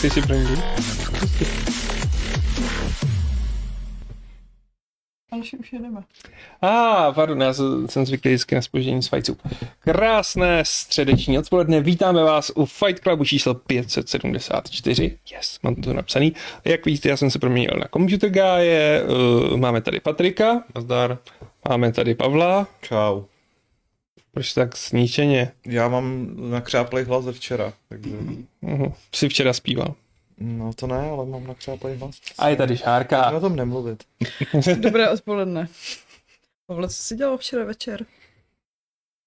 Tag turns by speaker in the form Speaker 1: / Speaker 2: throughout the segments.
Speaker 1: Ty si brandy.
Speaker 2: Další už jedeme.
Speaker 1: A, ah, pardon, já jsem zvyklý vždycky na spoždění z fajců. Krásné středeční odpoledne, vítáme vás u Fight Clubu číslo 574. Yes, mám to tu napsaný. Jak vidíte, já jsem se proměnil na Computer Guy, uh, máme tady Patrika,
Speaker 3: Nazdar.
Speaker 1: máme tady Pavla,
Speaker 3: Čau.
Speaker 1: proč tak sníčeně?
Speaker 3: Já mám nakřáplej hlas ze včera, takže...
Speaker 1: Uh, si včera zpíval.
Speaker 3: No to ne, ale mám nakřáplej hlas.
Speaker 1: A je tady
Speaker 3: A...
Speaker 1: Šárka.
Speaker 3: Na tom nemluvit.
Speaker 2: Dobré odpoledne. Pavle, co jsi dělal včera večer?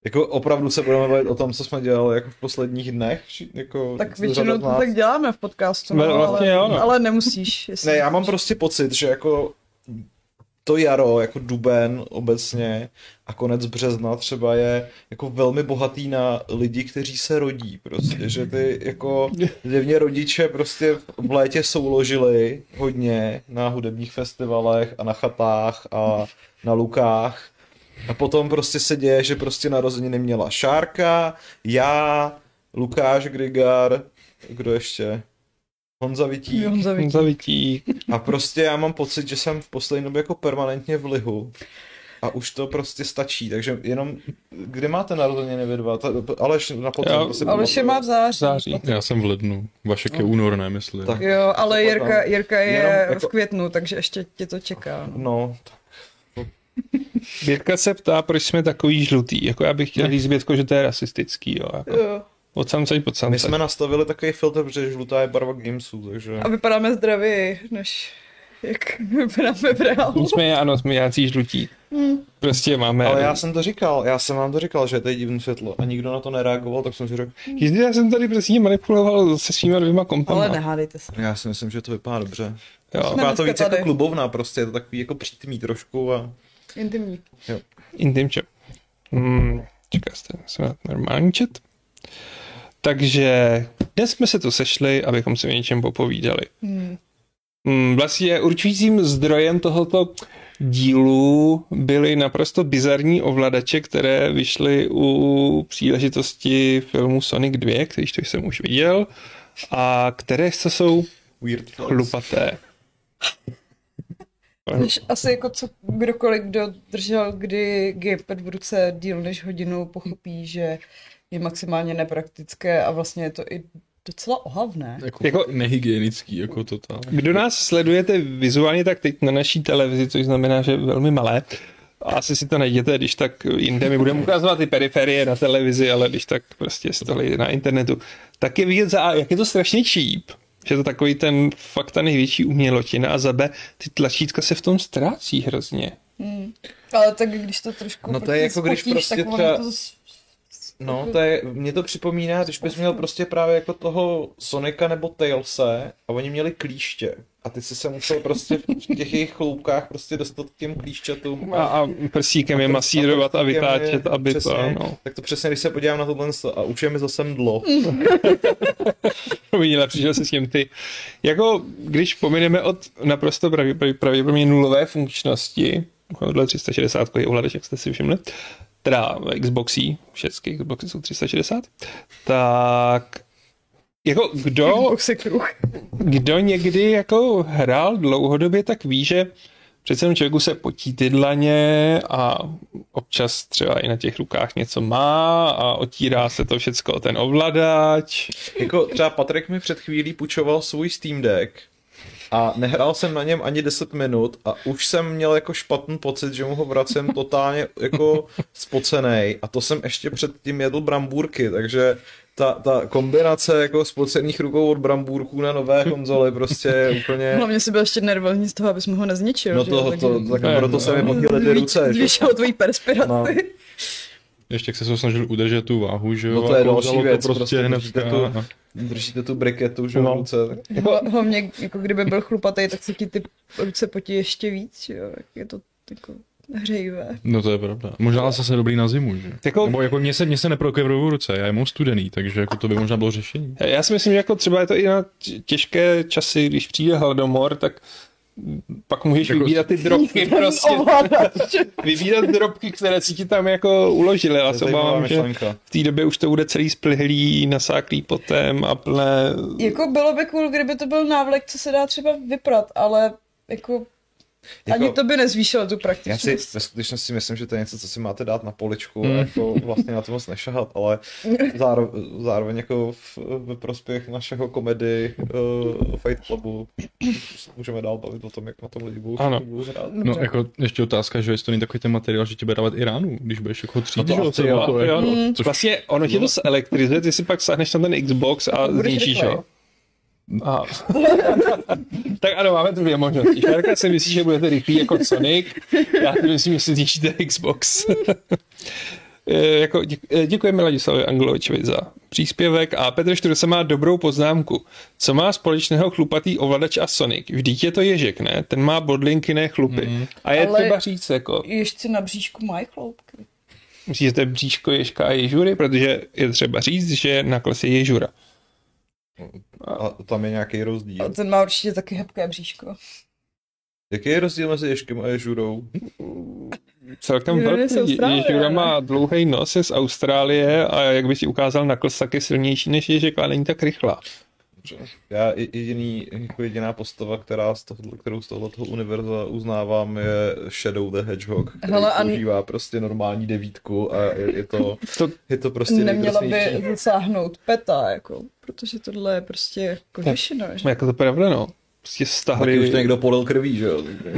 Speaker 3: Jako opravdu se budeme bavit o tom, co jsme dělali jako v posledních dnech, či- jako...
Speaker 2: Tak
Speaker 3: řada
Speaker 2: většinou
Speaker 3: z
Speaker 2: to
Speaker 3: nás.
Speaker 2: tak děláme v podcastu, no,
Speaker 1: Ve- vlastně
Speaker 2: ale,
Speaker 1: jo, no.
Speaker 2: ale nemusíš. Jestli...
Speaker 3: Ne, já mám prostě pocit, že jako to jaro, jako duben obecně a konec března třeba je jako velmi bohatý na lidi, kteří se rodí prostě, že ty jako zjevně rodiče prostě v létě souložili hodně na hudebních festivalech a na chatách a na lukách a potom prostě se děje, že prostě narozeniny měla Šárka, já, Lukáš Grigar, kdo ještě? Honza Vitík.
Speaker 2: Honza Vík.
Speaker 1: Zavití.
Speaker 3: A prostě já mám pocit, že jsem v poslední době jako permanentně v lihu. A už to prostě stačí, takže jenom, kdy máte narozeniny vy dva? Ta, Aleš na podzim.
Speaker 1: Já-
Speaker 3: to si
Speaker 2: Aleš je má v září.
Speaker 1: Září.
Speaker 4: Já jsem v lednu, Vašek
Speaker 1: No.
Speaker 4: je únor, ne, myslím.
Speaker 3: Tak.
Speaker 2: Jo, ale
Speaker 3: To potom.
Speaker 2: Jirka, Jirka je
Speaker 3: Jenom jako-
Speaker 2: v květnu, takže ještě tě to čeká. No.
Speaker 3: No,
Speaker 1: Bětka se ptá, proč jsme takový žlutý. Jako já bych chtěl říct, Bětko, že to je rasistický, jo. Jako.
Speaker 2: Jo.
Speaker 1: Od samce pod
Speaker 3: my
Speaker 1: samce.
Speaker 3: jsme nastavili takový filtr, protože žlutá je barva gamesů, takže...
Speaker 2: A vypadáme zdravěji, než jak vypadáme v reálu.
Speaker 1: Nicméně ano, jsme nějací žlutí. Prostě máme...
Speaker 3: Ale já jsem to říkal, já jsem vám to říkal, že je tady divný světlo a nikdo na to nereagoval, tak jsem si řekl,
Speaker 1: Jistě, já jsem tady prostě manipuloval se svýma dvěma kompama.
Speaker 2: Ale nehádejte se.
Speaker 3: já si myslím, že to vypadá dobře.
Speaker 1: Jo,
Speaker 3: Vypadá
Speaker 2: dneska
Speaker 3: to víc jako
Speaker 2: tady.
Speaker 3: klubovná prostě, je to takový jako přítmý trošku a...
Speaker 2: Intimní.
Speaker 1: intim chat. Hmm, čeká, jste, jsme na normální chat. Takže dnes jsme se tu sešli, abychom si o něčem popovídali.
Speaker 2: Hmm.
Speaker 1: Mm, Vlastně určujícím zdrojem tohoto dílu byly naprosto bizarní ovladače, které vyšly u příležitosti filmu Sonic 2, který to jsem už viděl, a které se jsou
Speaker 3: Weird.
Speaker 1: chlupaté.
Speaker 2: Což asi jako co, kdokoliv, kdo držel kdy gamepad v ruce díl než hodinu, pochopí, že je maximálně nepraktické a vlastně je to i docela ohavné.
Speaker 4: Jako,
Speaker 1: Jako-
Speaker 4: jako nehygienický, jako totál.
Speaker 1: Kdo nás sledujete vizuálně, tak teď na naší televizi, což znamená, že je velmi malé, asi si to najděte, když tak jinde mi budeme ukazovat ty periferie na televizi, ale když tak prostě si to hledejte na internetu, tak je vidět za A, jak je to strašně číp, že je to takový ten fakt ta největší umělotina a za B, ty tlačítka se v tom ztrácí hrozně.
Speaker 2: Ale tak když to trošku
Speaker 3: No to je jako když
Speaker 2: spotíš,
Speaker 3: prostě
Speaker 2: tak ono
Speaker 3: třeba-
Speaker 2: to z-
Speaker 3: No, to je, mě to připomíná, když bys měl prostě právě jako toho Sonika nebo Tailse a oni měli klíště. A ty si se musel prostě v v těch jejich chloupkách prostě dostat k těm klíšťatům.
Speaker 1: A, a prstíkem je masírovat a
Speaker 3: prostě těm je-
Speaker 1: vytáčet, aby
Speaker 3: přesně,
Speaker 1: to, no,
Speaker 3: Tak to přesně, když se podívám na tohle a učuje mi zase mdlo.
Speaker 1: proměnila, přišel se s tím ty. Jako, když pomineme od naprosto pravě- pravě- pravděpodobně nulové funkčnosti, tohle 360 je ovladač, jak jste si všimli, teda Xboxy, všechny Xboxy jsou 360, tak jako kdo
Speaker 2: se kruh.
Speaker 1: kdo někdy jako hrál dlouhodobě, tak ví, že přece jenom člověku se potí ty dlaně a občas třeba i na těch rukách něco má a otírá se to všecko o ten ovladač.
Speaker 3: Jako třeba Patrik mi před chvílí půjčoval svůj Steam Deck a nehrál jsem na něm ani 10 minut a už jsem měl jako špatný pocit, že mu ho vracím totálně jako spocenej a to jsem ještě předtím jedl brambůrky, takže ta, ta kombinace jako spocených rukou od brambůrků na nové konzole prostě je úplně...
Speaker 2: Hlavně si byl ještě nervózní z toho, abys mu ho nezničil.
Speaker 3: No
Speaker 2: No, že jo,
Speaker 3: to,
Speaker 2: takže-
Speaker 3: to, tak proto se mi potily ty
Speaker 2: Zvýš-
Speaker 3: ruce, jako. že?
Speaker 2: Zvýšilo tvojí perspiraci.
Speaker 3: No.
Speaker 4: Ještě jak se to snažil udržet tu váhu, že jo?
Speaker 3: No to je
Speaker 4: a
Speaker 3: další
Speaker 4: kouzalo
Speaker 3: věc,
Speaker 4: to prostě,
Speaker 3: prostě
Speaker 4: hned.
Speaker 3: držíte tu-
Speaker 4: a- a-
Speaker 3: Držíte tu briketu, že
Speaker 1: No.
Speaker 3: no. ruce. tak-
Speaker 2: Hla- Hlavně, jako kdyby byl chlupatý, tak se ti ty ruce potí ještě víc, že jo. tak Je to jako hřejivé.
Speaker 4: No to je pravda. Možná zase dobrý na zimu, že?
Speaker 1: Jako-
Speaker 4: Jako... Nebo jako mě se, mě se neprokevrují ruce, já je mám studený, takže jako to by možná bylo řešení.
Speaker 1: Já si myslím, že jako třeba je to i na tě- těžké časy, když přijde hladomor, tak pak můžeš
Speaker 4: Jako-
Speaker 1: vybírat ty drobky prostě.
Speaker 2: Ovládač.
Speaker 1: Vybírat drobky, které si ti tam jako uložili. A se obávám, že
Speaker 3: myšlenka.
Speaker 1: v té době už to bude celý splihlý, nasáklý potem a plné...
Speaker 2: Jako bylo by cool, kdyby to byl návlek, co se dá třeba vyprat, ale jako,
Speaker 3: Jako-
Speaker 2: ani to by nezvýšilo tu
Speaker 3: Já si
Speaker 2: praktičnost.
Speaker 3: ve skutečnosti myslím, že to je něco, co si máte dát na poličku a jako vlastně na to moc nešahat, ale záro, zároveň jako v, ve prospěch našeho komedy uh, Fight Clubu se můžeme dál bavit o tom, jak na tom lidi budou
Speaker 1: Ano.
Speaker 3: budou hrát.
Speaker 4: No jako ještě otázka, že jestli to není takový ten materiál, že ti bude dávat i ránu, když budeš jako třít,
Speaker 3: No to
Speaker 4: že
Speaker 3: asi
Speaker 4: se
Speaker 3: jo,
Speaker 4: na to,
Speaker 1: jo.
Speaker 4: jako,
Speaker 1: Mm.
Speaker 4: což
Speaker 1: Vlastně ono tě to zelektrizuje, ty si pak sáhneš na ten Xbox a
Speaker 2: Budeš
Speaker 1: zničíš
Speaker 2: rychlej.
Speaker 1: ho. Aha. tak ano, máme dvě možnosti. Šárka si myslí, že budete rychlí jako Sonic, já si myslím, že si zničíte Xbox. Eh, jako, dě- eh, děkujeme Ladislavovi Angelovičovi za příspěvek a Petr Štruse má dobrou poznámku. Co má společného chlupatý ovladač a Sonic? Vždyť je to ježek, ne? Ten má bodlinky, ne chlupy. A je
Speaker 2: Ale-
Speaker 1: třeba říct, jako,
Speaker 2: Ještě na bříšku mají chloupky.
Speaker 1: Musí zde bříško ježka a ježury, protože je třeba říct, že na klasi je ježura.
Speaker 3: A tam je nějaký
Speaker 2: A
Speaker 3: rozdíl.
Speaker 2: ten má určitě taky hebké bříško.
Speaker 3: Prostě Jaký je rozdíl mezi Ježkem a Ježurou?
Speaker 1: Celkem
Speaker 2: Ježury
Speaker 1: velký.
Speaker 2: jsou správné,
Speaker 1: Ježura
Speaker 2: ale-
Speaker 1: má dlouhý nos, je z Austrálie a jak by ti ukázal na kles, tak je silnější než ježek, ale není tak rychlá.
Speaker 3: Já je- jediný, jako jediná postava, která z toho, kterou z tohoto univerza uznávám, je Shadow the Hedgehog, který
Speaker 2: Hele, a-
Speaker 3: používá prostě normální devítku a je, je, to,
Speaker 1: To,
Speaker 3: je to prostě
Speaker 2: Neměla by
Speaker 3: nejkrásnější.
Speaker 2: zasáhnout peta, jako, protože tohle je prostě kožešina, že?
Speaker 1: jako to pravda, no. Prostě
Speaker 3: Taky už to
Speaker 1: stahli.
Speaker 3: někdo polil krví, že jo?
Speaker 1: Ne,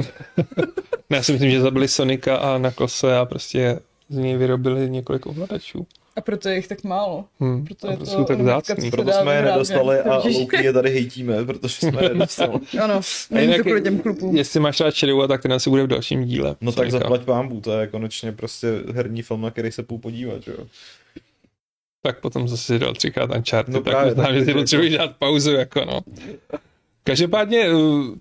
Speaker 1: Já si myslím, že zabili Sonika a na klase a prostě z něj vyrobili několik ovladačů.
Speaker 2: A proto je jich tak málo.
Speaker 3: Hmm.
Speaker 1: Hm.
Speaker 2: Proto
Speaker 1: a
Speaker 2: je
Speaker 1: to
Speaker 2: to
Speaker 1: jsou tak
Speaker 2: unitka,
Speaker 1: vzácný.
Speaker 2: co
Speaker 3: Proto
Speaker 2: dá
Speaker 3: jsme je
Speaker 2: vyhrát,
Speaker 3: nedostali
Speaker 2: že?
Speaker 3: a Louky je tady hejtíme, protože jsme je nedostali.
Speaker 2: Ano, není to kvůli těm klubům.
Speaker 1: Jestli máš rád Shadowa, tak ten asi bude v dalším díle.
Speaker 3: No tak
Speaker 1: Sonika.
Speaker 3: zaplať pámbu, to je konečně prostě herní film, na který se půl podívat, že jo?
Speaker 1: tak potom zase si dal třikrát Uncharted,
Speaker 3: No
Speaker 1: no tak
Speaker 3: právě,
Speaker 1: možná,
Speaker 3: takže
Speaker 1: že si
Speaker 3: jako-
Speaker 1: potřebuješ dát pauzu, jako no. Každopádně eh,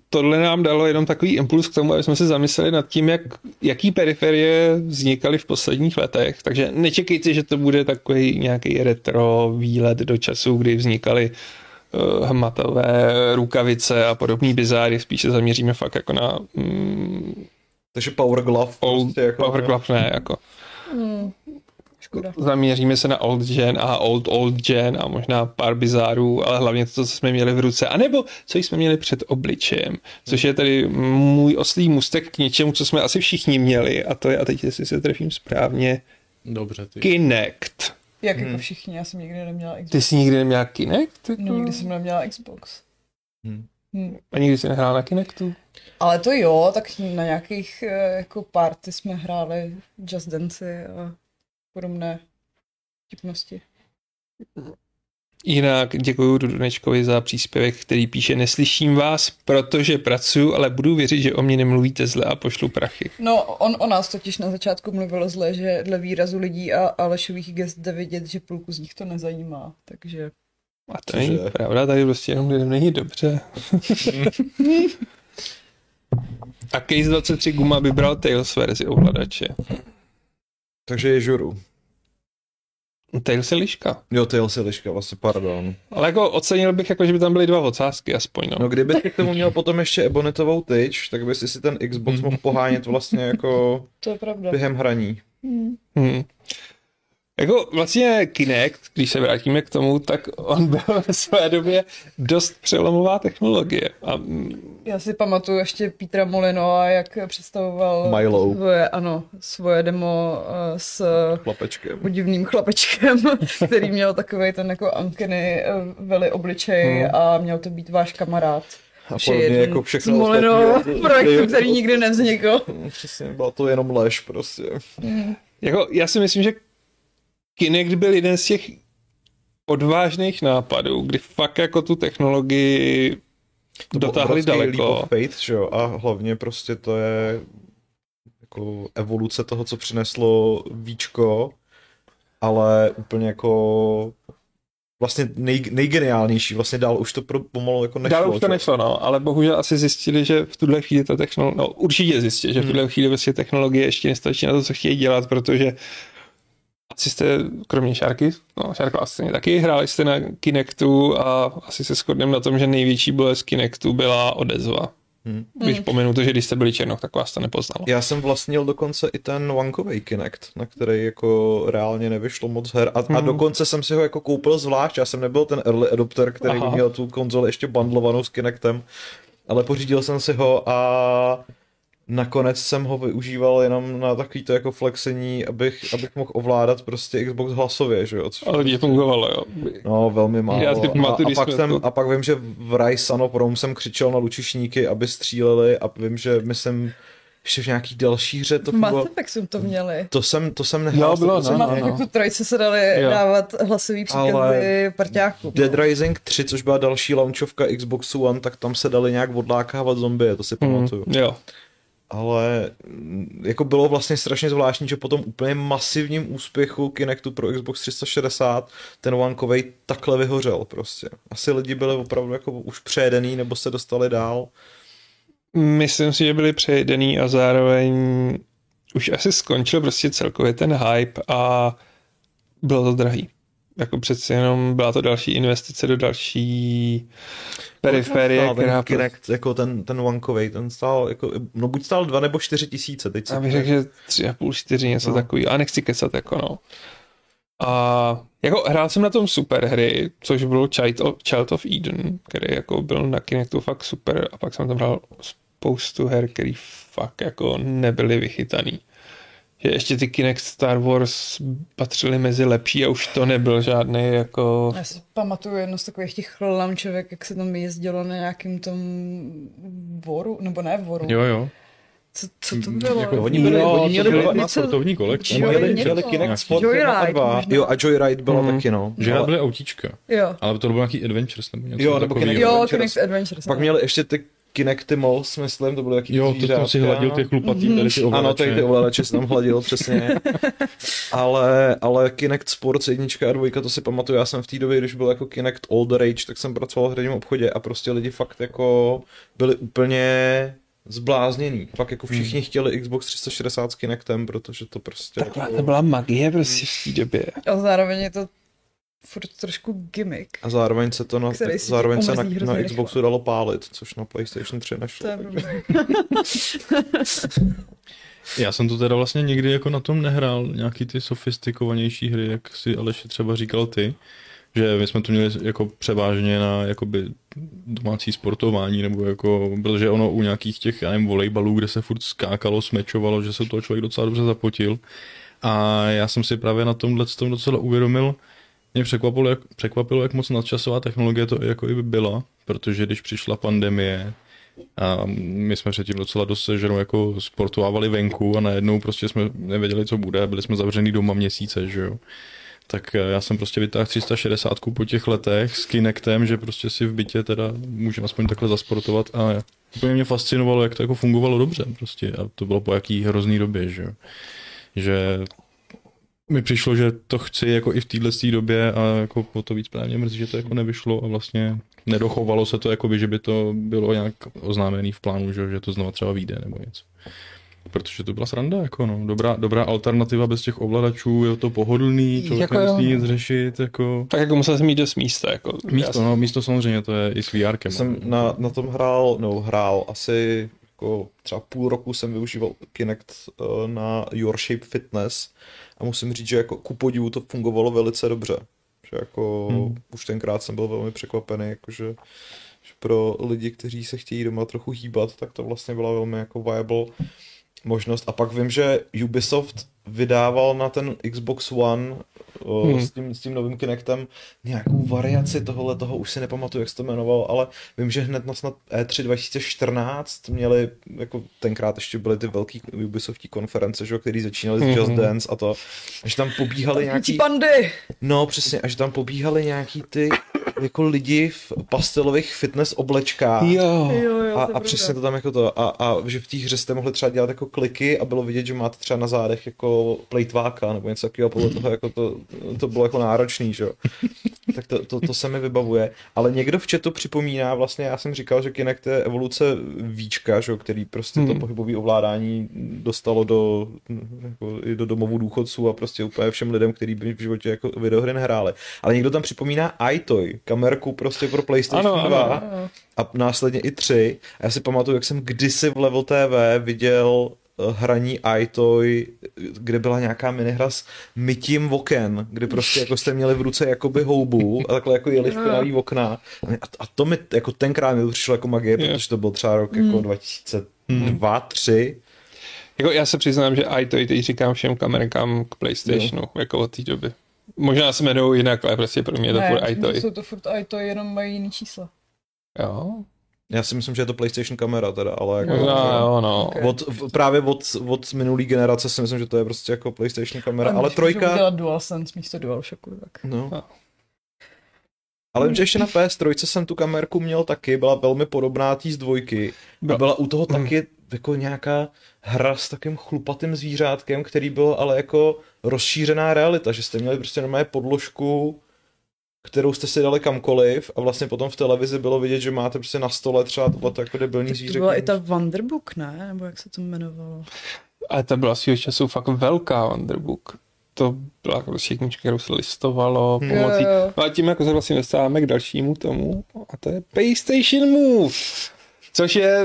Speaker 1: tohle nám dalo jenom takový impuls k tomu, aby jsme se zamysleli nad tím, jak, jaký periferie vznikaly v posledních letech. Takže nečekejte, že to bude takový nějaký retro výlet do času, kdy vznikaly eh, hmatové rukavice a podobný bizáry. Spíš se zaměříme fakt jako na mm,
Speaker 3: Takže Power Glove
Speaker 1: old,
Speaker 3: prostě jako...
Speaker 1: power glove, ne, jako.
Speaker 2: Škoda.
Speaker 1: Zaměříme se na old gen a old old gen a možná pár bizárů, ale hlavně to, co jsme měli v ruce, anebo co jsme měli před obličejem, což je tady můj oslý mustek k něčemu, co jsme asi všichni měli a to je, a teď jestli se trefím správně,
Speaker 4: Dobře, ty.
Speaker 1: Kinect.
Speaker 2: Jak jako všichni, já jsem nikdy neměla Xbox.
Speaker 1: Ty jsi nikdy neměl Kinect? Jako?
Speaker 2: No, nikdy jsem neměla Xbox.
Speaker 3: Hm.
Speaker 2: Hm.
Speaker 1: A nikdy jsi nehrál na Kinectu?
Speaker 2: Ale to jo, tak na nějakých eh, jako party jsme hráli Just Dance a podobné vtipnosti.
Speaker 1: Jinak děkuji Dudunečkovi za příspěvek, který píše Neslyším vás, protože pracuju, ale budu věřit, že o mě nemluvíte zle a pošlu prachy.
Speaker 2: No, on o nás totiž na začátku mluvil zle, že dle výrazu lidí a Alešových gest jde vidět, že půlku z nich to nezajímá, takže...
Speaker 1: A to není
Speaker 3: Cože?
Speaker 1: pravda, tady prostě jenom lidem není dobře. A Case 23 Guma vybral Tails verzi ovladače.
Speaker 3: Takže je žuru.
Speaker 1: Tails je liška.
Speaker 3: Jo, ty je liška, vlastně, pardon.
Speaker 1: Ale jako ocenil bych, jako, že by tam byly dva ocásky aspoň. No.
Speaker 3: No kdyby ty k tomu měl potom ještě ebonetovou tyč, tak bys si ten Xbox mohl pohánět vlastně jako
Speaker 2: To je pravda.
Speaker 3: během hraní.
Speaker 1: Hmm. Jako vlastně Kinect, když se vrátíme k tomu, tak on byl ve své době dost přelomová technologie. A mm,
Speaker 2: Já si pamatuju ještě Petra Molinoa, jak představoval
Speaker 3: Milo.
Speaker 2: svoje, ano, svoje demo eh, s
Speaker 3: Chlapečkem.
Speaker 2: podivným chlapečkem, který měl takový ten jako ankeny eh, veli obličej
Speaker 1: Hmm.
Speaker 2: a měl to být váš kamarád.
Speaker 3: A
Speaker 2: Při
Speaker 3: podobně
Speaker 2: jednom
Speaker 3: jako
Speaker 2: z
Speaker 3: všechno
Speaker 2: Molinova
Speaker 3: ostatní.
Speaker 2: projektu, který nikdy nevznikl.
Speaker 3: Přesně, byla to jenom lež prostě.
Speaker 1: jako, já si myslím, že Kinect byl jeden z těch odvážných nápadů, kdy fakt jako tu technologii
Speaker 3: To byl
Speaker 1: dotáhli
Speaker 3: obrovský
Speaker 1: daleko.
Speaker 3: Leap of faith, že jo? A hlavně prostě to je jako evoluce toho, co přineslo víčko, ale úplně jako vlastně nej, nejgeniálnější, vlastně dál už to pro, pomalu jako nešlo.
Speaker 1: Dál už to
Speaker 3: že jo?
Speaker 1: nešlo, no, ale bohužel asi zjistili, že v tuhle chvíli ta technologie, no určitě zjistili,
Speaker 3: Hmm.
Speaker 1: že v tuhle chvíli vlastně technologie ještě nestačí na to, co chtějí dělat, protože asi jste, kromě Šárky, no Šárko asi ne, taky, hráli jste na Kinectu a asi se shodneme na tom, že největší bolest Kinectu byla odezva.
Speaker 3: Hmm.
Speaker 1: Když pominu to, že když jste byli černoch, tak vás to nepoznalo.
Speaker 3: Já jsem vlastnil dokonce i ten Wankovej Kinect, na který jako reálně nevyšlo moc her a, a dokonce jsem si ho jako koupil zvlášť, já jsem nebyl ten early adopter, který
Speaker 1: Aha.
Speaker 3: Aha. měl tu konzoli ještě bandlovanou s Kinectem, ale pořídil jsem si ho a nakonec jsem ho využíval jenom na takový to jako flexení, abych, abych mohl ovládat prostě Xbox hlasově, že jo, což
Speaker 1: Ale to fungovalo, jo.
Speaker 3: No, velmi málo.
Speaker 1: Já si
Speaker 3: a,
Speaker 1: pamatuju,
Speaker 3: a,
Speaker 1: když
Speaker 3: pak
Speaker 1: jsme
Speaker 3: jsem,
Speaker 1: to-
Speaker 3: a pak vím, že v Rajsano Prom jsem křičel na lučišníky, aby stříleli a vím, že myslím, ještě v nějaký další hře to
Speaker 2: V
Speaker 3: bylo.
Speaker 2: Mass Effect jsme to měli.
Speaker 3: To jsem, to jsem nehrál.
Speaker 1: Jo, bylo,
Speaker 3: to jsem
Speaker 1: no,
Speaker 2: V
Speaker 1: no,
Speaker 2: Mass
Speaker 1: no.
Speaker 2: Effectu trojce se dali
Speaker 1: Jo.
Speaker 2: dávat hlasový příkazy
Speaker 3: Ale-
Speaker 2: parťáků.
Speaker 3: Dead Rising 3, což byla další launchovka Xboxu One, tak tam se dali nějak odlákávat zombie, to si pamatuju.
Speaker 1: Mm, jo.
Speaker 3: Ale mm, jako bylo vlastně strašně zvláštní, že po tom úplně masivním úspěchu Kinectu pro Xbox 360 ten Wankovej takhle vyhořel prostě. Asi lidi byli opravdu jako už přejedený nebo se dostali dál.
Speaker 1: Myslím si, že byli přejedený a zároveň už asi skončil prostě celkově ten hype a bylo to drahý. Jako přeci jenom byla to další investice do další periferie,
Speaker 3: stál
Speaker 1: která... prostě-
Speaker 3: ten Kinect, jako ten, ten Wankovej, ten stál, jako, no buď stál dva nebo čtyři tisíce, teď
Speaker 1: Já
Speaker 3: se
Speaker 1: bych řekl, že tři a půl, čtyři, něco
Speaker 3: No.
Speaker 1: no. takový. A nechci kecat, jako no. A jako hrál jsem na tom super hry, což byl Child of, Child of Eden, který jako byl na Kinectu fakt super a pak jsem tam hrál spoustu her, který fakt jako nebyly vychytaný. Že ještě ty Kinect Star Wars patřily mezi lepší a už to nebyl žádný jako...
Speaker 2: Já si pamatuju jedno z takových těch launčovek, jak se tam jezdilo na nějakém tom voru, nebo ne voru,
Speaker 4: Jo, jo.
Speaker 2: Co, co to bylo?
Speaker 4: Jako
Speaker 3: oni byli-
Speaker 1: Jo,
Speaker 3: oni
Speaker 1: to
Speaker 3: měli
Speaker 1: byly-
Speaker 3: dva-
Speaker 4: na sportovní kolekci.
Speaker 2: Jo,
Speaker 3: Měli,
Speaker 2: něco.
Speaker 3: měli Kinect Sport
Speaker 2: Joyride
Speaker 3: 1 a 2.
Speaker 2: možná.
Speaker 3: Jo, a Joyride byla
Speaker 1: Mm.
Speaker 3: taky, no.
Speaker 4: Že
Speaker 3: Ale
Speaker 4: byly autíčka.
Speaker 2: Jo,
Speaker 4: Ale to bylo nějaký Adventures nebo něco
Speaker 3: Jo, nebo
Speaker 4: takovýho.
Speaker 3: Kinect-
Speaker 2: jo,
Speaker 3: Adventures.
Speaker 2: Kinect Adventures.
Speaker 3: pak měli ještě ty Kinecty Mols, myslím, to byly jaký
Speaker 4: Jo, to tam si hladil
Speaker 3: no.
Speaker 4: ty chlupatý, tady ty ovladače.
Speaker 3: Mhm. Ano, tady ty ovladače jsem tam hladil, přesně. Ale, ale Kinect Sports jednička a dvojka, to si pamatuju, já jsem v té době, když byl jako Kinect Old Rage, tak jsem pracoval v hradním obchodě a prostě lidi fakt jako byli úplně zblázněný. Fakt jako všichni
Speaker 2: Hmm.
Speaker 3: chtěli Xbox 360 s Kinectem, protože to prostě...
Speaker 1: Taková to byla magie prostě v té době.
Speaker 2: A zároveň je to furt trošku gimmick.
Speaker 3: A zároveň se to na,
Speaker 2: Který si
Speaker 3: zároveň
Speaker 2: tě
Speaker 3: se na,
Speaker 2: omrzí
Speaker 3: na
Speaker 2: hrozně rychle.
Speaker 3: Xboxu dalo pálit, což na PlayStation 3
Speaker 2: To
Speaker 3: nešlo.
Speaker 2: je blbý.
Speaker 4: Já jsem to teda vlastně nikdy jako na tom nehrál, nějaký ty sofistikovanější hry, jak si Aleši třeba říkal ty, že my jsme to měli jako převážně na jakoby domácí sportování, nebo jako, protože ono u nějakých těch, já nevím, volejbalů, kde se furt skákalo, smečovalo, že se toho člověk docela dobře zapotil. A já jsem si právě na tomhle tom docela uvědomil, mě překvapilo jak, překvapilo, jak moc nadčasová technologie to jako i by byla, protože když přišla pandemie, a my jsme předtím docela dost se ženou jako sportovávali venku a najednou prostě jsme nevěděli, co bude, byli jsme zavřený doma měsíce, že jo. Tak eh, já jsem prostě vytáhl 360 po těch letech s Kinectem, že prostě si v bytě teda můžu aspoň takhle zasportovat a úplně mě fascinovalo, jak to jako fungovalo dobře prostě a to bylo po jaký hrozný době, že jo. Že mi přišlo, že to chci jako i v téhle době a jako o to víc právě mrzí, že to jako nevyšlo a vlastně nedochovalo se to, jako by, že by to bylo nějak oznámený v plánu, že, že to znova třeba vyjde nebo něco. Protože to byla sranda, jako no. dobrá, dobrá alternativa bez těch ovladačů, je to pohodlný, člověk
Speaker 1: Jako
Speaker 4: jako
Speaker 1: jo.
Speaker 4: nemusí nic řešit, jako...
Speaker 1: Tak jako musel jsem jít dost místa, jako.
Speaker 4: Místo, no, místo samozřejmě, to je i s VR.
Speaker 3: Jsem na, na tom hrál, no hrál asi jako třeba půl roku jsem využíval Kinect eh, na Your Shape Fitness a musím říct, že jako ku podivu to fungovalo velice dobře. Že jako hmm. už tenkrát jsem byl velmi překvapený, jakože že pro lidi, kteří se chtějí doma trochu hýbat, tak to vlastně byla velmi jako viable možnost. A pak vím, že Ubisoft vydával na ten Xbox One o,
Speaker 1: Hmm.
Speaker 3: s, tím, s tím novým Kinectem nějakou variaci tohohle, toho už si nepamatuju, jak se to jmenovalo, ale vím, že hned na snad E E3 2014 měli, jako tenkrát ještě byly ty velký Ubisoftí konference, že, jo, který začínaly s Just
Speaker 1: Mhm.
Speaker 3: Dance a to, že tam pobíhali
Speaker 2: Nějaký...
Speaker 3: nějaký...
Speaker 2: pandy!
Speaker 3: No přesně, až tam pobíhali nějaký ty jako lidi v pastelových fitness oblečkách.
Speaker 1: Jo.
Speaker 2: Jo, jo,
Speaker 3: No. A,
Speaker 2: to je
Speaker 3: a přesně to tam jako to, a, a že v té hře jste mohli třeba dělat jako kliky a bylo vidět, že máte třeba na zádech jako plejtváka nebo něco takového, podle toho jako to, to bylo jako náročný, že jo. Tak to, to, to se mi vybavuje. Ale někdo v chatu připomíná, vlastně já jsem říkal, že Kinect je evoluce víčka, že jo, který prostě to
Speaker 1: Hmm.
Speaker 3: pohybové ovládání dostalo do, jako, i do domovů důchodců a prostě úplně všem lidem, kteří by v životě jako videohry nehráli. Ale někdo tam připomíná iToy, kamerku prostě pro PlayStation
Speaker 1: Ano,
Speaker 3: 2
Speaker 1: ano,
Speaker 2: ano.
Speaker 3: a následně i 3. A já si pamatuju, jak jsem kdysi v Level TV viděl eh, hraní iToy, kde byla nějaká minihra s mytím oken, kdy prostě jako jste měli v ruce jakoby houbu a takhle jako
Speaker 1: No.
Speaker 3: jeli špinavý okna. A, a to mi jako tenkrát mi to přišlo jako magie,
Speaker 1: Jo.
Speaker 3: protože to byl třeba rok
Speaker 1: Mm.
Speaker 3: jako 2002, 3.
Speaker 1: Jako já se přiznám, že i to i teď říkám všem kamerkám k PlayStationu, jako od té doby. Možná se jmenují jinak, ale prostě pro mě je to furt i to.
Speaker 2: jsou to furt i to, jenom mají jiný čísla.
Speaker 1: Jo,
Speaker 3: Já si myslím, že je to PlayStation kamera teda, ale jako...
Speaker 1: možná jo, no.
Speaker 2: Ok.
Speaker 3: Od, v- právě od, od minulý generace si myslím, že to je prostě jako PlayStation kamera, ale trojka...
Speaker 2: Udělat DualSense místo DualShocku, tak.
Speaker 3: No.
Speaker 1: No.
Speaker 3: Ale vím, že ještě na PS3 jsem tu kamerku měl taky, byla velmi podobná tý z dvojky. A
Speaker 1: Byla-
Speaker 3: byla u toho taky jako nějaká hra s takým chlupatým zvířátkem, který byl ale jako rozšířená realita, že jste měli prostě normálně podložku, kterou jste si dali kamkoliv a vlastně potom v televizi bylo vidět, že máte prostě na stole třeba tohleto jako debilní
Speaker 2: Tak to
Speaker 3: zvíře.
Speaker 2: byla i
Speaker 3: který-
Speaker 2: ta Wonderbook, ne? Nebo jak se to jmenovalo?
Speaker 1: Ale ta byla svého času fakt velká Wonderbook. To byla prostě knížka, kterou se listovalo pomocí.
Speaker 2: Hmm. Jo, jo.
Speaker 1: No a tím jako se vlastně dostáváme k dalšímu tomu a to je PlayStation Move. Což je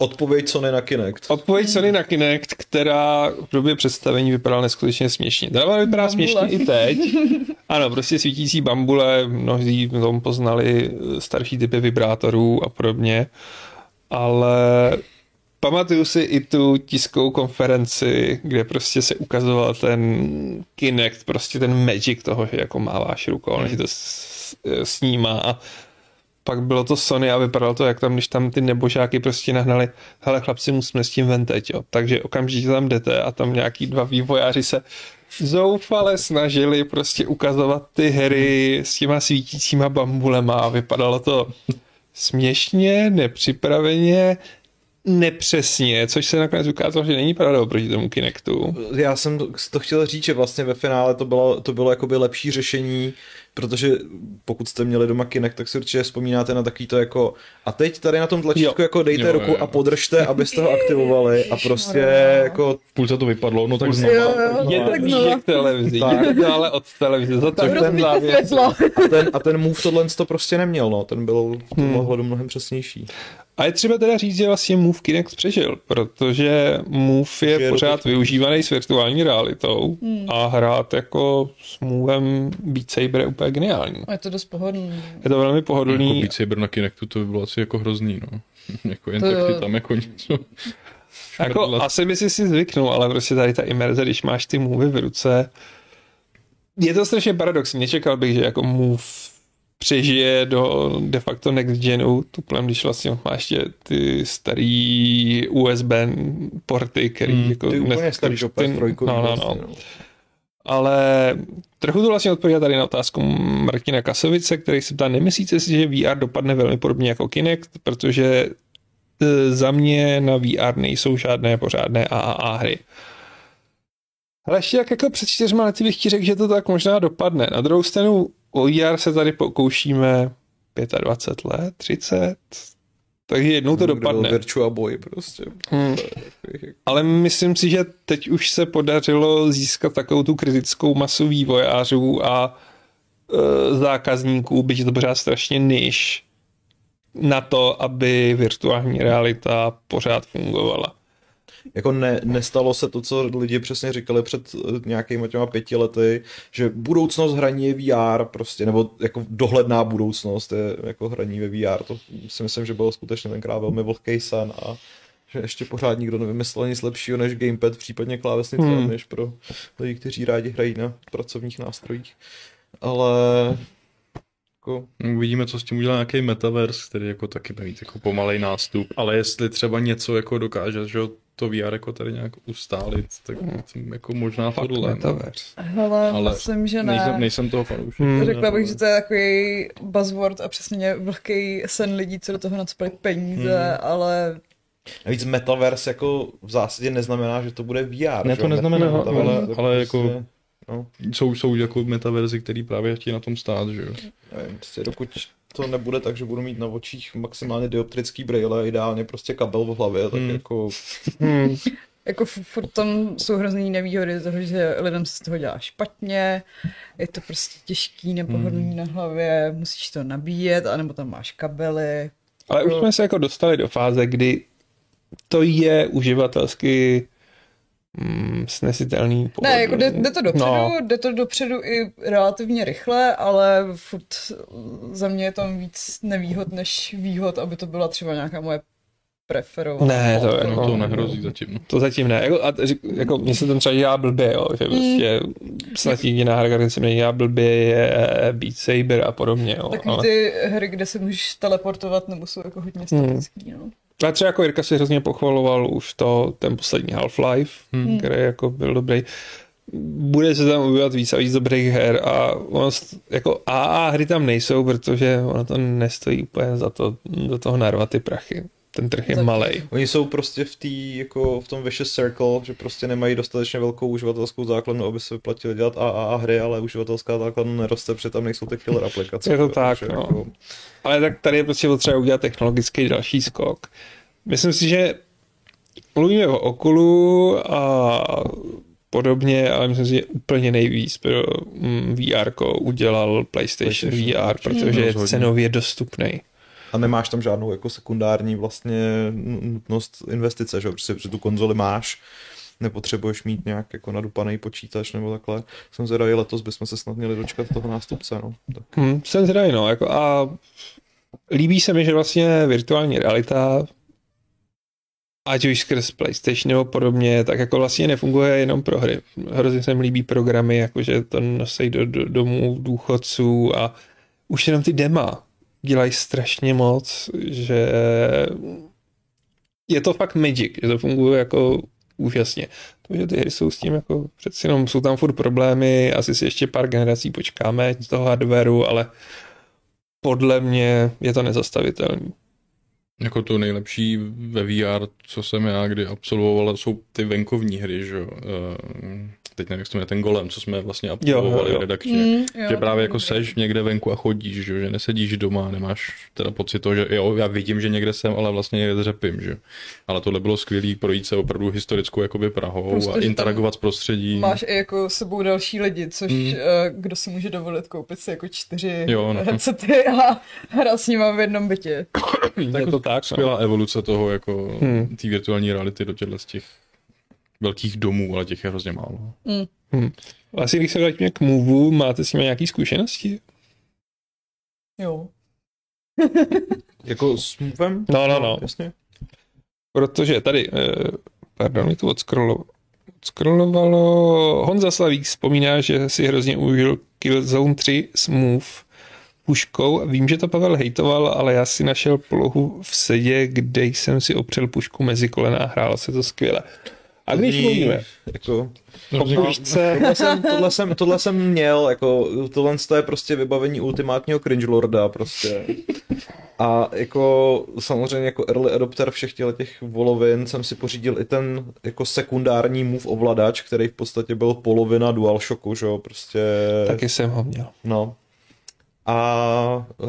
Speaker 3: Odpověď Sony na Kinect.
Speaker 1: odpověď Sony na Kinect, která v době představení vypadala neskutečně směšně. Teda ona vypadá
Speaker 2: Bambule.
Speaker 1: směšně i teď. Ano, prostě svítící bambule, mnozí v tom poznali eh, starší typy vibrátorů a podobně. Ale pamatuju si i tu tiskovou konferenci, kde prostě se ukazoval ten Kinect, prostě ten magic toho, že jako máváš rukou, hmm. že to s- eh, snímá a pak bylo to Sony a vypadalo to, jak tam, když tam ty nebožáky prostě nahnali, hele chlapci, musíme s tím ven teď, jo. Takže okamžitě tam jdete a tam nějaký dva vývojáři se zoufale snažili prostě ukazovat ty hry s těma svítícíma bambulema a vypadalo to směšně, nepřipraveně, nepřesně, což se nakonec ukázalo, že není pravda oproti tomu Kinectu.
Speaker 3: já jsem to chtěl říct, že vlastně ve finále to bylo, to bylo jakoby lepší řešení, protože pokud jste měli doma Kinect, tak si určitě vzpomínáte na takový to jako a teď tady na tom tlačítku
Speaker 1: Jo.
Speaker 3: jako dejte
Speaker 4: Jo,
Speaker 3: ruku
Speaker 4: jo.
Speaker 3: a podržte, abyste ho aktivovali a prostě
Speaker 2: Ježišmarja.
Speaker 3: jako
Speaker 4: V půlce to vypadlo, no tak
Speaker 2: Jo,
Speaker 4: znova.
Speaker 2: jo,
Speaker 1: Je to
Speaker 2: tak no.
Speaker 1: blíže
Speaker 2: znova.
Speaker 1: k televizi,
Speaker 3: Tak.
Speaker 1: je to ale od televize, za to
Speaker 3: Tak ten
Speaker 1: ten
Speaker 2: Rozbíte světlo.
Speaker 3: a ten, a ten move tohle to prostě neměl, no, ten byl v
Speaker 1: Hmm.
Speaker 3: tom ohledu mnohem přesnější.
Speaker 1: Jako A je třeba teda říct, že vlastně Move Kinect přežil, protože Move je,
Speaker 3: Že je
Speaker 1: pořád
Speaker 3: doteď-
Speaker 1: využívaný s virtuální realitou a hrát jako s Movem Beat Saber je úplně geniální.
Speaker 2: A je to dost pohodlný.
Speaker 1: Je to velmi
Speaker 4: Jako
Speaker 1: pohodlný.
Speaker 4: Beat Saber na Kinectu to by bylo asi jako hrozný, no. jako jen
Speaker 2: To
Speaker 4: tak
Speaker 2: jo.
Speaker 4: ty tam jako něco.
Speaker 1: Jako,
Speaker 4: Šmrdlat.
Speaker 1: asi by si si zvyknul, ale prostě tady ta imerze, když máš ty Movey v ruce, je to strašně paradoxní. Nečekal bych, že jako Move přežije do de facto next genu, tuplem, když vlastně máš ještě ty starý USB porty, který
Speaker 4: Hmm,
Speaker 1: jako...
Speaker 3: Ty úplně
Speaker 1: dnes-
Speaker 3: starý do
Speaker 1: ty-
Speaker 3: PS3.
Speaker 1: No, no, no.
Speaker 3: vlastně, no.
Speaker 1: Ale trochu to vlastně odpovídá tady na otázku Martina Kasovice, který se ptá, nemyslíte si, že VR dopadne velmi podobně jako Kinect, protože e, za mě na VR nejsou žádné pořádné AAA hry. Ale ještě jak jako před čtyřma lety bych ti řekl, že to tak možná dopadne. Na druhou stranu o VR se tady pokoušíme 25 let, 30, takže jednou to
Speaker 3: Hmm, Kdo byl
Speaker 1: dopadne.
Speaker 3: Virtua Boy prostě.
Speaker 1: Hmm. Ale myslím si, že teď už se podařilo získat takovou tu kritickou masu vývojářů a e, zákazníků, byť je to pořád strašně niž, na to, aby virtuální realita pořád fungovala.
Speaker 3: Jako ne, nestalo se to, co lidi přesně říkali před eh, nějakýma těma pěti lety, že budoucnost hraní je VR prostě, nebo jako dohledná budoucnost je jako hraní ve VR. To si myslím, že bylo skutečně tenkrát velmi vlhký san a že ještě pořád nikdo nevymyslel nic lepšího než gamepad, případně klávesnice,
Speaker 1: Hmm.
Speaker 3: než pro lidi, kteří rádi hrají na pracovních nástrojích. Ale jako,
Speaker 4: No, Uvidíme, co s tím udělá nějaký metaverse, který jako taky bude mít jako pomalej nástup, ale jestli třeba něco jako dokáže, že jo, to VR jako tady nějak ustálit, tak
Speaker 2: Hmm.
Speaker 4: jsem jako možná
Speaker 1: Fakt
Speaker 4: tohle. no.
Speaker 1: metaverse.
Speaker 2: Hele,
Speaker 4: Ale
Speaker 2: myslím, že ne.
Speaker 4: Nejsem, nejsem toho fanoušek.
Speaker 1: Hmm.
Speaker 2: Řekla bych, že to je takový buzzword a přesně vlhký sen lidí, co do toho nacpali peníze, hmm. ale
Speaker 3: navíc metaverse jako v zásadě neznamená, že to bude VR.
Speaker 4: Ne,
Speaker 3: že
Speaker 4: to
Speaker 3: jo?
Speaker 4: neznamená,
Speaker 3: Metaverse
Speaker 4: ale-
Speaker 3: je
Speaker 4: ale jako-
Speaker 3: prostě- no.
Speaker 4: Jsou, jsou jako metaverzy, který právě chtějí na tom stát, že jo.
Speaker 2: Jako-
Speaker 3: Nevím, prostě dokud to nebude tak, že budu mít na
Speaker 1: Hmm.
Speaker 3: očích maximálně dioptrický brýle, ideálně prostě kabel v hlavě, tak
Speaker 4: Hmm.
Speaker 3: jako
Speaker 2: Jako f- furt tam jsou hrozný nevýhody toho, že lidem se z toho dělá špatně, je to prostě těžký,
Speaker 1: Hmm.
Speaker 2: nepohodlný na hlavě, musíš to nabíjet, anebo tam máš kabely.
Speaker 1: Ale už jsme se jako dostali do fáze, kdy to je uživatelsky mm, snesitelný.
Speaker 2: Ne,
Speaker 1: pohodlný.
Speaker 2: jako jde, jde to dopředu,
Speaker 1: No,
Speaker 2: no. jde to dopředu i relativně rychle, ale furt za mě je tam víc nevýhod než výhod, aby to byla třeba nějaká moje preferovaná.
Speaker 1: Ne, to je-
Speaker 4: No,
Speaker 1: No,
Speaker 4: to nehrozí zatím.
Speaker 1: to zatím ne. Jako, a t- řek- jako mě se tam třeba dělá blbě, jo, že prostě snad jediná hra, která se mě dělá blbě, je eh, Beat Saber a podobně. Jo,
Speaker 2: Takový
Speaker 1: ale...
Speaker 2: ty hry, kde se můžeš teleportovat, nebo jsou jako hodně
Speaker 1: Hmm.
Speaker 2: statický, no.
Speaker 1: Ale třeba jako Jirka si hrozně pochvaloval už to, ten poslední Half-Life, hmm. který jako byl dobrý. Bude se tam objevovat víc a víc dobrých her a ono, st- jako AA hry tam nejsou, protože ono to nestojí úplně za to, do toho narvat ty prachy. Ten trh je
Speaker 2: Zatím.
Speaker 1: malý.
Speaker 3: Oni jsou prostě v tý, jako v tom vicious circle, že prostě nemají dostatečně velkou uživatelskou základnu, aby se vyplatili dělat AAA hry, ale uživatelská základna neroste, protože tam nejsou ty killer aplikace. jako-
Speaker 1: Je to tak,
Speaker 3: Takže
Speaker 1: no. Ale tak tady je prostě potřeba udělat technologický další skok. Myslím si, že mluvíme o Oculu a podobně, ale myslím si, že úplně nejvíc pro mm, VR udělal PlayStation,
Speaker 3: PlayStation,
Speaker 1: VR, protože je
Speaker 4: rozhodně.
Speaker 1: cenově dostupný.
Speaker 3: A nemáš tam žádnou jako sekundární vlastně nutnost investice, že jo, protože, protože tu konzoli máš, nepotřebuješ mít nějak jako nadupaný počítač nebo takhle. Jsem zvědavý, letos bychom se snad měli dočkat toho nástupce, no. Tak.
Speaker 1: Hmm, jsem zvědavý, no, jako a líbí se mi, že vlastně virtuální realita ať už skrz PlayStation nebo podobně, tak jako vlastně nefunguje jenom pro hry. Hrozně se mi líbí programy, jakože to nosej do, do domů důchodců a už jenom ty dema dělají strašně moc, že je to fakt magic, že to funguje jako úžasně. Takže ty hry jsou s tím jako přeci jenom jsou tam furt problémy, asi si ještě pár generací počkáme z toho hardwareu, ale podle mě je to nezastavitelný.
Speaker 4: Jako to nejlepší ve VR, co jsem já kdy absolvoval, jsou ty venkovní hry, že jo. Ehm, Teď nevím, jak se to jmenuje, ten golem, co jsme vlastně absolvovali
Speaker 1: jo, jo.
Speaker 4: v redakčně.
Speaker 2: Mm, jo,
Speaker 4: že právě
Speaker 2: to
Speaker 4: jako
Speaker 2: je dobrý.
Speaker 4: seš někde venku a chodíš, že, jo, že nesedíš doma, nemáš teda pocit toho, že jo, já vidím, že někde jsem, ale vlastně někde dřepím, že jo. Ale tohle bylo skvělý projít se opravdu historickou jakoby Prahou
Speaker 2: Prostě, že
Speaker 4: a
Speaker 2: tam
Speaker 4: interagovat s prostředím.
Speaker 2: Máš i jako s sebou další lidi, což
Speaker 3: Hmm.
Speaker 2: mm. kdo si může dovolit koupit si jako čtyři
Speaker 4: Jo, no.
Speaker 2: headsety a hrát s nima v jednom bytě.
Speaker 1: Je to tak, no.
Speaker 4: Skvělá evoluce toho jako
Speaker 1: Hmm.
Speaker 4: hmm. té virtuální reality do těchto z těch velkých domů, ale těch je hrozně málo.
Speaker 1: Vlastně, když se vrátíme k Moveu, máte s nimi nějaké zkušenosti?
Speaker 2: Jo.
Speaker 3: Jako s movem?
Speaker 1: No, no, no.
Speaker 3: Jasně.
Speaker 1: Protože tady, eh, pardon, mi to odskrolo- odskrollovalo. Honza Slavík vzpomíná, že si hrozně užil Killzone 3 Smooth puškou. Vím, že to Pavel hejtoval, ale já si našel polohu v sedě, kde jsem si opřel pušku mezi kolena a hrálo se to skvěle. A když mluvíme
Speaker 3: Jako,
Speaker 1: o pušce,
Speaker 3: tohle, jsem, tohle, jsem, tohle jsem měl, jako tohle to je prostě vybavení ultimátního cringelorda prostě. A jako samozřejmě jako early adopter všech těchto těch volovin jsem si pořídil i ten jako sekundární move ovladač, který v podstatě byl polovina DualShocku, že jo, prostě.
Speaker 1: taky jsem ho měl.
Speaker 3: No. A uh,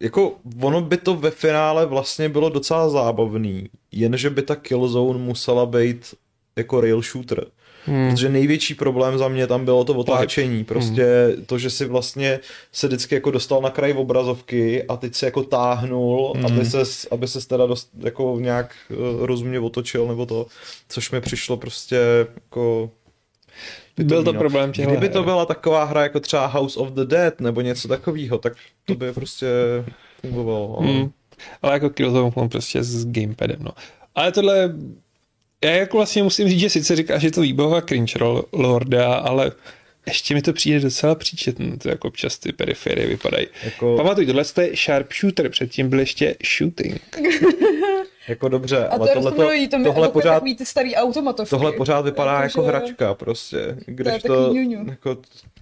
Speaker 3: jako ono by to ve finále vlastně bylo docela zábavný, jenže by ta Killzone musela být jako rail shooter. Hmm. Protože největší problém za mě tam bylo to otáčení, prostě hmm. to, že si vlastně se vždycky jako dostal na kraj obrazovky a teď se jako táhnul, hmm. aby ses, aby ses teda dost, jako nějak uh, rozumně otočil nebo to, což mi přišlo prostě jako
Speaker 1: Byl to
Speaker 3: no.
Speaker 1: problém těhle
Speaker 3: Kdyby to
Speaker 1: her.
Speaker 3: byla taková hra jako třeba House of the Dead nebo něco takového, tak to by prostě fungovalo. no. ale-
Speaker 1: Mm. Ale jako Killzone mám prostě s gamepadem, no. Ale tohle, já jako vlastně musím říct, že sice říkáš, že to výbava cringe ro- lorda, ale ještě mi to přijde docela příčetný, to jako občas ty periferie vypadají.
Speaker 3: Jako-
Speaker 1: Pamatuj, tohle je sharpshooter, předtím byl ještě shooting.
Speaker 3: Jako dobře,
Speaker 2: A
Speaker 3: ale
Speaker 2: to
Speaker 3: tohle, to,
Speaker 2: rozpomenují, tam
Speaker 3: tohle, pořád,
Speaker 2: takový ty starý automatovky.
Speaker 3: tohle pořád vypadá jako
Speaker 2: že-
Speaker 3: hračka prostě, když
Speaker 2: takový
Speaker 3: to,
Speaker 2: ňuňu.
Speaker 3: jako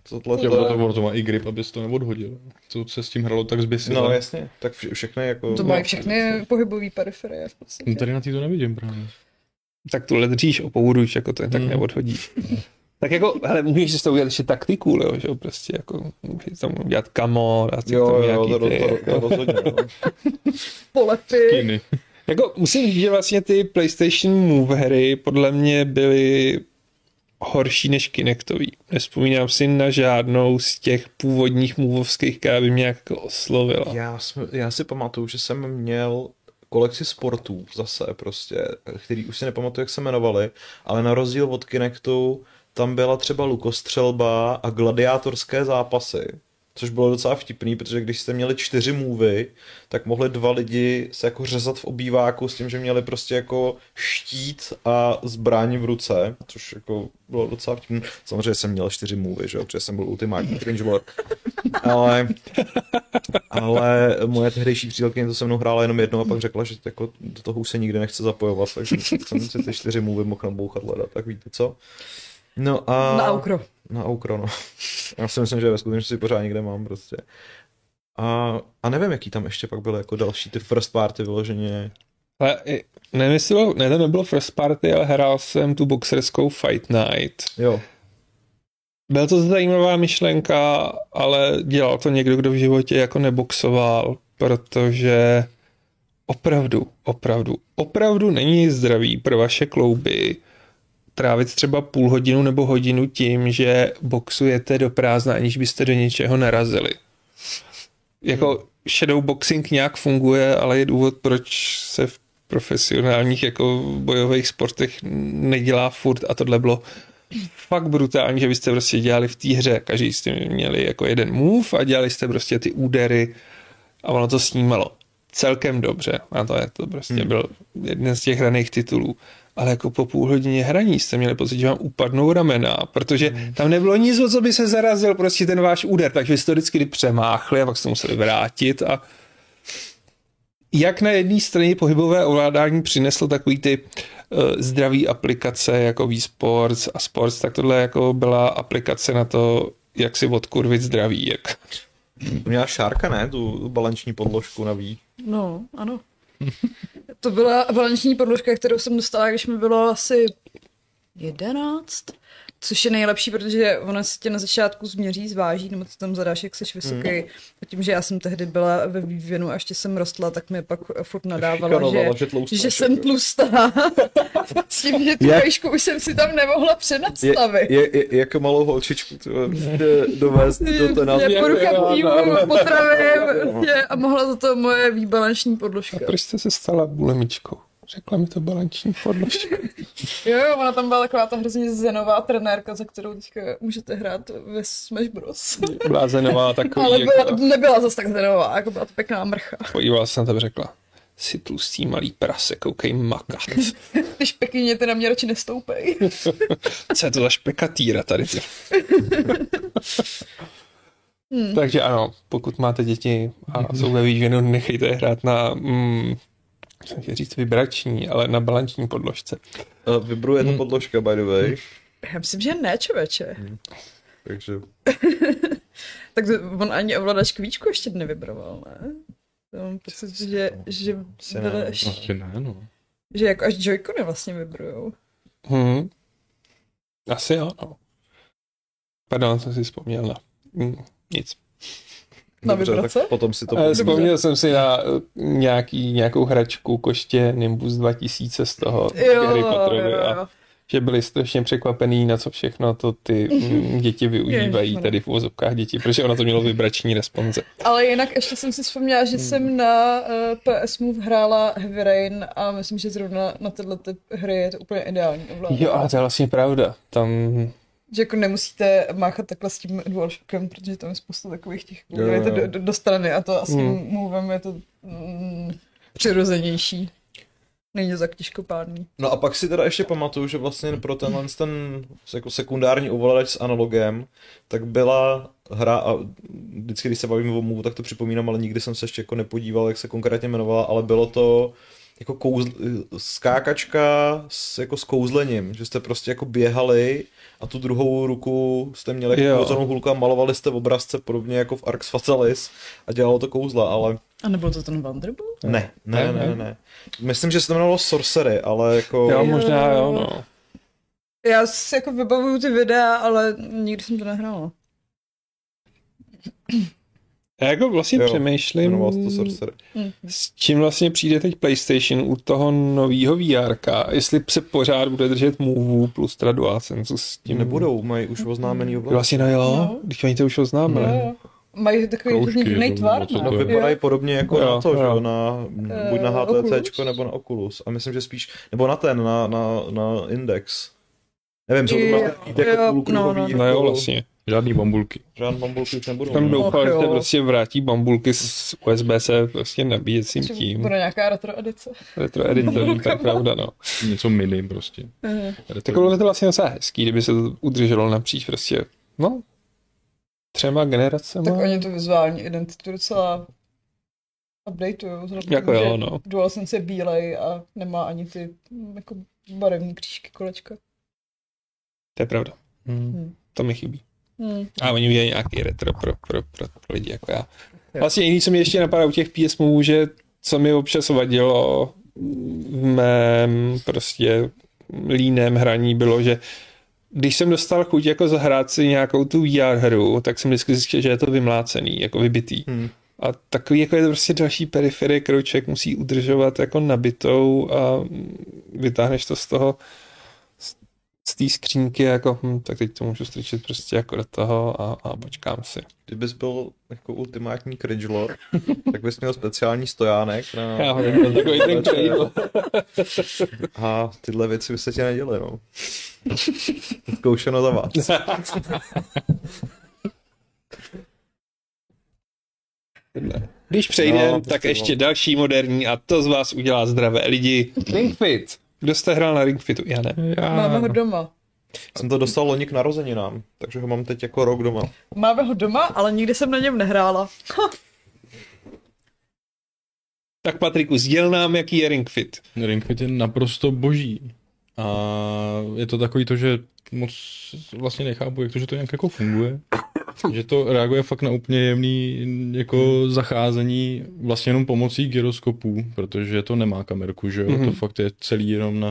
Speaker 3: tohle
Speaker 4: Jo, proto,
Speaker 3: to,
Speaker 4: proto má i grip, abys to neodhodil. To se s tím hralo tak zběsile.
Speaker 3: no jasně, tak vše, všechny jako...
Speaker 2: To mají všechny pohybové periferie v
Speaker 4: No
Speaker 2: podstatě.
Speaker 4: Tady na tý to nevidím právě.
Speaker 1: Tak tohle dříš opouruješ, jako to je tak
Speaker 3: Hmm.
Speaker 4: Mm.
Speaker 1: neodhodíš. Tak jako, hele, můžeš si to udělat ještě taktiku, jo, že jo, prostě jako, můžeš tam udělat kamo, dát si k
Speaker 3: Jo,
Speaker 1: tomu
Speaker 3: jo,
Speaker 1: nějaký
Speaker 3: to, to,
Speaker 1: ty,
Speaker 3: to,
Speaker 1: jako-
Speaker 3: to rozhodně. no.
Speaker 2: Polepy.
Speaker 4: Kiny.
Speaker 1: Jako musím říct, že vlastně ty PlayStation Move hry podle mě byly horší než Kinectový. Nespomínám si na žádnou z těch původních moveovských, která by mě jako oslovila.
Speaker 3: Já, jsem, já si pamatuju, že jsem měl kolekci sportů zase prostě, který už si nepamatuju, jak se jmenovali, ale na rozdíl od Kinectu tam byla třeba lukostřelba a gladiátorské zápasy. Což bylo docela vtipný, protože když jste měli čtyři můvy, tak mohli dva lidi se jako řezat v obýváku s tím, že měli prostě jako štít a zbraň v ruce, což jako bylo docela vtipný. Samozřejmě jsem měl čtyři můvy, že jo, protože jsem byl ultimátní cringelord. Ale, ale moje tehdejší přítelkyně to se mnou hrála jenom jednou a pak řekla, že jako do toho už se nikdy nechce zapojovat, takže jsem si ty čtyři můvy mohl nabouchat leda, tak víte co? No a...
Speaker 2: Na aukro.
Speaker 3: Na aukro, no. Já si myslím, že ve skutečnosti pořád někde mám prostě. A, a nevím, jaký tam ještě pak byly jako další ty first party vyloženě.
Speaker 1: Ale i- nemyslelo, ne, to nebylo first party, ale hrál jsem tu boxerskou Fight Night.
Speaker 3: Jo,
Speaker 1: Byla to zajímavá myšlenka, ale dělal to někdo, kdo v životě jako neboxoval, protože opravdu, opravdu, opravdu není zdravý pro vaše klouby trávit třeba půl hodinu nebo hodinu tím, že boxujete do prázdna, aniž byste do něčeho narazili. Jako shadow boxing nějak funguje, ale je důvod, proč se v profesionálních jako bojových sportech nedělá furt a tohle bylo fakt brutální, že byste prostě dělali v té hře, každý jste měli jako jeden move a dělali jste prostě ty údery a ono to snímalo celkem dobře a to je to prostě hmm. byl jeden z těch hraných titulů. Ale jako po půl hodině hraní jste měli pocit, že vám upadnou ramena, protože hmm. tam nebylo nic, o co by se zarazil prostě ten váš úder, takže jste to vždycky přemáchli a pak jste museli vrátit a jak na jedné straně pohybové ovládání přineslo takový ty uh, zdraví aplikace jako eSports a Sports, tak tohle jako byla aplikace na to, jak si odkurvit zdraví. Jak.
Speaker 3: měla šárka, ne? Tu, tu balanční podložku navíc.
Speaker 2: No, ano. to byla balanční podložka, kterou jsem dostala, když mi bylo asi 11, což je nejlepší, protože ona se tě na začátku změří, zváží, nebo co tam zadáš, jak jsi vysoký. A tím, že já jsem tehdy byla ve vývinu a ještě jsem rostla, tak mi pak eh, furt nadávala, že,
Speaker 3: Šikanovala, že tlustá,
Speaker 2: že
Speaker 3: že
Speaker 2: jsem
Speaker 3: jo.
Speaker 2: tlustá. S tím, že tu
Speaker 3: Jak-
Speaker 2: vejšku už jsem si tam nemohla přenastavit.
Speaker 3: Je, je, je, jako malou holčičku ty vole, jde dovést do ten
Speaker 2: Je porucha
Speaker 1: Jak-
Speaker 2: příjmu, potravy je- a mohla za to moje výbalanční podložka.
Speaker 1: Proč jste se stala bulimičkou? Řekla mi to balanční podložka.
Speaker 2: Jo, jo, ona tam byla taková ta hrozně zenová trenérka, za kterou teďka můžete hrát ve Smash Bros.
Speaker 1: Blázenová takový,
Speaker 2: Ale byla,
Speaker 1: jako,
Speaker 2: nebyla zase tak zenová, jako byla to pěkná mrcha.
Speaker 1: podívala se na to a řekla, si tlustý malý prase, koukej makat.
Speaker 2: Ty špekyně ty na mě radši nestoupej.
Speaker 1: Co je to za špekatýra tady? Ty?
Speaker 2: Hmm.
Speaker 1: Takže ano, pokud máte děti a jsou ve výženu, nechejte je hrát na, mm, jsem chtěl říct vibrační, ale na balanční podložce.
Speaker 3: Vibruje ta podložka, by the way.
Speaker 2: Já myslím, že ne, člověče.
Speaker 3: Takže
Speaker 2: Tak to- on ani ovladač kvíčku ještě nevybroval, ne? To Mám pocit, že,
Speaker 1: no.
Speaker 2: že,
Speaker 3: asi
Speaker 2: byly
Speaker 3: ne.
Speaker 2: až,
Speaker 4: Asi ne, no.
Speaker 2: že jako až joycony vlastně vybrujou.
Speaker 1: Hmm. Asi jo, no. Pardon, jsem si vzpomněl na mm, nic.
Speaker 2: Na
Speaker 3: dobře,
Speaker 2: vibrace?
Speaker 3: tak potom si to
Speaker 1: Eh,
Speaker 3: podíváme.
Speaker 1: Vzpomněl jsem si na eh, nějaký, nějakou hračku koště Nimbus 2000 z toho
Speaker 2: Jo,
Speaker 1: Harry
Speaker 2: jo,
Speaker 1: Potterovi a
Speaker 2: jo.
Speaker 1: že byli strašně překvapený, na co všechno to ty mm, děti využívají,
Speaker 2: Ježišmarja.
Speaker 1: tedy v uvozovkách děti, protože ono to mělo vibrační responze.
Speaker 2: Ale jinak ještě jsem si vzpomněla, že jsem na uh, PS Move hrála Heavy Rain a myslím, že zrovna na tyhle typ hry je to úplně ideální ovládání.
Speaker 1: Jo, ale to je vlastně pravda. Tam
Speaker 2: Že jako nemusíte máchat takhle s tím DualShockem, protože tam je spousta takových těch,
Speaker 3: Jo,
Speaker 2: jo,
Speaker 3: jo,
Speaker 2: jo.
Speaker 3: jo.
Speaker 2: Do, do, do strany a to asi
Speaker 1: Hmm.
Speaker 2: hmm. Movem je to mm, přirozenější. Není to tak těžkopádný.
Speaker 3: No a pak si teda ještě pamatuju, že vlastně pro tenhle ten jako sekundární ovladač s analogem, tak byla hra a vždycky, když se bavím o Move, tak to připomínám, ale nikdy jsem se ještě jako nepodíval, jak se konkrétně jmenovala, ale bylo to jako kouzl, skákačka s, jako s kouzlením, že jste prostě jako běhali a tu druhou ruku jste měli
Speaker 1: Jo.
Speaker 3: jako kouzelnou hulku a malovali jste v obrazce podobně jako v Arx Fatalis a dělalo to kouzla, ale
Speaker 2: A nebyl to ten Vanderbilt?
Speaker 3: ne, ne,
Speaker 1: Ne,
Speaker 3: ne, ne,
Speaker 1: ne.
Speaker 3: ne. ne. Myslím, že se to jmenovalo Sorcery, ale jako...
Speaker 1: jo, možná jo, no.
Speaker 2: Já si jako vybavuju ty videa, ale nikdy jsem to nehrála.
Speaker 1: Já jako vlastně
Speaker 3: Jo,
Speaker 1: jo, přemýšlím,
Speaker 3: Jmenovalo se to Sorcerer.
Speaker 1: s čím vlastně přijde teď PlayStation u toho nového VR, jestli se pořád bude držet Move plus teda DualSense, s tím
Speaker 3: Nebudou, mají už oznámený oblast.
Speaker 1: Vlastně no jo,
Speaker 2: No.
Speaker 1: no. když oni to už oznámili.
Speaker 2: Jo, jo. Mají takový
Speaker 4: Kroužky,
Speaker 2: hodně divný
Speaker 4: nebo
Speaker 2: tvar,
Speaker 4: něco
Speaker 2: ne?
Speaker 3: No,
Speaker 4: Jo.
Speaker 3: vypadají podobně jako
Speaker 1: Jo,
Speaker 3: na to, že
Speaker 1: jo.
Speaker 3: jo, na, buď na
Speaker 2: Eh,
Speaker 3: HTC
Speaker 2: Oculus?
Speaker 3: nebo na Oculus. A myslím, že spíš, nebo na ten, na, na, na Index. Nevím, jsou to
Speaker 2: Jo,
Speaker 3: prostě jako
Speaker 2: jo, no,
Speaker 3: půlkruhový,
Speaker 2: no.
Speaker 3: jako-
Speaker 1: No jo, vlastně.
Speaker 4: Žádný bambulky.
Speaker 3: Žádný bambulky už nebudou.
Speaker 1: Tam
Speaker 3: no.
Speaker 1: doufal, že
Speaker 2: jo.
Speaker 1: to prostě vrátí bambulky s USB-C prostě nabíjecím
Speaker 2: Třeba
Speaker 1: tím.
Speaker 2: Bude nějaká retro edice.
Speaker 1: Retro editorem, to je pravda, no.
Speaker 4: Něco mini prostě.
Speaker 2: Eh.
Speaker 1: Tak bylo by to vlastně docela hezký, kdyby se to udrželo napříč prostě, no, třema generacema.
Speaker 2: Tak oni tu vizuální identitu docela updateují. vzhledem
Speaker 1: Jako
Speaker 2: k tomu,
Speaker 1: jo,
Speaker 2: že
Speaker 1: no.
Speaker 2: DualSense je bílej a nemá ani ty mm, jako barevní křížky kolečka.
Speaker 1: To je pravda.
Speaker 2: Hmm.
Speaker 1: To mi chybí.
Speaker 2: Hmm.
Speaker 1: A oni udělají nějaký retro pro, pro, pro, pro lidi jako já. Vlastně jiný, co mě ještě napadá u těch PS Move, že co mi občas vadilo v mém prostě líném hraní bylo, že když jsem dostal chuť jako zahrát si nějakou tu VR hru, tak jsem vždycky zjistil, že je to vymlácený, jako vybitý.
Speaker 3: Hmm.
Speaker 1: A takový jako je to prostě další periferie, kterou člověk musí udržovat jako nabitou a vytáhneš to z toho z- z té skřínky jako, hm, tak teď to můžu strčit prostě jako do toho a, a počkám si.
Speaker 3: Kdybys byl jako ultimátní cringe lord, tak bys měl speciální stojánek na...
Speaker 1: Já ho neměl takový ten cradle.
Speaker 3: A tyhle věci by se tě neděly, no. Zkoušeno za vás.
Speaker 1: Když přejdeme,
Speaker 3: No,
Speaker 1: no, tak
Speaker 3: to je
Speaker 1: ještě další moderní a to z vás udělá zdravé lidi. Ring Fit. Kdo jste hrál na Ring Fitu? Já ne.
Speaker 4: Já...
Speaker 2: Máme ho doma.
Speaker 3: Jsem to dostal loni k narozeninám, takže ho mám teď jako rok doma.
Speaker 2: Máme ho doma, ale nikdy jsem na něm nehrála.
Speaker 1: Tak Patriku, sděl nám, jaký je Ring Fit.
Speaker 4: Ring Fit je naprosto boží. A je to takový to, že moc vlastně nechápu, jak to, že to nějak jako funguje. Že to reaguje fakt na úplně jemný jako zacházení vlastně jenom pomocí gyroskopů, protože to nemá kamerku, že jo? Mm-hmm. To fakt je celý jenom na,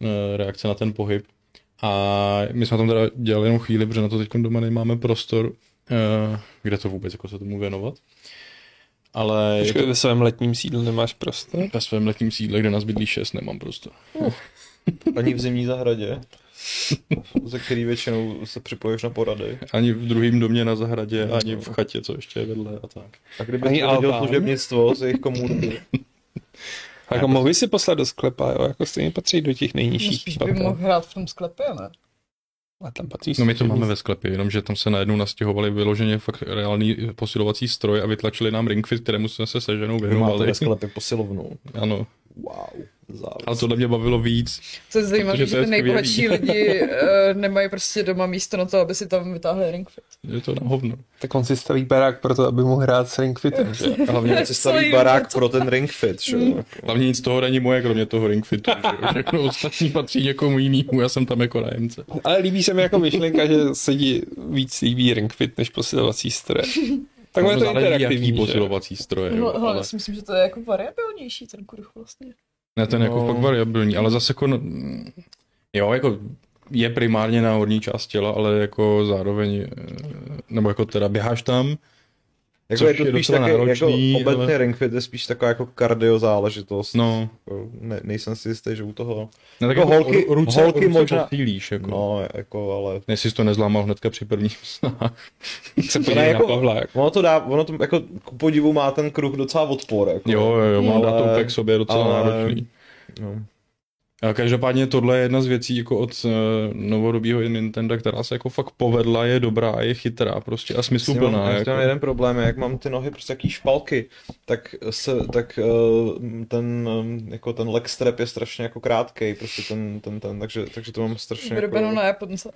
Speaker 4: na reakce na ten pohyb. A my jsme tam teda dělali jenom chvíli, protože na to teď doma nemáme prostor, eh, kde to vůbec jako se tomu věnovat. Ale je to-
Speaker 1: Počkej, ve svém letním sídlu nemáš prostor.
Speaker 4: ve svém letním sídle, kde nás bydlí šest, nemám prostor.
Speaker 3: Ani v zimní zahradě, ze který většinou se připojíš na porady.
Speaker 4: Ani v druhém domě na zahradě, ani v chatě, co ještě je vedle a tak.
Speaker 3: A kdyby
Speaker 1: Ani
Speaker 3: jsi viděl
Speaker 1: Albán.
Speaker 3: služebnictvo z jejich komunity.
Speaker 1: A jako mohli
Speaker 4: prostě-
Speaker 1: si poslat do sklepa, jo? Jako stejně patří do těch
Speaker 2: No
Speaker 1: nejnižších.
Speaker 2: spíš by
Speaker 1: pater.
Speaker 2: mohl hrát v tom sklepě, ne?
Speaker 1: A tam patří
Speaker 4: No my to máme ve sklepě, jenomže tam se najednou nastěhovali vyloženě fakt reálný eh, posilovací stroj a vytlačili nám ringfit, kterému jsme se seženou
Speaker 3: Vy máte
Speaker 4: věnovali.
Speaker 3: ve sklepě posilovnu.
Speaker 4: Ano,
Speaker 3: Wow,
Speaker 4: ale
Speaker 3: závis.
Speaker 4: tohle mě bavilo víc.
Speaker 2: To je zajímavé,
Speaker 4: Protože
Speaker 2: že
Speaker 4: to je
Speaker 2: ty nejbohatší
Speaker 4: skvělý.
Speaker 2: lidi eh, nemají prostě doma místo na to, aby si tam vytáhli ring fit.
Speaker 4: Je to na hovno.
Speaker 1: Tak on si staví barák pro to, aby mohl hrát s Ring Fitem, že?
Speaker 3: A hlavně nechci
Speaker 2: Stojí
Speaker 3: staví
Speaker 2: mi
Speaker 3: barák pro ten ring fit, že?
Speaker 1: Hmm.
Speaker 3: jo?
Speaker 4: Hlavně nic z toho není moje, kromě toho ringfitu. že jo. Všechno ostatní patří někomu jinému, já jsem tam jako nájemce.
Speaker 1: Ale líbí se mi jako myšlenka, že se ti víc líbí Ring Fit než posilovací stroje. Takhle je to
Speaker 4: Ono záleží, jaký
Speaker 1: interaktivní, že?
Speaker 4: posilovací stroje.
Speaker 2: No,
Speaker 4: Jo,
Speaker 2: ale...
Speaker 4: ale...
Speaker 2: já si myslím, že to je jako variabilnější ten kruh vlastně.
Speaker 4: Ne, ten jako
Speaker 3: No.
Speaker 4: fakt variabilní, ale zase jako, no, jo, jako je primárně na horní část těla, ale jako zároveň, eh, nebo jako teda běháš tam,
Speaker 3: Jako
Speaker 4: Což
Speaker 3: je to
Speaker 4: je
Speaker 3: spíš
Speaker 4: docela
Speaker 3: také, jako
Speaker 4: náročný, ale-
Speaker 3: obecně ring fit je spíš taková jako kardio záležitost.
Speaker 4: no,
Speaker 3: Jako Ne, nejsem si jistý, že u toho
Speaker 4: ne, tak
Speaker 3: Jako holky-
Speaker 4: ru- ruce,
Speaker 3: holky
Speaker 4: ruce
Speaker 3: možná-
Speaker 4: posílíš, jako. No.
Speaker 3: No, jako, ale...
Speaker 4: Ne, jsi to nezlámal hnedka při prvním snách.
Speaker 1: Se podívej na
Speaker 3: jako-
Speaker 1: Pavla, jako.
Speaker 3: Ono to dá, ono to jako ku podivu má ten kruh docela odpor, jako.
Speaker 4: Jo, jo, jo, mám
Speaker 3: Ale-
Speaker 4: datum k sobě je docela
Speaker 3: ale-
Speaker 4: náročný.
Speaker 3: No.
Speaker 4: A každopádně tohle je jedna z věcí jako od eh, novodobího Nintendo, která se jako fakt povedla, je dobrá a je chytrá prostě a smysluplná.
Speaker 3: Jako.
Speaker 4: Jako.
Speaker 3: Mám jeden problém, jak mám ty nohy prostě jaký špalky, tak, se, tak eh, ten, eh, jako ten leg strap je strašně jako krátký, prostě ten, ten, ten, takže, takže to mám strašně
Speaker 2: Vyrobeno
Speaker 3: jako,
Speaker 2: na Japonce.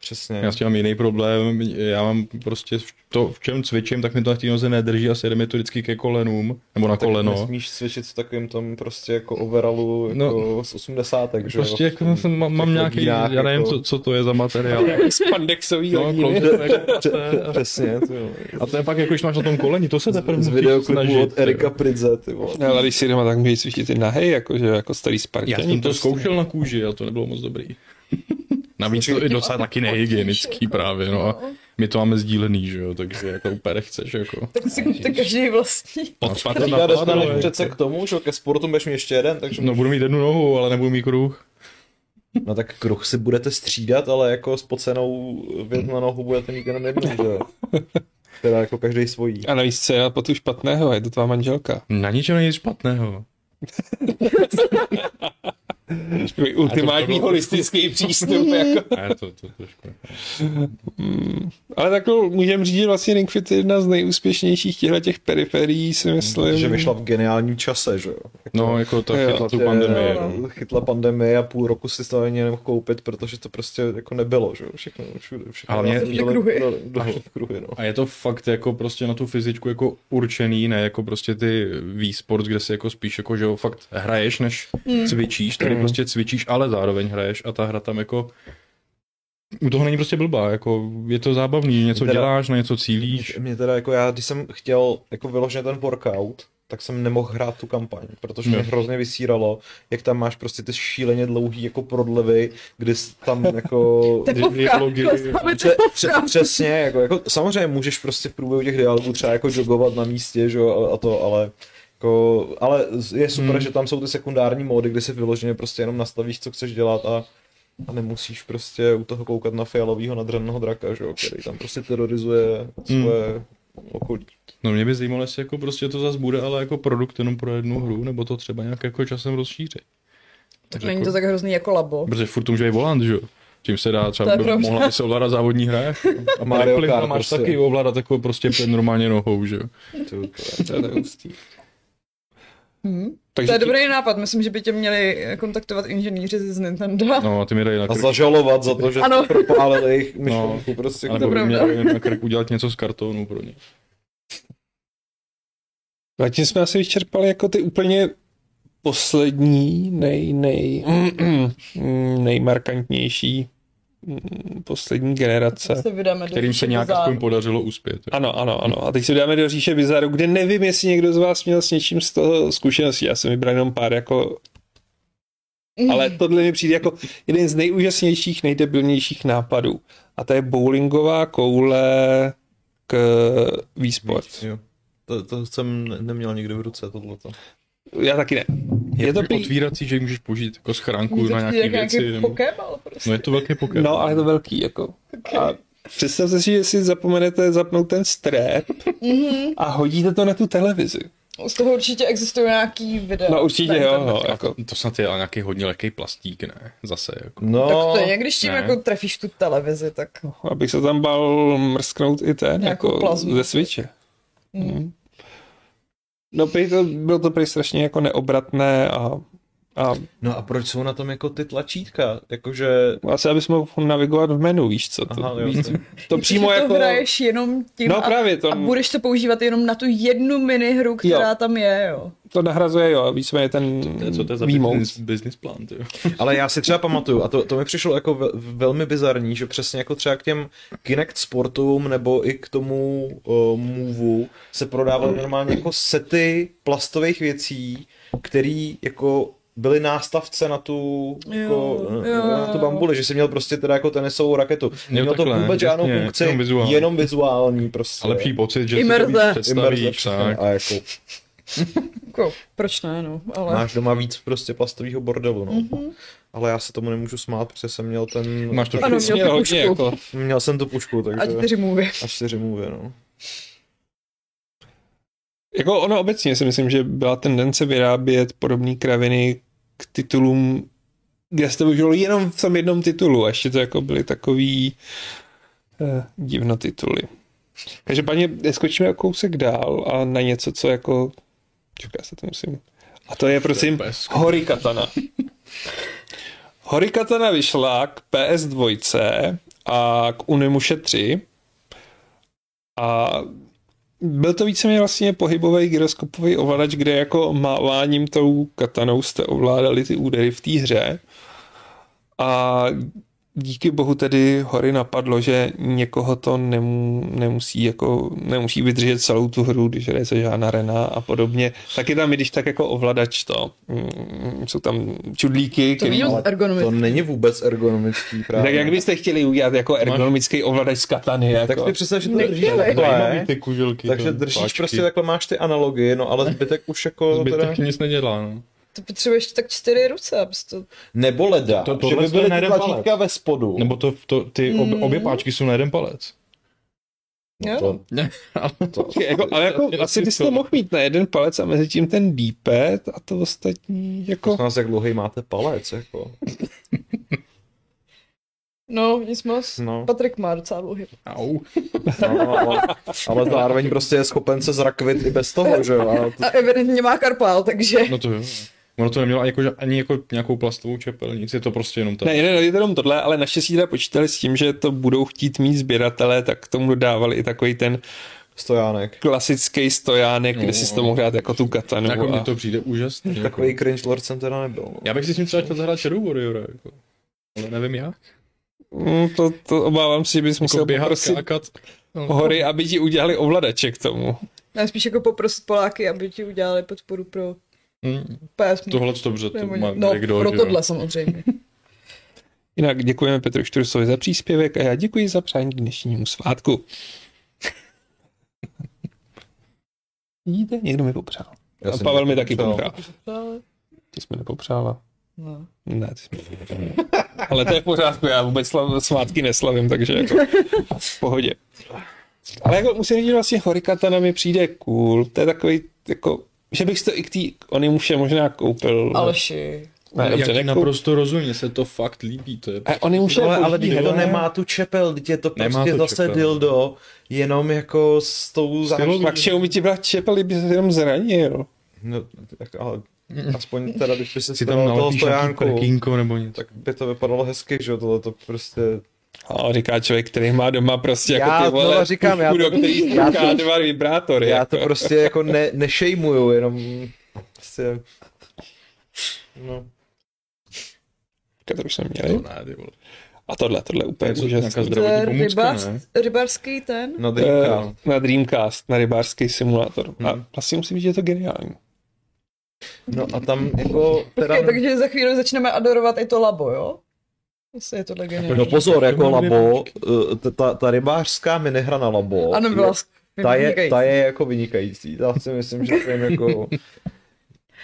Speaker 3: přesně.
Speaker 4: Já s tím mám jiný problém, já mám prostě v- to, v čem cvičím, tak mi to na té noze nedrží a sede mi to vždycky ke kolenům, nebo na
Speaker 3: tak
Speaker 4: koleno.
Speaker 3: nesmíš cvičit v takovým tom prostě jako overalu jako
Speaker 4: no. No.
Speaker 3: no, z 80. že jo, Vlastně
Speaker 4: Prostě
Speaker 3: v tom-
Speaker 4: jako jsem, mám, mám
Speaker 3: těch
Speaker 4: nějaký,
Speaker 3: hodinách,
Speaker 4: já nevím,
Speaker 3: jako-
Speaker 4: co, co to je za materiál.
Speaker 1: Spandexový
Speaker 4: No,
Speaker 1: hodiny.
Speaker 4: klouzne to jako
Speaker 3: Pře-
Speaker 4: prase a-
Speaker 3: Přesně, ty jo.
Speaker 4: A to je pak jako, když máš na tom koleni, to se teprve
Speaker 3: Z
Speaker 4: musíš
Speaker 3: videoklipu
Speaker 4: snažit,
Speaker 3: od Erika
Speaker 4: jo.
Speaker 3: Pridze, ty vole.
Speaker 1: No, Ale když si doma, tak můžeš cvičit i nahej, jako, že, jako starý
Speaker 4: Já
Speaker 1: Spartan.
Speaker 4: jsem to zkoušel na kůži a to nebylo moc dobrý. Navíc to je docela taky nehygienický právě, no a my to máme sdílený, že jo, takže jako úplně nechceš, jako.
Speaker 2: Tak si kupte každý vlastně. vlastní.
Speaker 4: Odpad
Speaker 3: Tak já dostaneš
Speaker 4: plánu,
Speaker 3: přece
Speaker 4: jako.
Speaker 3: k tomu, že ke sportu budeš mít ještě jeden, takže...
Speaker 4: No budu mít jednu nohu, ale nebudu mít kruh.
Speaker 3: No tak kruh si budete střídat, ale jako s pocenou věc na nohu budete mít jenom jednu, že jo? Teda jako každý svojí.
Speaker 1: A navíc co je na potu špatného, je to tvá manželka.
Speaker 4: Na ničem není nic špatného.
Speaker 1: Takový ultimátní
Speaker 4: bylo-
Speaker 1: holistický přístup. jako.
Speaker 4: Ne, to, to trošku.
Speaker 1: Ale takhle můžeme říct, vlastně Ring Fit je jedna z nejúspěšnějších těchto těch periferií, si myslím.
Speaker 3: Že vyšla v geniálním čase, že jo?
Speaker 4: No, jako ta
Speaker 1: Jo,
Speaker 4: chytla tu pandemii.
Speaker 3: Vlastně,
Speaker 4: no.
Speaker 3: no, Chytla pandemie a půl roku si to ani nemohl koupit, protože to prostě jako nebylo, že jo? Všechno, všude, všechno.
Speaker 4: Ale mě-
Speaker 3: všechno-
Speaker 2: kruhy.
Speaker 3: No, do- kruhy, no.
Speaker 4: A je to fakt jako prostě na tu fyzičku jako určený, ne jako prostě ty e-sports, kde si jako spíš jako, že jo, fakt hraješ, než cvičíš, tady prostě cvičíš, ale zároveň hraješ a ta hra tam jako u toho není prostě blbá, jako je to zábavný, něco
Speaker 3: Teda-
Speaker 4: děláš, na něco cílíš.
Speaker 3: Mě teda jako já, když jsem chtěl jako vyloženě ten workout, tak jsem nemohl hrát tu kampaň, protože mě
Speaker 4: Jo.
Speaker 3: hrozně vysíralo, jak tam máš prostě ty šíleně dlouhý jako prodlevy, kdy s- tam jako...
Speaker 2: Tepovka.
Speaker 4: Logi-
Speaker 2: Máme
Speaker 3: Pře- pře-
Speaker 2: tepovka.
Speaker 3: přesně, jako, jako, samozřejmě můžeš prostě v průběhu těch dialogů třeba jako jogovat na místě, že jo, a, a to, ale jako, ale z- je super, že tam jsou ty sekundární módy, kde si vyloženě prostě jenom nastavíš, co chceš dělat a, a nemusíš prostě u toho koukat na fialovýho nadřaného draka, že jo, který tam prostě terorizuje svoje okolí.
Speaker 4: No mě by zajímalo, jestli jako prostě to zase bude, ale jako produkt jenom pro jednu hru, nebo to třeba nějak jako časem rozšířit.
Speaker 2: Tak není to tak hrozný jako labo.
Speaker 4: Protože furt to může být volant, že jo? Tím se dá
Speaker 2: To
Speaker 4: třeba,
Speaker 2: je
Speaker 4: by
Speaker 2: pravda.
Speaker 4: mohla by se ovládat závodní hra.
Speaker 3: Mario
Speaker 4: A Mario
Speaker 3: Kart
Speaker 4: Kart máš
Speaker 3: prostě.
Speaker 4: taky ovládat jako prostě normálně nohou, že jo?
Speaker 1: To je hustý. Takže
Speaker 2: Mhm. To je
Speaker 1: ti-
Speaker 2: dobrý nápad, myslím, že by tě měli kontaktovat inženýři z Nintendo.
Speaker 4: No a ty mi dají na
Speaker 3: A
Speaker 4: krk.
Speaker 3: zažalovat za to, že
Speaker 2: Ano.
Speaker 3: ano. propálili jejich myšlenku, no, prostě.
Speaker 4: A nebo by
Speaker 2: Dobrou,
Speaker 4: mě
Speaker 2: no.
Speaker 4: dali na krk udělat něco z kartonu pro ně.
Speaker 1: No a tím jsme asi vyčerpali jako ty úplně poslední, nej, nej, nejmarkantnější mm, poslední generace.
Speaker 2: Se vydáme do
Speaker 4: Kterým se
Speaker 2: výšky
Speaker 4: nějak
Speaker 2: zádu.
Speaker 4: aspoň podařilo uspět.
Speaker 1: Ano, ano, ano. A teď se dáme do říše bizaru, kde nevím, jestli někdo z vás měl s něčím z toho zkušenosti. Já jsem vybral jenom pár jako...
Speaker 2: Mhm.
Speaker 1: Ale tohle mi přijde jako jeden z nejúžasnějších, nejdebilnějších nápadů. A to je bowlingová koule k eh, e-sport.
Speaker 3: Jo. To, to jsem ne- neměl nikdy v ruce, tohleto.
Speaker 1: Já taky ne. Je to prý...
Speaker 4: otvírací, že můžeš použít jako schránku
Speaker 2: Mně to
Speaker 4: na
Speaker 2: přijde
Speaker 4: nějaké
Speaker 2: jak nějaký
Speaker 4: věci. Nebo...
Speaker 2: Pokéball prostě.
Speaker 4: No je to velký poker.
Speaker 1: No, ale je to velký, jako. A představte si, že si zapomenete zapnout ten strep
Speaker 2: Mhm.
Speaker 1: a hodíte to na tu televizi.
Speaker 2: Z toho určitě existují nějaký videa.
Speaker 1: No určitě
Speaker 2: Na
Speaker 1: jo, no,
Speaker 2: internetu.
Speaker 1: jako.
Speaker 4: To snad je ale nějaký hodně lehký plastík, ne? Zase jako.
Speaker 3: No,
Speaker 2: Tak to je, když tím
Speaker 4: ne.
Speaker 2: jako trefíš tu televizi, tak
Speaker 1: Abych se tam bal mrsknout i ten,
Speaker 2: Nějakou
Speaker 1: jako
Speaker 2: plazmu.
Speaker 1: ze switche.
Speaker 2: Mm.
Speaker 1: Mm. No, prý to, bylo to prý strašně jako neobratné a, a
Speaker 3: No a proč jsou na tom jako ty tlačítka? Jakože...
Speaker 1: asi abys mohl navigovat v menu, víš co. To,
Speaker 3: Aha, jo,
Speaker 1: víš,
Speaker 3: to-
Speaker 1: to přímo
Speaker 2: to
Speaker 1: jako...
Speaker 2: hraješ jenom tím
Speaker 1: No
Speaker 2: a,
Speaker 1: právě, to-
Speaker 2: a budeš to používat jenom na tu jednu minihru, která
Speaker 1: Jo.
Speaker 2: tam je, jo.
Speaker 1: To nahrazuje, jo, víceméně ten
Speaker 4: Co to je za
Speaker 1: výmout.
Speaker 4: business, business plán, ty jo?
Speaker 3: Ale já si třeba pamatuju, a to, to mi přišlo jako ve, velmi bizarní, že přesně jako třeba k těm Kinect sportům nebo i k tomu uh, Moveu se prodávaly normálně jako sety plastových věcí, který jako byly nástavce na tu, jako,
Speaker 2: Jo,
Speaker 3: na-
Speaker 2: jo.
Speaker 3: na tu bambuli, že jsi měl prostě teda jako tenisovou raketu. Měl to
Speaker 4: takhle,
Speaker 3: vůbec žádnou
Speaker 4: jasně,
Speaker 3: funkci,
Speaker 4: jenom vizuální.
Speaker 3: jenom vizuální prostě.
Speaker 4: A lepší pocit, že si to
Speaker 2: Imerze.
Speaker 4: víc
Speaker 3: Imerze,
Speaker 4: představíš,
Speaker 3: přesně,
Speaker 4: tak.
Speaker 3: a jako
Speaker 2: Jako, proč ne, no, ale...
Speaker 3: Máš doma víc prostě plastového bordelu,
Speaker 2: Mhm.
Speaker 3: no. Mm-hmm. Ale já se tomu nemůžu smát, protože jsem měl ten...
Speaker 4: Máš to
Speaker 3: tak,
Speaker 2: Ano,
Speaker 1: Jsi měl
Speaker 2: měl tu
Speaker 1: hodně,
Speaker 2: pušku.
Speaker 1: jako,
Speaker 3: Měl jsem tu pušku, takže...
Speaker 2: A čtyři mluvy.
Speaker 3: A čtyři mluvě, no.
Speaker 1: Jako ono obecně si myslím, že byla tendence vyrábět podobné kraviny k titulům, kde se to využilo jenom v tom jednom titulu, a ještě to jako byly takový eh, divnotituly. Každopádně skočíme o kousek dál a na něco, co jako... Čeká se to musím. A to je prosím
Speaker 4: To je pes.
Speaker 1: Horikatana. Horikatana vyšla k PS2 a k Unimushe 3 a byl to víceméně vlastně pohybový gyroskopový ovladač, kde jako máváním tou katanou jste ovládali ty údery v té hře. A díky bohu tedy hory napadlo, že někoho to nemu, nemusí, jako, nemusí vydržet celou tu hru, když hraje se žádná Rena a podobně. Taky tam, i když tak jako ovladač to, mm, jsou tam čudlíky,
Speaker 2: To
Speaker 1: který...
Speaker 2: není
Speaker 3: Ale
Speaker 2: ergonomický.
Speaker 3: to není vůbec ergonomický právě.
Speaker 1: Tak jak byste chtěli udělat jako ergonomický ovladač z katany? Jako?
Speaker 3: Tak si představ, že to
Speaker 2: Nechtěli.
Speaker 3: držíš
Speaker 4: Zajímavý
Speaker 3: takhle,
Speaker 4: ty kužilky.
Speaker 3: takže
Speaker 4: to,
Speaker 3: držíš
Speaker 4: páčky.
Speaker 3: prostě takhle, máš ty analogy, no ale zbytek už jako teda...
Speaker 4: Zbytek nic nedělá, no.
Speaker 2: To potřebuješ tak čtyři ruce, abys to...
Speaker 3: Nebo leda,
Speaker 4: To-
Speaker 3: to,
Speaker 4: tohle
Speaker 3: že by
Speaker 4: to
Speaker 3: byly ty
Speaker 4: najde
Speaker 3: tlačítka ve spodu.
Speaker 4: Nebo to, to ty
Speaker 2: Hmm.
Speaker 4: obě, obě páčky jsou na jeden palec.
Speaker 2: Jo?
Speaker 3: No to, to,
Speaker 1: Jako, ale jako asi bys to mohl mít na jeden palec a mezi tím ten d a to ostatní jako...
Speaker 3: Prosím vás, jak dlouhý máte palec, jako.
Speaker 2: No, nic moc.
Speaker 3: No.
Speaker 2: Patrik má docela dlouhý.
Speaker 4: Au.
Speaker 3: No, ale, ale zároveň prostě je schopen se zrakvit i bez toho, že jo? A to,
Speaker 2: A evidentně má karpál, takže...
Speaker 4: No to jo. Ono to nemělo jako, že- ani jako nějakou plastovou čepel, nic, je to prostě jenom tak.
Speaker 1: Ne, ne, ne, je to jenom tohle, ale naštěstí teda počítali s tím, že to budou chtít mít sběratele, tak k tomu dodávali i takový ten
Speaker 3: stojánek.
Speaker 1: klasický stojánek, kde
Speaker 4: No.
Speaker 1: si s tomu hrát jako tu katanu.
Speaker 4: Jako mně
Speaker 1: a...
Speaker 4: to přijde úžasné. Jako.
Speaker 3: Takový cringe lord jsem teda nebyl. no.
Speaker 4: Já bych si s tím třeba chtěl zahrát Shadow Warriora, jako. Ale nevím jak.
Speaker 1: Mm, to, to, obávám si, že bys musel
Speaker 4: Jako
Speaker 1: jako
Speaker 4: běhat,
Speaker 2: prostě-
Speaker 1: poprosit
Speaker 4: skákat.
Speaker 1: hory, aby ti udělali ovladače k tomu.
Speaker 2: Já spíš jako poprosit Poláky, aby ti udělali podporu pro
Speaker 4: Hm,
Speaker 2: PS.
Speaker 4: Tohle to dobře, to
Speaker 2: Nebo
Speaker 4: má
Speaker 2: ně- no,
Speaker 4: kdo,
Speaker 2: pro
Speaker 4: že jo.
Speaker 2: tohle samozřejmě.
Speaker 1: Jinak děkujeme Petru Štursovi za příspěvek a já děkuji za přání k dnešnímu svátku. Vidíte, někdo mi popřál.
Speaker 3: Já
Speaker 1: a
Speaker 3: jsem
Speaker 1: Pavel mi taky
Speaker 3: nepopřál.
Speaker 1: popřál. Ty jsi mi nepopřála.
Speaker 2: No.
Speaker 1: Ne, ty jsi mi nepopřála. Ale to je v pořádku, já vůbec slav, svátky neslavím, takže jako v pohodě. Ale jako musím říct, že vlastně Horikatana mi přijde cool. To je takový, jako, že bych si to i k tý Onimuše možná koupil.
Speaker 2: Aleši.
Speaker 1: ne, dobře,
Speaker 4: Jak
Speaker 1: nekou...
Speaker 4: naprosto rozumně, se to fakt líbí, to je
Speaker 1: A Onimuše
Speaker 3: No, Ale,
Speaker 1: je
Speaker 3: ale
Speaker 1: boží
Speaker 3: teď to
Speaker 1: hra.
Speaker 3: nemá tu čepel, teď je to
Speaker 4: Nemá
Speaker 3: prostě
Speaker 4: to
Speaker 3: zase
Speaker 4: čepel.
Speaker 3: dildo, jenom jako s tou zážití.
Speaker 1: Pak čemu by ti byla čepel, kdyby se jenom zranil.
Speaker 3: No, tak ale aspoň teda, když by se
Speaker 4: si tam
Speaker 3: stavil toho
Speaker 4: nalepíš nějaký
Speaker 3: stojánku,
Speaker 4: prkínko nebo něco.
Speaker 3: tak by to vypadalo hezky, že jo, tohle to prostě...
Speaker 1: A říká člověk, který má doma prostě jako
Speaker 3: Já
Speaker 1: ty vole
Speaker 3: znova říkám, já
Speaker 1: pušku,
Speaker 3: to-
Speaker 1: do který
Speaker 3: já to-
Speaker 1: strká dva vibrátory.
Speaker 3: Já
Speaker 1: jako.
Speaker 3: to prostě jako ne, nešejmuju, jenom prostě... No.
Speaker 1: to už jsme měli.
Speaker 4: ne, ty vole.
Speaker 1: A tohle, tohle je úplně
Speaker 4: To je
Speaker 1: úžasné.
Speaker 4: nějaká
Speaker 2: To
Speaker 4: zdravotní
Speaker 2: je
Speaker 4: pomůcka,
Speaker 2: rybář,
Speaker 4: ne? Hmm.
Speaker 2: rybářský ten.
Speaker 3: No,
Speaker 1: Eh,
Speaker 3: teďka.
Speaker 1: Na Dreamcast, na rybářský simulátor.
Speaker 3: Hmm.
Speaker 1: A vlastně musím říct, že je to geniální.
Speaker 3: no a tam jako... Teda...
Speaker 2: Okay, takže za chvíli začneme adorovat i to labo, jo? Asi je to geniální.
Speaker 3: No pozor, jako
Speaker 4: Mám
Speaker 3: labo,
Speaker 4: rybáčky.
Speaker 3: eh, ta- ta, ta rybářská minihra na labo,
Speaker 2: Ano, byla
Speaker 3: je, ta, je,
Speaker 2: vynikající.
Speaker 3: ta je jako vynikající, ta si myslím, že to je jako,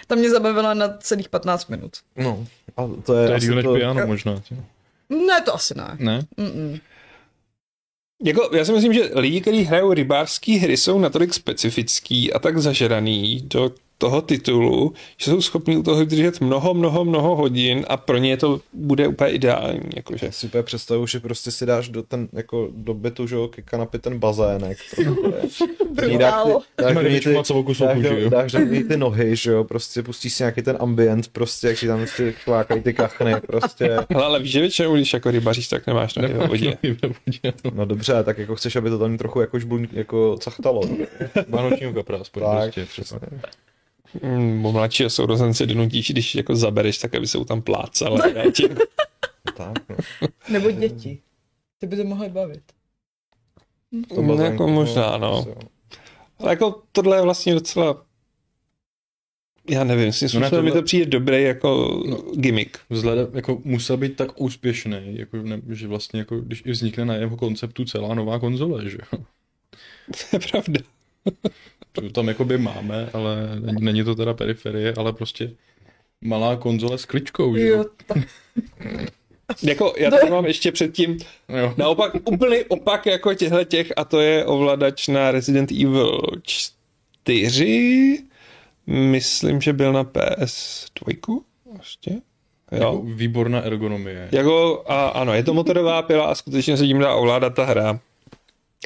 Speaker 2: Ta mě zabavila na celých 15 minut.
Speaker 3: no, a to je,
Speaker 4: To je
Speaker 3: asi
Speaker 4: díl než
Speaker 3: to,
Speaker 4: piano možná, tě.
Speaker 2: Ne, to asi ne.
Speaker 4: ne?
Speaker 2: Mm-mm.
Speaker 1: Jako, já si myslím, že lidi, kteří hrajou rybářské hry, jsou natolik specifický a tak zažraný do toho titulu, že jsou schopni u toho vydržet mnoho, mnoho, mnoho hodin a pro ně to bude úplně ideální. Jakože.
Speaker 3: Já si úplně představuju, že prostě si dáš do, ten, jako, do bytu, že jo, ke kanapy ten bazének. Prostě. Ní dáš,
Speaker 2: Brutál.
Speaker 3: ty- dáš, do ní ty,
Speaker 4: má celou kusou
Speaker 3: dáš,
Speaker 4: kůži,
Speaker 3: do,
Speaker 4: jo.
Speaker 3: dáš do ní ty nohy, že jo, prostě pustíš si nějaký ten ambient, prostě, jak ti tam prostě chlákají ty kachny, prostě.
Speaker 1: Hele, ale víš, že většinou, když jako rybaříš, tak nemáš nohy ve vodě.
Speaker 3: No dobře, tak jako chceš, aby to tam trochu jako, žbun, jako cachtalo.
Speaker 4: Vánočního kapra, aspoň
Speaker 3: Tak,
Speaker 4: prostě. třeba.
Speaker 1: Mm, Bo mladšího sourozence donutíš, když jako zabereš, tak aby se tam plácal. a já ti-
Speaker 3: Tak, no.
Speaker 2: Nebo děti. Ty by to mohly bavit.
Speaker 3: To bazénko,
Speaker 1: jako možná, no.
Speaker 3: prostě,
Speaker 1: Ale jako tohle je vlastně docela já nevím, s tím
Speaker 4: No ne,
Speaker 1: no tohle... mi
Speaker 4: tohle-
Speaker 1: to přijde dobrý jako
Speaker 4: No.
Speaker 1: gimmick.
Speaker 4: Vzhledem, jako musel být tak úspěšný, jako, ne, že vlastně, jako, když i vznikne na jeho konceptu celá nová konzole, že jo.
Speaker 1: To je pravda.
Speaker 4: To tam jakoby máme, ale není, není to teda periferie, ale prostě malá konzole s kličkou, že
Speaker 2: Jo,
Speaker 4: jo.
Speaker 2: tak
Speaker 1: Jako
Speaker 4: No.
Speaker 1: já to mám ještě předtím
Speaker 4: jo.
Speaker 1: naopak úplný opak jako těchto těch a to je ovladač na Resident Evil 4. Myslím, že byl na PS2. Ještě?
Speaker 4: Jako
Speaker 1: Jo.
Speaker 4: výborná ergonomie.
Speaker 1: Jako, a, ano, je to motorová pila a skutečně se tím dá ovládat ta hra.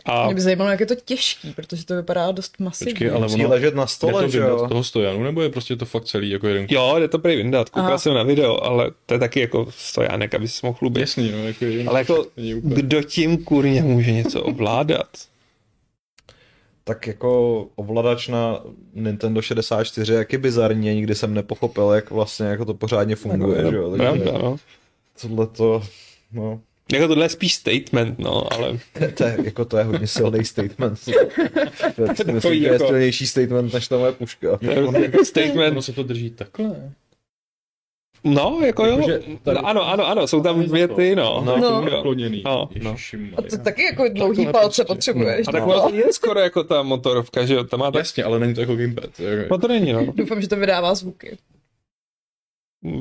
Speaker 1: A
Speaker 2: mě by zajímalo, jak je to těžký, protože to vypadá dost masivně.
Speaker 4: Počkej, ale
Speaker 3: Musí
Speaker 4: ono,
Speaker 3: ležet na
Speaker 4: jde to
Speaker 3: stole, že
Speaker 4: vyndat z
Speaker 3: jo.
Speaker 4: toho stojanu, nebo je prostě to fakt celý jako jeden
Speaker 1: Jo, jde to prý vyndat, koukal
Speaker 2: Aha.
Speaker 1: jsem na video, ale to je taky jako stojánek, aby se mohl chlubit.
Speaker 4: Jasný, no, jako jeden
Speaker 1: Ale jako,
Speaker 4: není úplně-
Speaker 1: kdo tím kurně může něco ovládat?
Speaker 3: Tak jako ovladač na Nintendo 64, jak je bizarní, nikdy jsem
Speaker 1: No,
Speaker 3: nepochopil, jak vlastně jako to pořádně funguje, že jo. Takže
Speaker 1: Pravda, no.
Speaker 3: tohle to, no,
Speaker 1: Jako tohle je spíš statement, no, ale
Speaker 3: To je, jako to je hodně silný statement. To je,
Speaker 1: Takový
Speaker 3: myslím, že je
Speaker 1: jako-
Speaker 3: silnější statement než ta moje puška.
Speaker 1: statement,
Speaker 4: Ono se to drží takhle.
Speaker 1: no, jako jo,
Speaker 4: Jakože tady-
Speaker 1: no, ano, ano, ano, jsou tam dvě ty, no.
Speaker 4: No,
Speaker 2: No.
Speaker 4: no. Nakloněný.
Speaker 1: No, no.
Speaker 2: A to taky jako dlouhý palce potřebuješ.
Speaker 1: A
Speaker 2: no.
Speaker 1: tak vlastně je skoro jako ta motorovka, že jo, ta má tak...
Speaker 4: Jasně, ale není to jako gamepad. jako-
Speaker 1: No to není, no.
Speaker 2: Doufám, že to vydává zvuky.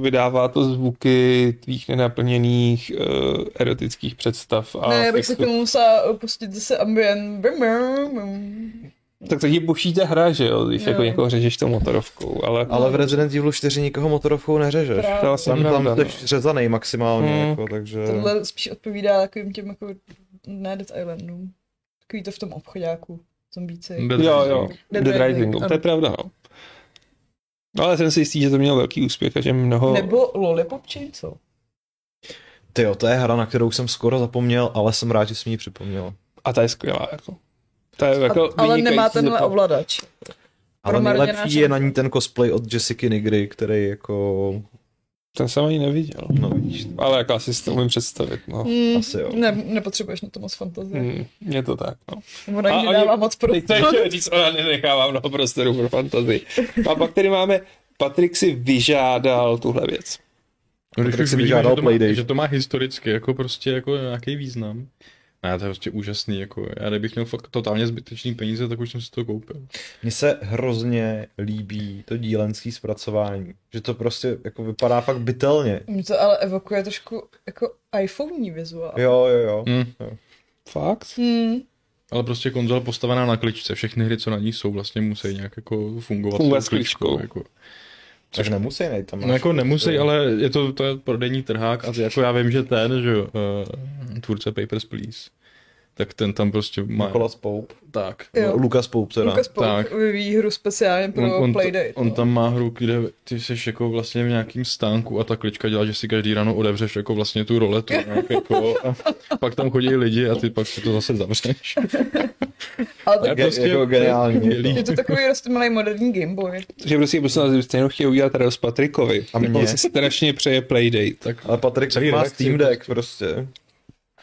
Speaker 1: Vydává to zvuky tvých nenaplněných uh, erotických představ. A
Speaker 2: ne, já bych se
Speaker 1: textu.
Speaker 2: k tomu musela eh, pustit zase ambient. Bum, bum, bum.
Speaker 1: Tak to ti buší ta hra, že jo, když
Speaker 2: Jo.
Speaker 1: jako někoho řežeš tou motorovkou, ale...
Speaker 3: Ale v Resident Evil 4 nikoho motorovkou neřežeš.
Speaker 2: Právě.
Speaker 1: To vlastně
Speaker 3: Tam,
Speaker 1: pravda,
Speaker 3: tam
Speaker 1: no.
Speaker 3: jsi řezanej maximálně,
Speaker 1: Hmm.
Speaker 3: jako, takže...
Speaker 2: Tohle spíš odpovídá takovým těm jako ne Dead Islandům. Takový to v tom obchodáku. Zombíci.
Speaker 4: Dead
Speaker 1: No, Jo, jo,
Speaker 4: Rising.
Speaker 2: Dead
Speaker 1: Dead
Speaker 2: Rising,
Speaker 1: Rising,
Speaker 2: ano.
Speaker 1: to je pravda, no. No, ale jsem si jistý, že to mělo velký úspěch a že mnoho...
Speaker 2: Nebo Lollipop Chainsaw.
Speaker 3: Tyjo, to je hra, na kterou jsem skoro zapomněl, ale jsem rád, že jsi mi ji připomněl.
Speaker 1: A ta je skvělá, jako. Ta je jako
Speaker 2: A, ale nemá
Speaker 1: vynikající
Speaker 2: tenhle
Speaker 1: za to.
Speaker 2: ovladač.
Speaker 3: Ale
Speaker 2: Promarněná
Speaker 3: nejlepší je
Speaker 2: šance.
Speaker 3: na ní ten cosplay od Jessica Nigry, který jako...
Speaker 1: Ten jsem ani neviděl.
Speaker 3: No vidíš,
Speaker 1: Ale jako asi si to umím představit, no.
Speaker 2: Mm,
Speaker 3: asi jo.
Speaker 2: ne, nepotřebuješ na to moc fantazie.
Speaker 1: Mm, je to tak, no.
Speaker 2: Mm. Ona
Speaker 1: A
Speaker 2: jim
Speaker 1: oni-
Speaker 2: dává moc pro...
Speaker 1: Teď to ještě říct, ona nenechává mnoho prostoru pro fantazii. A pak tady máme, Patrik si vyžádal tuhle věc.
Speaker 4: No, když
Speaker 3: Tak
Speaker 4: už
Speaker 3: si
Speaker 4: vidíme,
Speaker 3: vyžádal
Speaker 4: že to, má,
Speaker 3: Playdate.
Speaker 4: že to má historicky jako prostě jako nějaký význam. Ne, to je prostě úžasný, jako já kdybych měl fakt totálně zbytečný peníze, tak už jsem si to koupil.
Speaker 3: Mně se hrozně líbí to dílenský zpracování, že to prostě jako vypadá fakt bytelně.
Speaker 2: Mě to ale evokuje trošku jako iPhone vizuál.
Speaker 3: Jo, jo, jo.
Speaker 4: Mm.
Speaker 1: Fakt?
Speaker 2: Hmm.
Speaker 4: Ale prostě konzola postavená na kličce, všechny hry, co na ní jsou, vlastně musí nějak jako fungovat
Speaker 1: Fungovat
Speaker 4: tou
Speaker 1: s kličkou.
Speaker 4: Jako.
Speaker 3: Což nemusí najít tam. prostě
Speaker 4: No
Speaker 3: máš-
Speaker 4: jako
Speaker 3: Vlastně.
Speaker 4: nemusí, ale je to, to je prodejní trhák a jako já vím, že ten, že jo, uh, tvůrce Papers, Please, tak ten tam prostě má...
Speaker 3: Nikolas Pope. No,
Speaker 4: Tak.
Speaker 2: Jo.
Speaker 3: Lukas Pope teda.
Speaker 2: Lukas
Speaker 4: tak.
Speaker 2: Pouk vyvíjí hru speciálně pro
Speaker 4: on, on,
Speaker 2: Playdate.
Speaker 4: on
Speaker 2: no.
Speaker 4: tam má hru, kde ty jsi jako vlastně v nějakým stánku a ta klička dělá, že si každý ráno odevřeš jako vlastně tu roletu. Nějak jako, a pak tam chodí lidi a ty pak si to zase zavřeš.
Speaker 2: Ale tak
Speaker 4: je prostě
Speaker 3: jako geniální.
Speaker 4: skvělý.
Speaker 2: je to takový rostomilý moderní Gameboy.
Speaker 1: Že prostě prostě nás stejnou chtěl udělat tady s Patrikovi. A
Speaker 3: mě?
Speaker 1: mě si strašně přeje Playdate.
Speaker 4: Tak
Speaker 3: Ale Patrik
Speaker 4: Celý
Speaker 3: má
Speaker 4: redakci
Speaker 3: Steam Deck prostě.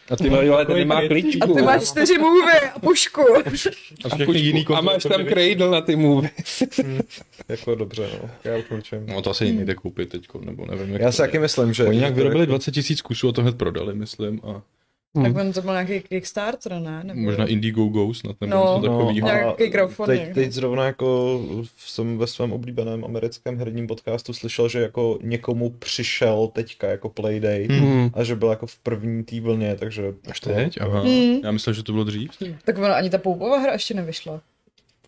Speaker 4: a ty
Speaker 1: No jo, ale tady má
Speaker 2: A
Speaker 1: kličku.
Speaker 2: ty máš čtyři můvy a pušku.
Speaker 4: a
Speaker 1: Jako
Speaker 4: všechny jiný
Speaker 1: A máš tam
Speaker 4: konzole-
Speaker 1: cradle na ty movie.
Speaker 3: Jako dobře, no. Já doporučujem.
Speaker 4: No to asi
Speaker 2: Hmm.
Speaker 4: nejde koupit teď, nebo nevím. Jak
Speaker 3: Já
Speaker 4: to
Speaker 3: si
Speaker 4: je.
Speaker 3: taky myslím, že...
Speaker 4: Oni nějak vyrobili 20 tisíc kusů a to hned prodali, myslím. A
Speaker 3: Hmm.
Speaker 2: tak on to byl nějaký Kickstarter, ne? Nebo...
Speaker 4: možná Indiegogo snad, nebo
Speaker 2: No.
Speaker 4: něco takového.
Speaker 2: No. Nějaký crowdfunding.
Speaker 3: teď, teď zrovna jako jsem ve svém oblíbeném americkém herním podcastu slyšel, že jako někomu přišel teďka jako playdate
Speaker 1: Hmm.
Speaker 3: a že byl jako v první té vlně, takže...
Speaker 4: Až teď? Aha.
Speaker 2: Mm.
Speaker 4: Já myslel, že to bylo dřív.
Speaker 2: Tak ona ani ta poupova hra ještě nevyšla.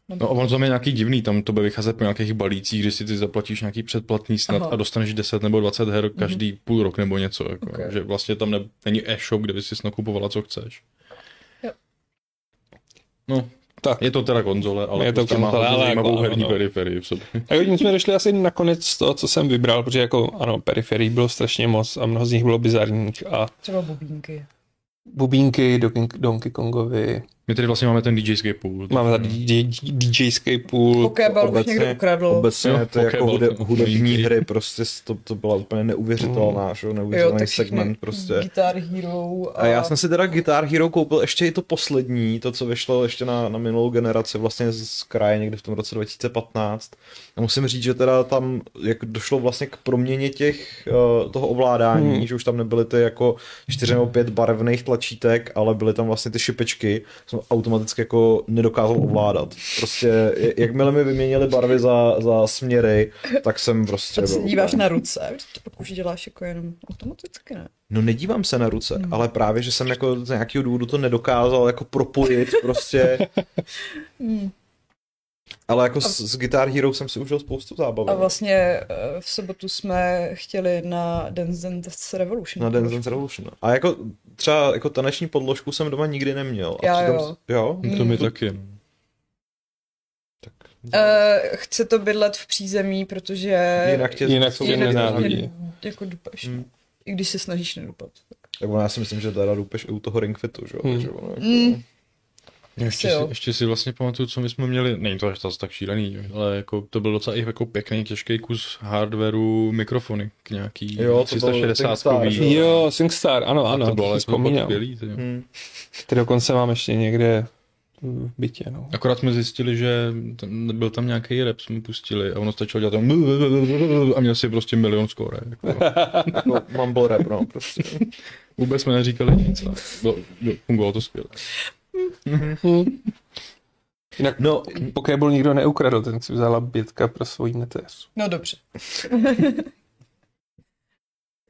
Speaker 4: No a on tam je nějaký divný, tam to bude vycházet po nějakých balících, kdy si ty zaplatíš nějaký předplatný snad
Speaker 2: Aha. Mhm.
Speaker 4: a dostaneš 10 nebo 20 her každý mm-hmm. půl rok nebo něco. Jako,
Speaker 2: Ok.
Speaker 4: okay. Že vlastně tam ne, není e-shop, kde by si nakupovala, co chceš.
Speaker 2: Jo.
Speaker 4: No,
Speaker 1: Tak.
Speaker 4: je to teda konzole, ale
Speaker 1: Je
Speaker 4: je
Speaker 1: to
Speaker 4: to prostě má
Speaker 1: konzole,
Speaker 4: hodně
Speaker 1: ale
Speaker 4: zajímavou
Speaker 1: jako ano,
Speaker 4: herní
Speaker 1: no.
Speaker 4: periferii v sobě.
Speaker 1: A my jsme došli asi nakonec toho, co jsem vybral, protože jako ano, periferií bylo strašně moc a mnoho z nich bylo bizarních a
Speaker 2: Třeba bubínky.
Speaker 1: bubínky do King- Donkey Kongovi,
Speaker 4: My tady vlastně máme ten DJ's pool.
Speaker 1: máme tady DJ, DJský pool,
Speaker 2: Pokébal už
Speaker 3: obecně-
Speaker 2: někdo ukradl.
Speaker 3: Obecně
Speaker 4: Jo,
Speaker 3: to je jako
Speaker 4: Pokéball,
Speaker 3: hudeb,
Speaker 4: to-
Speaker 3: hudební
Speaker 4: Mimikry.
Speaker 3: hry, prostě to, to byla úplně neuvěřitelná, že?
Speaker 2: Jo,
Speaker 3: jo,
Speaker 2: Hmm.
Speaker 3: neuvěřitelný
Speaker 2: tak
Speaker 3: segment prostě.
Speaker 2: Guitar Hero. A,
Speaker 3: A já jsem si teda Guitar Hero koupil ještě i to poslední, to, co vyšlo ještě na, na minulou generaci, vlastně z kraje někdy v tom roce 2015. A musím říct, že teda tam jak došlo vlastně k proměně těch, eh, toho ovládání,
Speaker 2: Hmm.
Speaker 3: že už tam nebyly ty jako čtyři nebo pět barevných tlačítek, ale byly tam vlastně ty šipečky, jsem automaticky jako nedokázal ovládat. Prostě je- jakmile mi vyměnili barvy za, za směry, tak jsem prostě...
Speaker 2: a co
Speaker 3: byl
Speaker 2: se
Speaker 3: úplně-
Speaker 2: díváš na ruce, protože to pak už děláš jako jenom automaticky, ne?
Speaker 3: No nedívám se na ruce, no. ale právě, že jsem jako z nějakého důvodu to nedokázal jako propojit prostě.
Speaker 2: Hmm.
Speaker 3: Ale jako s, s Guitar Hero jsem si užil spoustu zábavy.
Speaker 2: A vlastně eh, v sobotu jsme chtěli na Dance Dance Revolution.
Speaker 3: Na Dance Dance Revolution. A jako třeba jako taneční podložku jsem doma nikdy neměl. A
Speaker 2: Já jo.
Speaker 3: přitom, jo.
Speaker 4: To
Speaker 2: Mm.
Speaker 4: mi taky. no.
Speaker 2: Eh, chce to bydlet v přízemí, protože
Speaker 3: Jinak tě
Speaker 1: jinak
Speaker 3: jsou
Speaker 1: tě
Speaker 2: jinak
Speaker 1: nenávidí.
Speaker 2: tě jako dupeš.
Speaker 3: Mm.
Speaker 4: Hmm.
Speaker 2: Mm. I když se snažíš nedupat.
Speaker 3: Tak ono, já si myslím, že teda doupeš i u toho Ringfitu, že jo.
Speaker 1: Hmm.
Speaker 3: Takže ono, jako...
Speaker 2: Mm.
Speaker 4: Ještě
Speaker 2: Asi
Speaker 4: si,
Speaker 2: jo.
Speaker 4: ještě si vlastně pamatuju, co my jsme měli, není to až tak- tak šílený, ale jako to byl docela i jako pěkný, těžký kus hardwareu mikrofony k nějaký
Speaker 3: Jo, to bylo
Speaker 4: 360
Speaker 3: Tingstar,
Speaker 4: kový.
Speaker 1: Jo, SingStar, ano,
Speaker 3: no,
Speaker 1: ano,
Speaker 4: to bylo ale
Speaker 1: vzpomínám.
Speaker 4: skvělý. ty jo.
Speaker 3: Hmm.
Speaker 1: Ty dokonce mám ještě někde v bytě, no.
Speaker 4: Akorát jsme zjistili, že tam, byl tam nějaký rap, jsme pustili a ono stačilo dělat tam a měl si prostě milion skóre. Jako.
Speaker 3: Jako mumble rap, no, prostě.
Speaker 4: Vůbec jsme neříkali nic. ale Bylo, bylo- fungovalo to skvěle.
Speaker 3: Jako
Speaker 1: Jinak
Speaker 3: No,
Speaker 1: Pokéball nikdo neukradl, ten si vzala bětka pro svůj neteř.
Speaker 2: No dobře.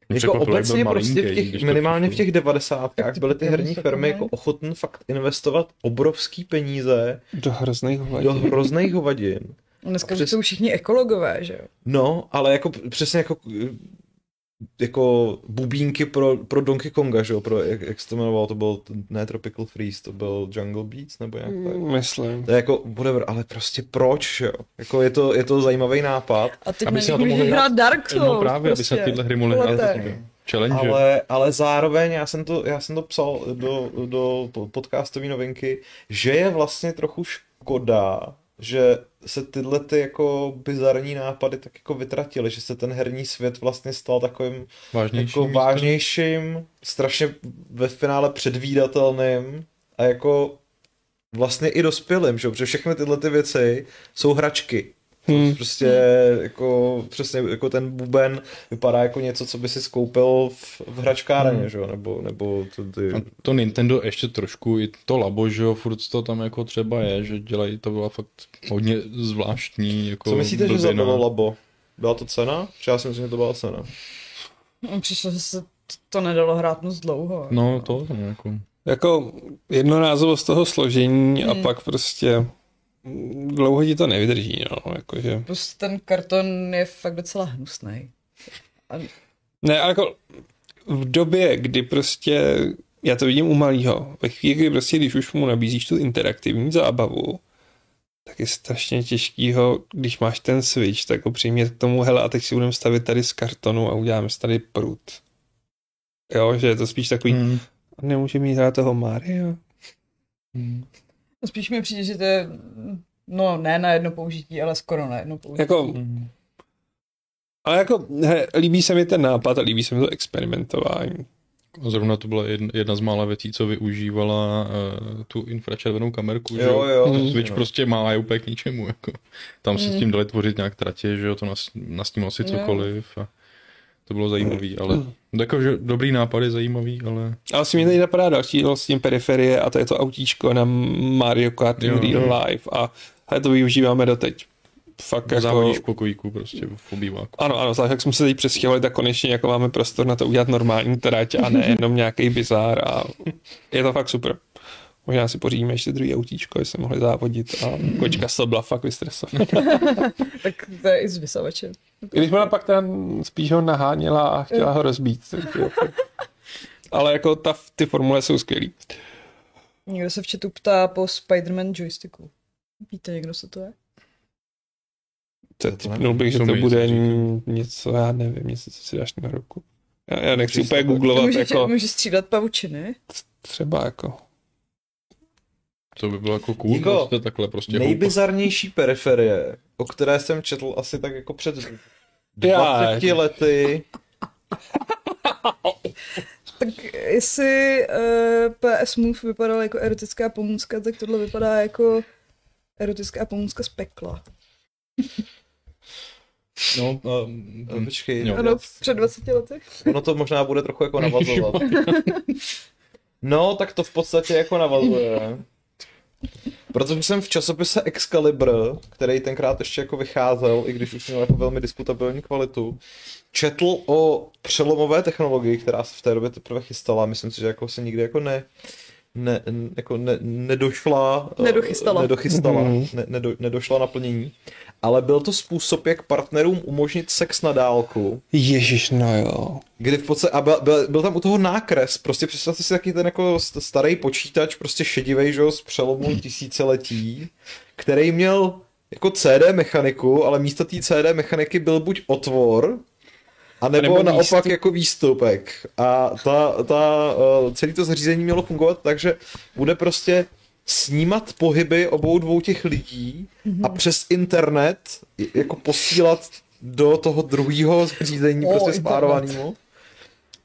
Speaker 4: Mě
Speaker 3: jako
Speaker 4: překvapilo, jak byl
Speaker 3: obecně prostě v
Speaker 4: malinký,
Speaker 3: těch,
Speaker 4: když to
Speaker 3: minimálně v
Speaker 4: přišlo.
Speaker 3: těch devadesátkách byly ty herní firmy jako ochotné fakt investovat obrovský peníze
Speaker 1: Do hrozných
Speaker 3: do
Speaker 1: hovadí.
Speaker 3: hrozných hovadin.
Speaker 2: Dneska
Speaker 3: A
Speaker 2: už
Speaker 3: přes-
Speaker 2: jsou všichni ekologové, že jo?
Speaker 3: No, ale jako p- přesně jako eh, jako bubínky pro, pro Donkey Konga, že jo, pro, jak, jak se to jmenovalo, to byl, t- ne Tropical Freeze, to byl Jungle Beats, nebo jak
Speaker 1: Mm.
Speaker 3: tak.
Speaker 1: Myslím.
Speaker 3: To je jako whatever, ale prostě proč, že jo? Jako je to, je to zajímavý nápad,
Speaker 2: A teď
Speaker 4: Aby
Speaker 2: aby
Speaker 4: si na
Speaker 2: na
Speaker 4: to
Speaker 2: můžeš
Speaker 4: mohli
Speaker 2: hrát Dark Souls.
Speaker 4: No právě, aby se
Speaker 2: prostě.
Speaker 4: tyhle hry mohly hrát.
Speaker 2: Kulete.
Speaker 4: taky. Challenge.
Speaker 3: Ale, ale zároveň já jsem, to, já jsem to psal do, do podcastové novinky, že je vlastně trochu škoda, že se tyhle ty jako bizarní nápady tak jako vytratily, že se ten herní svět vlastně stal takovým
Speaker 4: vážnější.
Speaker 3: jako
Speaker 4: místo.
Speaker 3: vážnějším, strašně ve finále předvídatelným a jako vlastně i dospělým, že? jo, protože všechny tyhle ty věci jsou hračky.
Speaker 1: Hmm.
Speaker 3: Prostě jako přesně jako ten buben vypadá jako něco, co by si skoupil v, v hračkáraně, že jo, nebo, nebo to ty... jako
Speaker 4: A to Nintendo ještě trošku, i to labo, že jo, furt to tam jako třeba je, že dělají to byla fakt hodně zvláštní, jako
Speaker 3: Co myslíte, že za
Speaker 4: blbina.
Speaker 3: bylo labo? Byla to cena? Protože já si myslím, že to byla cena.
Speaker 2: No, Přišlo, že se t- to nedalo hrát moc dlouho.
Speaker 4: No to, no, jako,
Speaker 1: Jako jednorázovost toho složení a pak prostě mm, dlouho ti to nevydrží, no, jakože.
Speaker 2: Plus ten karton je fakt docela hnusný.
Speaker 1: Ne, ale jako v době, kdy prostě, já to vidím u malýho, ve chvíli, kdy prostě, když už mu nabízíš tu interaktivní zábavu, tak je strašně těžký ho, když máš ten switch, tak ho přimět k tomu, hele, a teď si budeme stavit tady z kartonu a uděláme si tady prut. Jo, že je to spíš takový,
Speaker 4: hmm.
Speaker 1: a nemůže mít hrát toho Maria.
Speaker 2: No Spíš mi přijde, že to je, no ne na jedno použití, ale skoro na jedno použití.
Speaker 1: Jako,
Speaker 3: Hmm.
Speaker 1: ale jako, he, líbí se mi ten nápad a líbí se mi to experimentování.
Speaker 4: A zrovna to byla jedna, jedna z mála věcí, co využívala uh, tu infračervenou kamerku, že
Speaker 3: Jo, jo.
Speaker 4: Ten
Speaker 1: Mm.
Speaker 4: Switch prostě má je úplně k ničemu, jako. Tam se s tím dali tvořit nějak tratě, že jo, to nas, nasnímal si
Speaker 2: Jo.
Speaker 4: cokoliv a to bylo zajímavý, ale
Speaker 3: Hmm.
Speaker 4: jako, že dobrý nápad je zajímavý, ale
Speaker 1: Ale si vlastně mi tady napadá další díl s tím periferie a to je to autíčko na Mario Kart
Speaker 4: Jo.
Speaker 1: jo. Real Life a hele, to využíváme doteď. Fakt
Speaker 4: jako...
Speaker 1: jako...
Speaker 4: závodíš v pokojíku prostě v obýváku.
Speaker 1: Ano, ano, zvlášť jak jsme se teď přestěhovali, tak konečně jako máme prostor na to udělat normální trať a ne jenom nějaký bizár a je to fakt super. Možná si pořídíme ještě druhý autíčko, jestli mohli závodit a kočka se byla fakt vystresovaná.
Speaker 2: Tak to je i s vysavačem.
Speaker 1: I když ona pak tam spíš ho naháněla a chtěla ho rozbít. Tak jo, fakt. Ale jako ta, ty formule jsou skvělý.
Speaker 2: Někdo se v chatu ptá po Spider-Man joysticku. Víte někdo, co to je?
Speaker 1: To
Speaker 3: To
Speaker 1: typnul bych, že
Speaker 4: To
Speaker 1: to
Speaker 4: mi
Speaker 1: bude
Speaker 4: nic
Speaker 1: něco, já nevím, něco, co si dáš na ruku. Já, já nechci
Speaker 3: Můžeš
Speaker 1: úplně
Speaker 3: to tak-
Speaker 1: googlovat,
Speaker 2: Může,
Speaker 1: jako
Speaker 2: může střídat pavučiny?
Speaker 1: třeba jako.
Speaker 4: To by bylo jako cool,
Speaker 3: Jako
Speaker 4: jako prostě takhle prostě
Speaker 3: Nejbizarnější periferie, o které jsem četl asi tak jako před 20
Speaker 1: Já.
Speaker 3: lety,
Speaker 2: Tak jestli uh, PS Move vypadala jako erotická pomůcka, tak tohle vypadá jako erotická pomůcka z pekla.
Speaker 3: No,
Speaker 4: mm,
Speaker 3: um, počkej,
Speaker 4: jo.
Speaker 3: no,
Speaker 2: Ano, před 20 lety.
Speaker 3: ono to možná bude trochu jako navazovat. No, tak to v podstatě jako navazuje. Protože jsem v časopise Excalibur, který tenkrát ještě jako vycházel, i když už měl jako velmi diskutabilní kvalitu, četl o přelomové technologii, která se v té době teprve chystala. Myslím si, že jako se nikdy jako ne, ne, jako ne, nedošla, eh,
Speaker 2: Nedochystala.
Speaker 3: nedochystala
Speaker 1: Mhm.
Speaker 3: ne, nedo, nedošla na plnění. Ale byl to způsob, jak partnerům umožnit sex na dálku,
Speaker 1: Ježíš, no jo.
Speaker 3: Kdy v podstatě, a byl, byl, byl tam u toho nákres, prostě představte si taky ten jako st- starý počítač, prostě šedivej, že jo, z
Speaker 2: Hmm.
Speaker 3: přelomu tisíciletí, který měl jako CD mechaniku, ale místo té CD mechaniky byl buď otvor, anebo,
Speaker 1: Anebo
Speaker 3: nebo naopak
Speaker 1: výstup.
Speaker 3: jako výstupek. A ta, ta, eh, celý to zařízení mělo fungovat tak, že bude prostě snímat pohyby obou dvou těch lidí a
Speaker 2: Mhm.
Speaker 3: přes internet j- jako posílat do toho druhého zřízení
Speaker 2: O,
Speaker 3: prostě
Speaker 2: internet.
Speaker 3: spárovanýmu.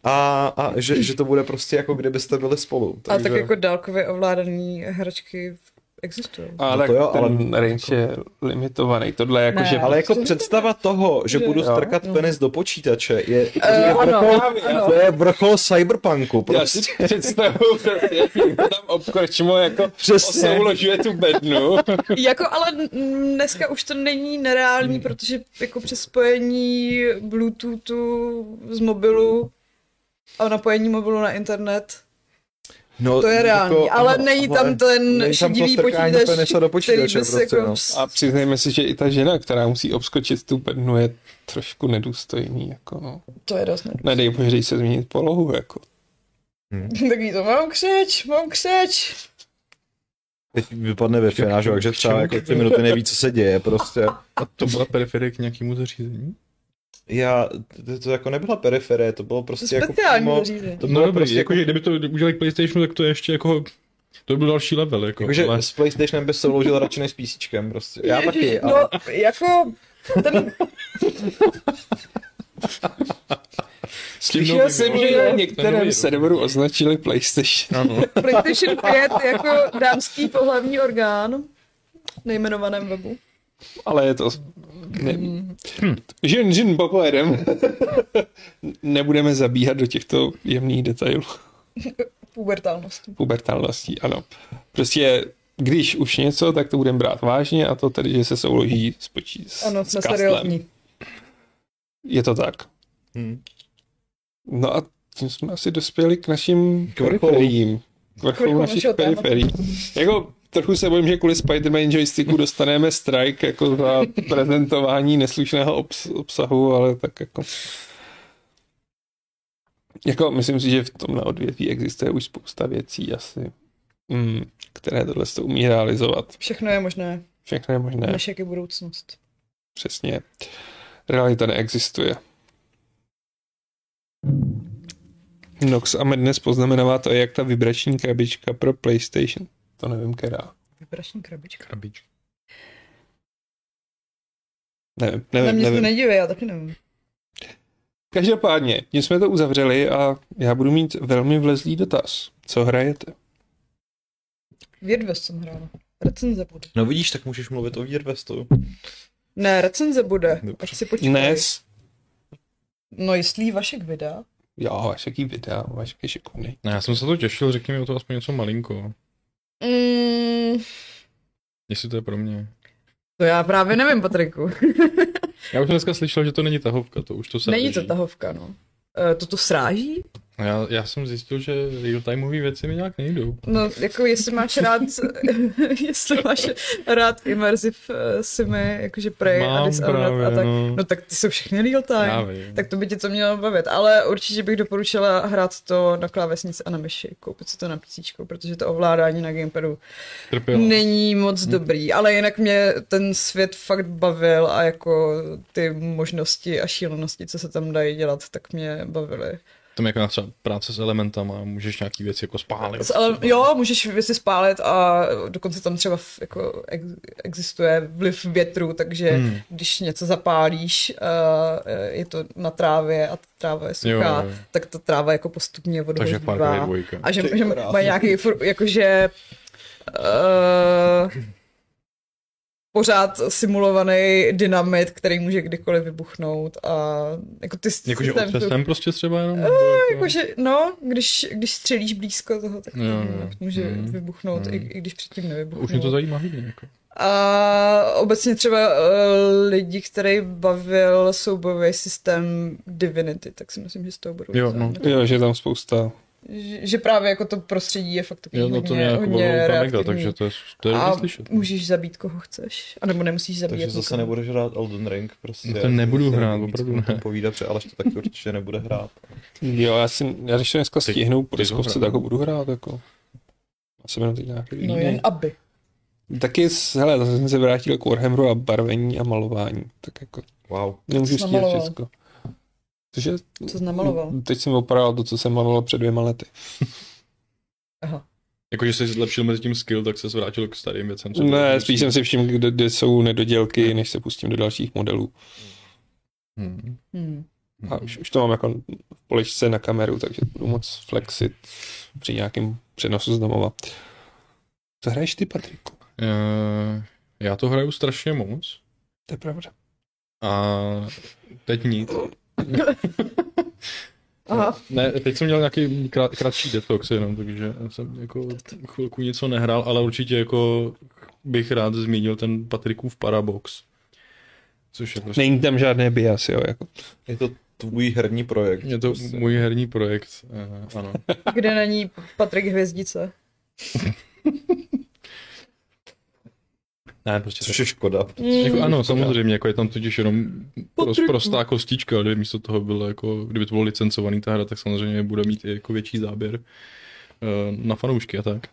Speaker 3: A, a že, že, to bude prostě jako kdybyste byli spolu.
Speaker 2: A tak jako dálkově ovládaný hračky existují.
Speaker 1: A
Speaker 3: No
Speaker 1: tak
Speaker 3: to jo, ale-
Speaker 1: ten range je limitovaný. Tohle je jako,
Speaker 2: Ne.
Speaker 1: že...
Speaker 3: Ale jako představa toho, že
Speaker 2: Že-
Speaker 3: budu
Speaker 2: Jo.
Speaker 3: strkat
Speaker 2: No.
Speaker 3: penis do počítače, je, to
Speaker 2: Eh,
Speaker 3: je,
Speaker 2: ano,
Speaker 3: vrchol,
Speaker 1: ano.
Speaker 3: to je vrchol cyberpunku.
Speaker 1: Já
Speaker 3: Prostě.
Speaker 1: si představu, prostě, jak někdo tam obkrčmo jako
Speaker 3: Přesně.
Speaker 1: osouložuje tu bednu.
Speaker 2: Jako, ale n- dneska už to není nereální,
Speaker 3: Mm.
Speaker 2: protože jako při spojení Bluetoothu z mobilu a napojení mobilu na internet,
Speaker 3: No,
Speaker 2: to je reální. ale není tam ten
Speaker 3: není tam to
Speaker 2: šedivý
Speaker 3: strkání
Speaker 2: počítač,
Speaker 3: penisa do počítače
Speaker 2: by si
Speaker 3: prostě,
Speaker 2: jako
Speaker 3: no.
Speaker 2: s-
Speaker 1: A přiznejme si, že i ta žena, která musí obskočit tu bednu, je trošku nedůstojný. Jako, no.
Speaker 2: To je dost
Speaker 1: Nedej bože, dej se změnit polohu. Jako.
Speaker 2: Takový to, mám křeč, mám křeč.
Speaker 3: Teď vypadne ve finále, že jo, takže třeba jako tři minuty neví, co se děje prostě.
Speaker 4: A to byla periferie k nějakému zařízení?
Speaker 3: Já, to, to jako nebyla periferie, to bylo prostě jako
Speaker 2: Speciální
Speaker 3: přímo-
Speaker 2: zařízení.
Speaker 3: To
Speaker 4: No
Speaker 3: bylo
Speaker 4: dobrý,
Speaker 3: prostě jako,
Speaker 4: jako, že kdyby to udělali k PlayStationu, tak to je ještě jako... To by byl další level, jako,
Speaker 3: jakože
Speaker 4: ale
Speaker 3: s PlayStationem by se vložil radši než s PCčkem prostě. Já taky,
Speaker 2: No,
Speaker 3: ale
Speaker 2: jako ten
Speaker 4: s tím
Speaker 1: Slyšel
Speaker 4: novým-
Speaker 1: jsem, že na některém serveru označili PlayStation.
Speaker 4: Ano,
Speaker 2: PlayStation 5 jako dámský pohlavní orgán nejmenovaném webu.
Speaker 1: Ale je to... Ne... Hmm. Žin, žin, popojedem. Nebudeme zabíhat do těchto jemných detailů
Speaker 2: Pubertálnost.
Speaker 1: pubertálností, ano. Prostě když už něco, tak to budeme brát vážně a to tedy, že se souloží s, počí, s,
Speaker 2: Ano,
Speaker 1: s
Speaker 2: jsme
Speaker 1: kastlem.
Speaker 2: seriózní.
Speaker 1: Je to tak.
Speaker 3: Hm.
Speaker 1: No a tím jsme asi dospěli k našim
Speaker 3: K vrcholu.
Speaker 1: periferiím. K vrcholu
Speaker 2: vrcholu
Speaker 1: našich
Speaker 2: našeho tématu.
Speaker 1: periferií. Jako trochu se bojím, že kvůli Spider-Man joysticku dostaneme strike jako za prezentování neslušného obs- obsahu, ale tak jako... Jako myslím si, že v tom na odvětví existuje už spousta věcí asi, mm, které tohle to umí realizovat.
Speaker 2: Všechno je možné.
Speaker 1: Všechno je možné,
Speaker 2: Dnešek je budoucnost.
Speaker 1: přesně. Realita neexistuje. Nox a dnes poznamenává to, jak ta vibrační krabička pro PlayStation. To nevím, která.
Speaker 2: Vybrační krabička.
Speaker 4: krabička.
Speaker 1: Nevím,
Speaker 2: Na
Speaker 1: nevím,
Speaker 2: No, mě se to
Speaker 1: nevím.
Speaker 2: nedívej, já taky nevím.
Speaker 1: Každopádně, tím jsme to uzavřeli a já budu mít velmi vlezlý dotaz. Co hrajete?
Speaker 2: Vědvest jsem hrála. Recenze bude.
Speaker 3: No vidíš, tak můžeš mluvit o Gearvestu.
Speaker 2: Ne, recenze bude.
Speaker 3: Dobře.
Speaker 2: Tak si počkej.
Speaker 1: Dnes?
Speaker 2: No jestli ji Vašek vydá.
Speaker 1: Jo, váš jaký videa, váš jaký šikovný.
Speaker 4: Ne, já jsem se to těšil, řekni mi o to aspoň něco malinko.
Speaker 2: Mm,
Speaker 4: Jestli to je pro mě.
Speaker 2: to já právě nevím, Patriku.
Speaker 4: Já už jsem dneska slyšel, že to není tahovka, to už to se
Speaker 2: Není to tahovka, no. E, to to sráží?
Speaker 4: Já, já jsem zjistil, že real-timeové věci mi nějak nejdou.
Speaker 2: No, jako jestli máš rád, jestli máš rád immersive eh, simy, jakože Prey a
Speaker 4: Mám
Speaker 2: Dishonored
Speaker 4: právě,
Speaker 2: a tak,
Speaker 4: no.
Speaker 2: no tak ty jsou všechny real
Speaker 4: Já
Speaker 2: time.
Speaker 4: vím.
Speaker 2: Tak to by tě to mělo bavit, ale určitě bych doporučila hrát to na klávesnici a na myši, koupit si to na PC, protože to ovládání na gamepadu
Speaker 4: Trpěl.
Speaker 2: není moc
Speaker 4: Hm.
Speaker 2: dobrý, ale jinak mě ten svět fakt bavil a jako ty možnosti a šílenosti, co se tam dají dělat, tak mě bavily.
Speaker 4: Tam jako třeba práce s elementama, můžeš nějaký věci jako spálit.
Speaker 2: S- Ale,
Speaker 4: vlastně.
Speaker 2: jo, můžeš věci spálit a dokonce tam třeba v- jako ex- existuje vliv větru, takže hmm. když něco zapálíš, eh, je to na trávě a ta tráva je suchá,
Speaker 4: Jo, jo.
Speaker 2: tak ta tráva jako postupně
Speaker 4: Takže Far Cry
Speaker 2: odhořívá.
Speaker 4: 2.
Speaker 2: A že,
Speaker 3: Ty
Speaker 2: že
Speaker 3: krásno.
Speaker 2: mají nějaký, furt- jakože uh, pořád simulovaný dynamit, který může kdykoliv vybuchnout a jako ty
Speaker 4: Jakože
Speaker 2: systém-
Speaker 4: otřesem prostě třeba jenom?
Speaker 2: Jakože, no, když, když střelíš blízko toho, tak to
Speaker 4: Jo, jo.
Speaker 2: může
Speaker 4: Mm.
Speaker 2: vybuchnout,
Speaker 4: Mm.
Speaker 2: i, i když předtím nevybuchnout.
Speaker 4: Už mě to zajímá hodně. Jako.
Speaker 2: A obecně třeba eh, lidi, který bavil soubojový systém Divinity, tak si myslím, že z toho budou
Speaker 4: Jo,
Speaker 2: docela
Speaker 4: no.
Speaker 2: nadšení.
Speaker 1: Jo, že je tam spousta.
Speaker 2: že, že právě jako to prostředí je fakt takový
Speaker 4: Jo, no to
Speaker 2: hodně,
Speaker 4: mě jako bylo
Speaker 2: hodně
Speaker 4: úplně mega,
Speaker 2: reaktivní.
Speaker 4: takže to je, to je
Speaker 2: a
Speaker 4: dobrý slyšet. no.
Speaker 2: můžeš zabít koho chceš, anebo nemusíš zabít. jako-
Speaker 3: Takže zase nebudeš hrát Elden Ring prostě.
Speaker 4: No to nebudu
Speaker 3: Prostě
Speaker 4: hrát,
Speaker 3: nevím víc
Speaker 4: opravdu
Speaker 3: o tom
Speaker 4: ne.
Speaker 3: Povídat, že Aleš to taky určitě nebude hrát.
Speaker 1: Jo, já, si, já když to dneska
Speaker 4: Ty-
Speaker 1: stihnu po
Speaker 4: ty to
Speaker 1: deskovce,
Speaker 4: hrál.
Speaker 1: tak ho budu hrát. Jako. Já jsem jenom teď nějaký
Speaker 2: No
Speaker 1: jiný.
Speaker 2: jen aby.
Speaker 1: Taky, s- hele, zase jsem se vrátil k Warhammeru a barvení a malování, tak jako
Speaker 3: Wow.
Speaker 1: nemůžu
Speaker 2: jsi
Speaker 1: stíhat
Speaker 2: namaloval?
Speaker 1: všechno. Cože?
Speaker 4: Mm.
Speaker 2: Co jsi namaloval?
Speaker 1: Teď jsem opravil to, co jsem maloval před dvěma lety.
Speaker 2: Aha.
Speaker 4: Jakože Jako, jsi zlepšil mezi tím skill, tak se zvrátil k starým věcem. co prostě- bylo
Speaker 1: Ne,
Speaker 4: vždycky.
Speaker 1: spíš jsem si všiml, kde, kde jsou nedodělky, než se pustím do dalších modelů.
Speaker 4: Hmm.
Speaker 2: Hmm.
Speaker 1: A už, už to mám jako v poličce na kameru, takže budu moc flexit při nějakém přenosu z domova. Co hraješ ty, Patriku?
Speaker 4: Eh, Já to hraju strašně moc
Speaker 1: To je pravda.
Speaker 4: a teď nic.
Speaker 2: Aha.
Speaker 4: Ne, teď jsem měl nějaký krát, kratší detox jenom, takže jsem jako chvilku něco nehrál, ale určitě jako bych rád zmínil ten Patrikův Parabox. Což je prostě,
Speaker 1: Není tam žádné bias, jo, jako.
Speaker 3: Je to tvůj herní projekt.
Speaker 4: je to můj herní projekt, eh, ano.
Speaker 2: Kde není Patrik Hvězdice?
Speaker 4: Ne, prostě
Speaker 3: Což je škoda.
Speaker 2: Hmm.
Speaker 4: Jako, ano, samozřejmě, jako je tam totiž jenom roz, prostá kostička, kdyby místo toho bylo jako, kdyby to bylo licencovaný ta hra, tak samozřejmě bude mít i jako větší záběr eh, na fanoušky a tak.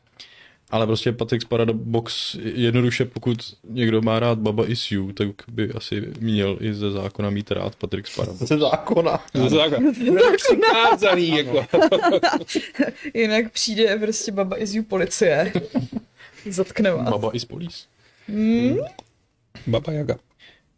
Speaker 4: Ale prostě Patrick's Paradox, jednoduše pokud někdo má rád Baba Is You, tak by asi měl i ze zákona mít rád Patrick's Paradox.
Speaker 3: Ze zákona.
Speaker 1: To je takhle. Přikázaný, jako.
Speaker 2: Jinak přijde prostě baba iz you policie. Zatkne vás.
Speaker 4: Baba Is Police.
Speaker 2: Hmm?
Speaker 1: Baba Jaga.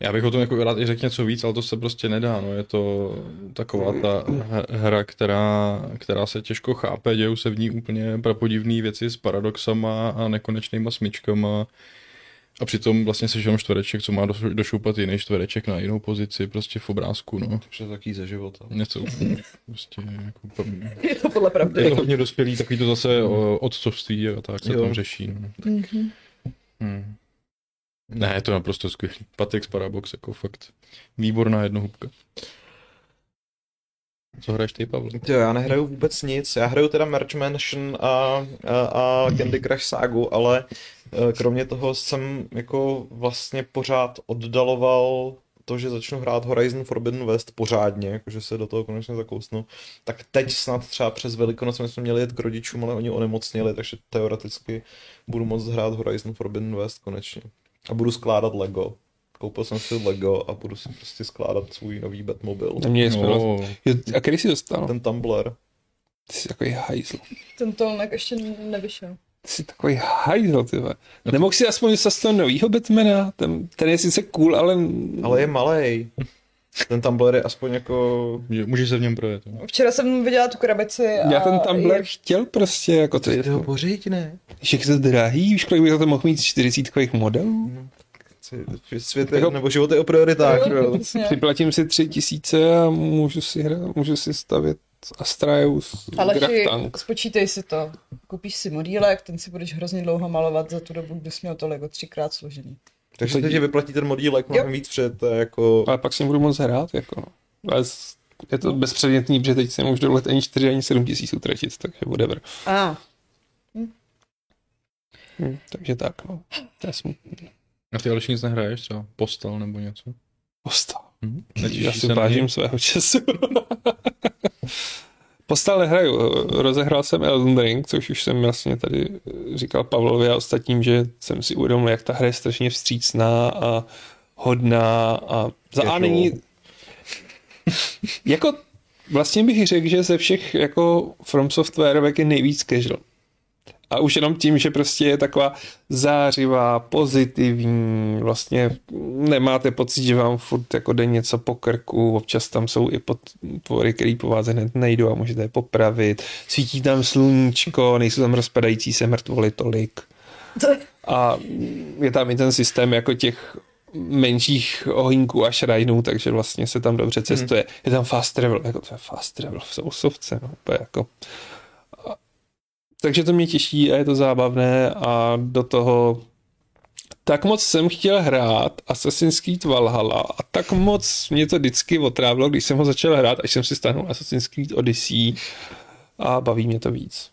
Speaker 4: Já bych o tom jako rád i řekl něco víc, ale to se prostě nedá. No. Je to taková ta h- hra, která, která se těžko chápe, dějou se v ní úplně prapodivné věci s paradoxama a nekonečnýma smyčkama. A přitom vlastně jsi jenom čtvereček, co má doš- došoupat jiný čtvereček na jinou pozici, prostě v obrázku, no.
Speaker 3: Že taký ze života.
Speaker 4: Něco úplně, prostě jako... pr-
Speaker 2: Je to podle pravdy.
Speaker 4: Je jako- to hodně dospělý, takový to zase o, otcovství a tak se
Speaker 3: Jo.
Speaker 4: tam řeší, no.
Speaker 2: Mhm.
Speaker 4: Hmm. Ne, je to naprosto skvělý. Patek z Parabox, jako fakt výborná jednohubka. Co hraješ ty, Pavle?
Speaker 3: Jo, já nehraju vůbec nic. Já hraju teda Merch Mansion a, a, a Candy Crush Sagu, ale eh, kromě toho jsem jako vlastně pořád oddaloval to, že začnu hrát Horizon Forbidden West pořádně, jakože se do toho konečně zakousnu. Tak teď snad třeba přes Velikonoc my jsme měli jet k rodičům, ale oni onemocněli, takže teoreticky budu moc hrát Horizon Forbidden West konečně. A budu skládat Lego. Koupil jsem si Lego a budu si prostě skládat svůj nový Batmobil.
Speaker 1: Na mě je no.
Speaker 4: No,
Speaker 1: A kdy jsi dostal?
Speaker 3: Ten Tumblr.
Speaker 1: Ty jsi takový hajzl.
Speaker 2: Ten Tolnek ještě nevyšel.
Speaker 1: Ty jsi takový hajzl, ty vole. Nemohl si aspoň dostat z toho novýho Batmana? Ten, ten je sice cool, ale...
Speaker 3: Ale je malej. Ten Tumblr je aspoň jako...
Speaker 4: že můžeš se v něm projet. no.
Speaker 2: Včera jsem viděla tu krabici a
Speaker 1: Já ten Tumblr
Speaker 2: je-
Speaker 1: chtěl prostě, jako to je...
Speaker 3: pořiď, ne?
Speaker 1: Že je to drahý, už kolik by za to mohl mít 40 modelů?
Speaker 3: Svět je,
Speaker 1: Jako-
Speaker 3: nebo život je o prioritách, jo.
Speaker 2: Přesně.
Speaker 1: Připlatím si tři tisíce a můžu si hrát, můžu si stavět Astraeus
Speaker 2: Aleši,
Speaker 1: Graftank.
Speaker 2: spočítej si to. Koupíš si modílek, ten si budeš hrozně dlouho malovat za tu dobu, kdy jsi měl to Lego třikrát složený.
Speaker 3: Takže teď je vyplatí ten modílek
Speaker 2: Jo.
Speaker 3: mnohem víc před jako...
Speaker 1: Ale pak si nebudu moc hrát, jako no. Ale s- je to bezpředmětný, protože teď si nemůžu dovolit ani 4, ani 7 tisíc utratit, takže whatever.
Speaker 2: A,
Speaker 1: Hm, takže tak, no. To je smutný.
Speaker 4: A ty ale nic nehraješ třeba? Postal nebo něco?
Speaker 1: Postal.
Speaker 4: Hm?
Speaker 1: Já
Speaker 4: Netěšíš
Speaker 1: si
Speaker 4: se na něj?
Speaker 1: vážím svého času. Postal nehraju. Rozehrál jsem Elden Ring, což už jsem vlastně tady říkal Pavlovi a ostatním, že jsem si uvědomil, jak ta hra je strašně vstřícná a hodná a za a
Speaker 3: Jako-
Speaker 1: není... jako vlastně bych řekl, že ze všech jako From Softwareovek je nejvíc casual. A už jenom tím, že prostě je taková zářivá, pozitivní, vlastně nemáte pocit, že vám furt jako jde něco po krku, občas tam jsou i potvory, který po vás hned nejdou a můžete je popravit, svítí tam sluníčko, nejsou tam rozpadající se mrtvoly tolik. A je tam i ten systém jako těch menších ohýnků a šrajnů, takže vlastně se tam dobře cestuje. Hmm. Je tam fast travel, jako to je fast travel v sousovce, no, to je jako... A- Takže to mě těší a je to zábavné a do toho tak moc jsem chtěl hrát Assassin's Creed Valhalla a tak moc mě to vždycky otrávilo, když jsem ho začal hrát, až jsem si stáhnul Assassin's Creed Odyssey a baví mě to víc.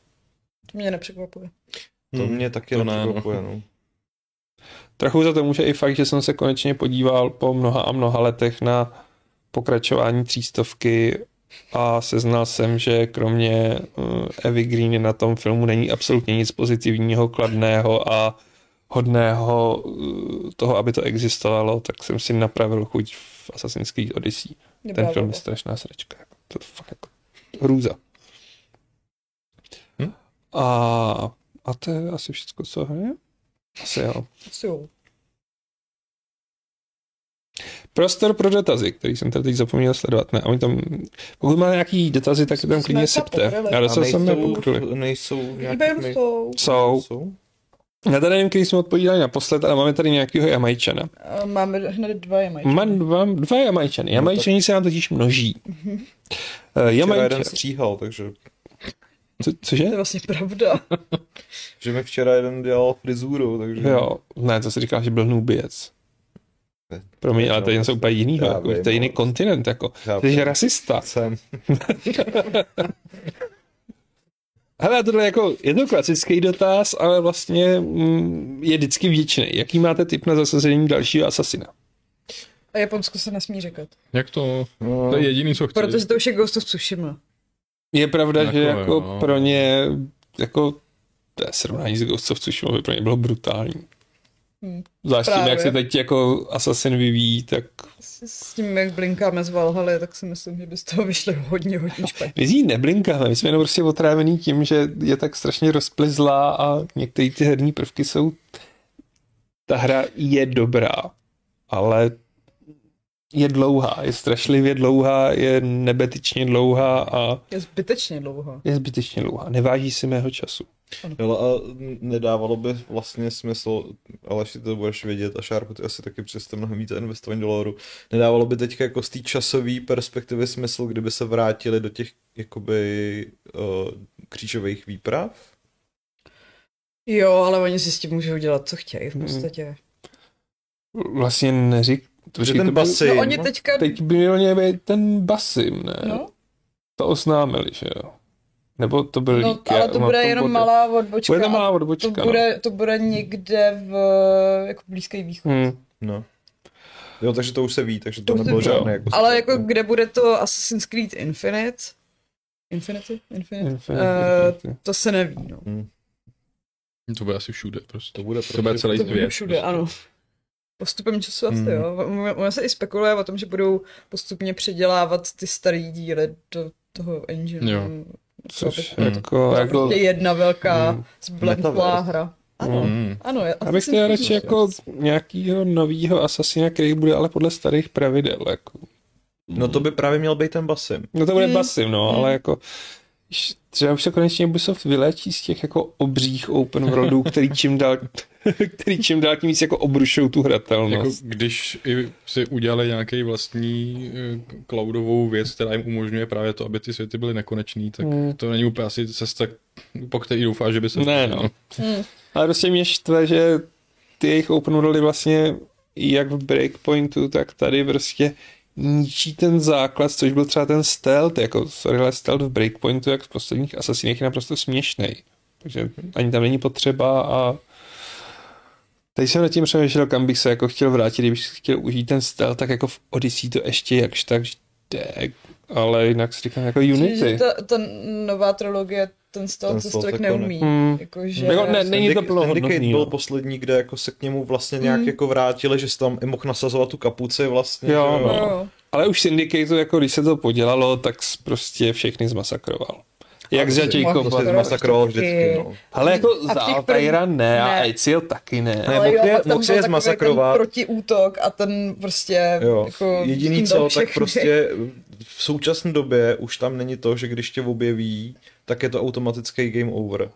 Speaker 2: to mě nepřekvapuje.
Speaker 3: To
Speaker 4: Hm,
Speaker 3: mě taky
Speaker 4: to ne,
Speaker 3: nepřekvapuje, no.
Speaker 1: Trochu za to může i fakt, že jsem se konečně podíval po mnoha a mnoha letech na pokračování třístovky a seznal jsem, že kromě eh, Evy Green na tom filmu není absolutně nic pozitivního, kladného a hodného eh, toho, aby to existovalo, tak jsem si napravil chuť v Assassin's Creed Odyssey. Ten
Speaker 2: Dobrá
Speaker 1: film je
Speaker 2: volba.
Speaker 1: strašná sračka. jako. To je fakt jako hrůza.
Speaker 4: Hm?
Speaker 1: A A to je asi všechno, co hraje? Asi jo.
Speaker 2: Asi jo.
Speaker 1: Prostor pro dotazy, který jsem tady teď zapomněl sledovat. Ne, oni tam, pokud má nějaký dotazy, tak je tam
Speaker 2: Jsme
Speaker 1: klidně
Speaker 2: to
Speaker 1: sypte.
Speaker 2: poprvé.
Speaker 1: Já
Speaker 3: A
Speaker 1: docela jsem je
Speaker 3: nejsou-
Speaker 1: pokryli.
Speaker 3: Nejsou nějaký...
Speaker 2: Výběru
Speaker 3: nej-
Speaker 2: jsou.
Speaker 1: Jsou.
Speaker 3: Jsou?
Speaker 1: Já tady nevím, který jsme odpovídali naposled, ale máme tady nějakého Jamajčana.
Speaker 2: A Máme hned dva jamajčky.
Speaker 1: Mám dva, dva
Speaker 3: No
Speaker 1: Jamajčany. Jamajčani se nám totiž množí. Eh,
Speaker 3: Včera
Speaker 1: Jamajčan,
Speaker 3: jeden Mhm. stříhal, takže
Speaker 1: co, cože?
Speaker 2: To je vlastně pravda.
Speaker 3: že mi včera jeden dělal frizuru, takže...
Speaker 1: Jo, ne, to se říká, že byl nuběc.
Speaker 3: Ne. no,
Speaker 1: Promiň, ale to je něco úplně jiného,
Speaker 3: Já
Speaker 1: jako,
Speaker 3: vím,
Speaker 1: to je jiný
Speaker 3: ale-
Speaker 1: kontinent, jako.
Speaker 3: Já
Speaker 1: Ty jsi rasista.
Speaker 3: jsem.
Speaker 1: Hele, a tohle je jako, je to klasický dotaz, ale vlastně mm, je vždycky vděčný. Jaký máte tip na zasazení dalšího asasina?
Speaker 2: A Japonsko se nesmí říkat.
Speaker 4: Jak to?
Speaker 3: No,
Speaker 4: To je jediný, co chci.
Speaker 2: Protože to už je Ghost of Tsushima.
Speaker 1: Je pravda,
Speaker 4: Takové,
Speaker 1: že jako
Speaker 4: no.
Speaker 1: pro ně, jako to je srovnání s Ghost of Tsushima by pro ně bylo brutální.
Speaker 2: Hm.
Speaker 1: Zvlášť tím,
Speaker 2: Právě.
Speaker 1: jak se teď jako Assassin vyvíjí, tak
Speaker 2: S, s tím, jak blinkáme z Valhaly, tak si myslím, že by z toho vyšlo hodně, hodně špatně.
Speaker 1: my z ní neblinkáme, my jsme jenom prostě otrávený tím, že je tak strašně rozplizlá a některé ty herní prvky jsou, ta hra je dobrá, ale je dlouhá, je strašlivě dlouhá, je nebetičně dlouhá a
Speaker 2: Je zbytečně dlouho.
Speaker 1: je zbytečně dlouhá, neváží si mého času.
Speaker 3: Hele, a nedávalo by vlastně smysl, ale ještě to budeš vědět a Sharp ty asi taky přesto mnohem více investování dolarů, nedávalo by teďka jako z té časové perspektivy smysl, kdyby se vrátili do těch jakoby uh, křížových výprav?
Speaker 2: Jo, ale oni si s tím můžou dělat, co
Speaker 1: Hmm.
Speaker 2: chtějí v podstatě.
Speaker 1: Vlastně neřík,
Speaker 3: Že
Speaker 1: Počkej,
Speaker 3: ten
Speaker 1: to byl-
Speaker 3: basy,
Speaker 2: No oni teďka...
Speaker 1: Teď by měl mě být ten Basim, ne?
Speaker 2: No,
Speaker 1: To oznámili, že jo? Nebo to byl
Speaker 2: no
Speaker 1: lík, já-
Speaker 2: ale to
Speaker 1: mám
Speaker 2: bude
Speaker 1: tom
Speaker 2: jenom
Speaker 1: body.
Speaker 2: malá odbočka.
Speaker 1: Bude to
Speaker 2: a
Speaker 1: malá
Speaker 2: to
Speaker 1: odbočka, no.
Speaker 2: bude, to bude někde v jako blízký východ.
Speaker 1: Hmm.
Speaker 3: No. Jo, takže to už se ví, takže to,
Speaker 2: To už se
Speaker 3: nebylo
Speaker 1: ví.
Speaker 3: žádné
Speaker 1: Jo.
Speaker 3: jako...
Speaker 2: Ale jako
Speaker 1: no.
Speaker 2: kde bude to Assassin's Creed Infinite? Infinity? Infinite?
Speaker 1: Hmm.
Speaker 2: Eh, to se neví, no.
Speaker 4: To bude asi všude prostě.
Speaker 3: To bude
Speaker 4: To bude celý
Speaker 2: To
Speaker 4: svět.
Speaker 2: bude všude,
Speaker 4: prostě.
Speaker 2: ano. Postupem času asi,
Speaker 3: Hmm.
Speaker 4: Mhm.
Speaker 2: jo. Ono- Ono se i spekuluje o tom, že budou postupně předělávat ty starý díly do toho engine.
Speaker 4: Jo.
Speaker 1: Což
Speaker 4: Hmm.
Speaker 1: jako, No,
Speaker 2: To je
Speaker 1: jako,
Speaker 2: prostě jedna velká
Speaker 1: Hmm.
Speaker 2: zblenklá
Speaker 3: Metaverse.
Speaker 2: hra.
Speaker 1: No.
Speaker 2: Ano,
Speaker 3: Hmm.
Speaker 4: Mm.
Speaker 2: ano. já-
Speaker 1: abych
Speaker 2: Assassin's
Speaker 1: chtěl
Speaker 2: Creed,
Speaker 1: radši
Speaker 2: jo.
Speaker 1: jako nějakýho novýho asasina, který bude ale podle starých pravidel, jako.
Speaker 3: No to by právě měl být ten basim.
Speaker 1: No to bude
Speaker 2: Hmm.
Speaker 1: hmm. Basim, no,
Speaker 2: Hmm.
Speaker 1: ale jako š- třeba už se konečně Ubisoft vylečí z těch jako obřích open worldů, který čím dál, který čím dál tím víc jako obrušují tu hratelnost.
Speaker 4: Jako když i si udělali nějaký vlastní eh, cloudovou věc, která jim umožňuje právě to, aby ty světy byly nekonečný, tak
Speaker 1: Hmm.
Speaker 4: to není úplně asi cesta, po které doufá, že by se...
Speaker 1: Ne, no.
Speaker 2: Hmm.
Speaker 1: Ale prostě mě štve, že ty jejich open worldy vlastně jak v Breakpointu, tak tady prostě ničí ten základ, což byl třeba ten stealth, jako sorry, ale stealth v Breakpointu, jak v posledních Assassinech je naprosto směšný. Takže ani tam není potřeba a Teď jsem nad tím přemýšlel, kam bych se jako chtěl vrátit, kdybych si chtěl užít ten stealth, tak jako v Odyssey to ještě jakž tak jde, ale jinak si říkám jako
Speaker 2: Že
Speaker 1: Unity.
Speaker 2: ta, ta nová trilogie, ten
Speaker 3: Ten
Speaker 2: stealth to
Speaker 3: stealth
Speaker 2: tolik
Speaker 3: jako ne.
Speaker 2: neumí.
Speaker 1: Hmm.
Speaker 2: Jakože...
Speaker 1: Jako ne, není to
Speaker 3: Syndicate- Syndicate
Speaker 1: plnohodnotný.
Speaker 3: byl
Speaker 1: no.
Speaker 3: poslední, kde jako se k němu vlastně nějak jako vrátili, že se tam i mohl nasazovat tu kapuci vlastně.
Speaker 1: Jo,
Speaker 3: že
Speaker 1: no.
Speaker 2: Jo.
Speaker 1: Ale už Syndicate, jako když se to podělalo, tak s- prostě všechny zmasakroval. Jak vlastně?
Speaker 3: Asi.
Speaker 1: z Jacob.
Speaker 3: Prostě zmasakroval vždycky, no.
Speaker 1: Ale jako
Speaker 2: A v těch
Speaker 1: Zaltaira
Speaker 2: prvních-
Speaker 1: ne, a
Speaker 2: ne.
Speaker 1: Ezio taky ne.
Speaker 3: Ne.
Speaker 2: Ale
Speaker 3: mohl
Speaker 2: jo,
Speaker 3: je-
Speaker 2: pak tam
Speaker 3: mohl si
Speaker 2: byl
Speaker 3: je
Speaker 2: takový
Speaker 3: zmasakrovat.
Speaker 2: ten protiútok a ten prostě
Speaker 3: no. Jo.
Speaker 2: jako s
Speaker 3: Jediný
Speaker 2: tím
Speaker 3: co,
Speaker 2: dal
Speaker 3: tak
Speaker 2: všechny.
Speaker 3: prostě v současné době už tam není to, že když tě objeví, tak je to automatický game over.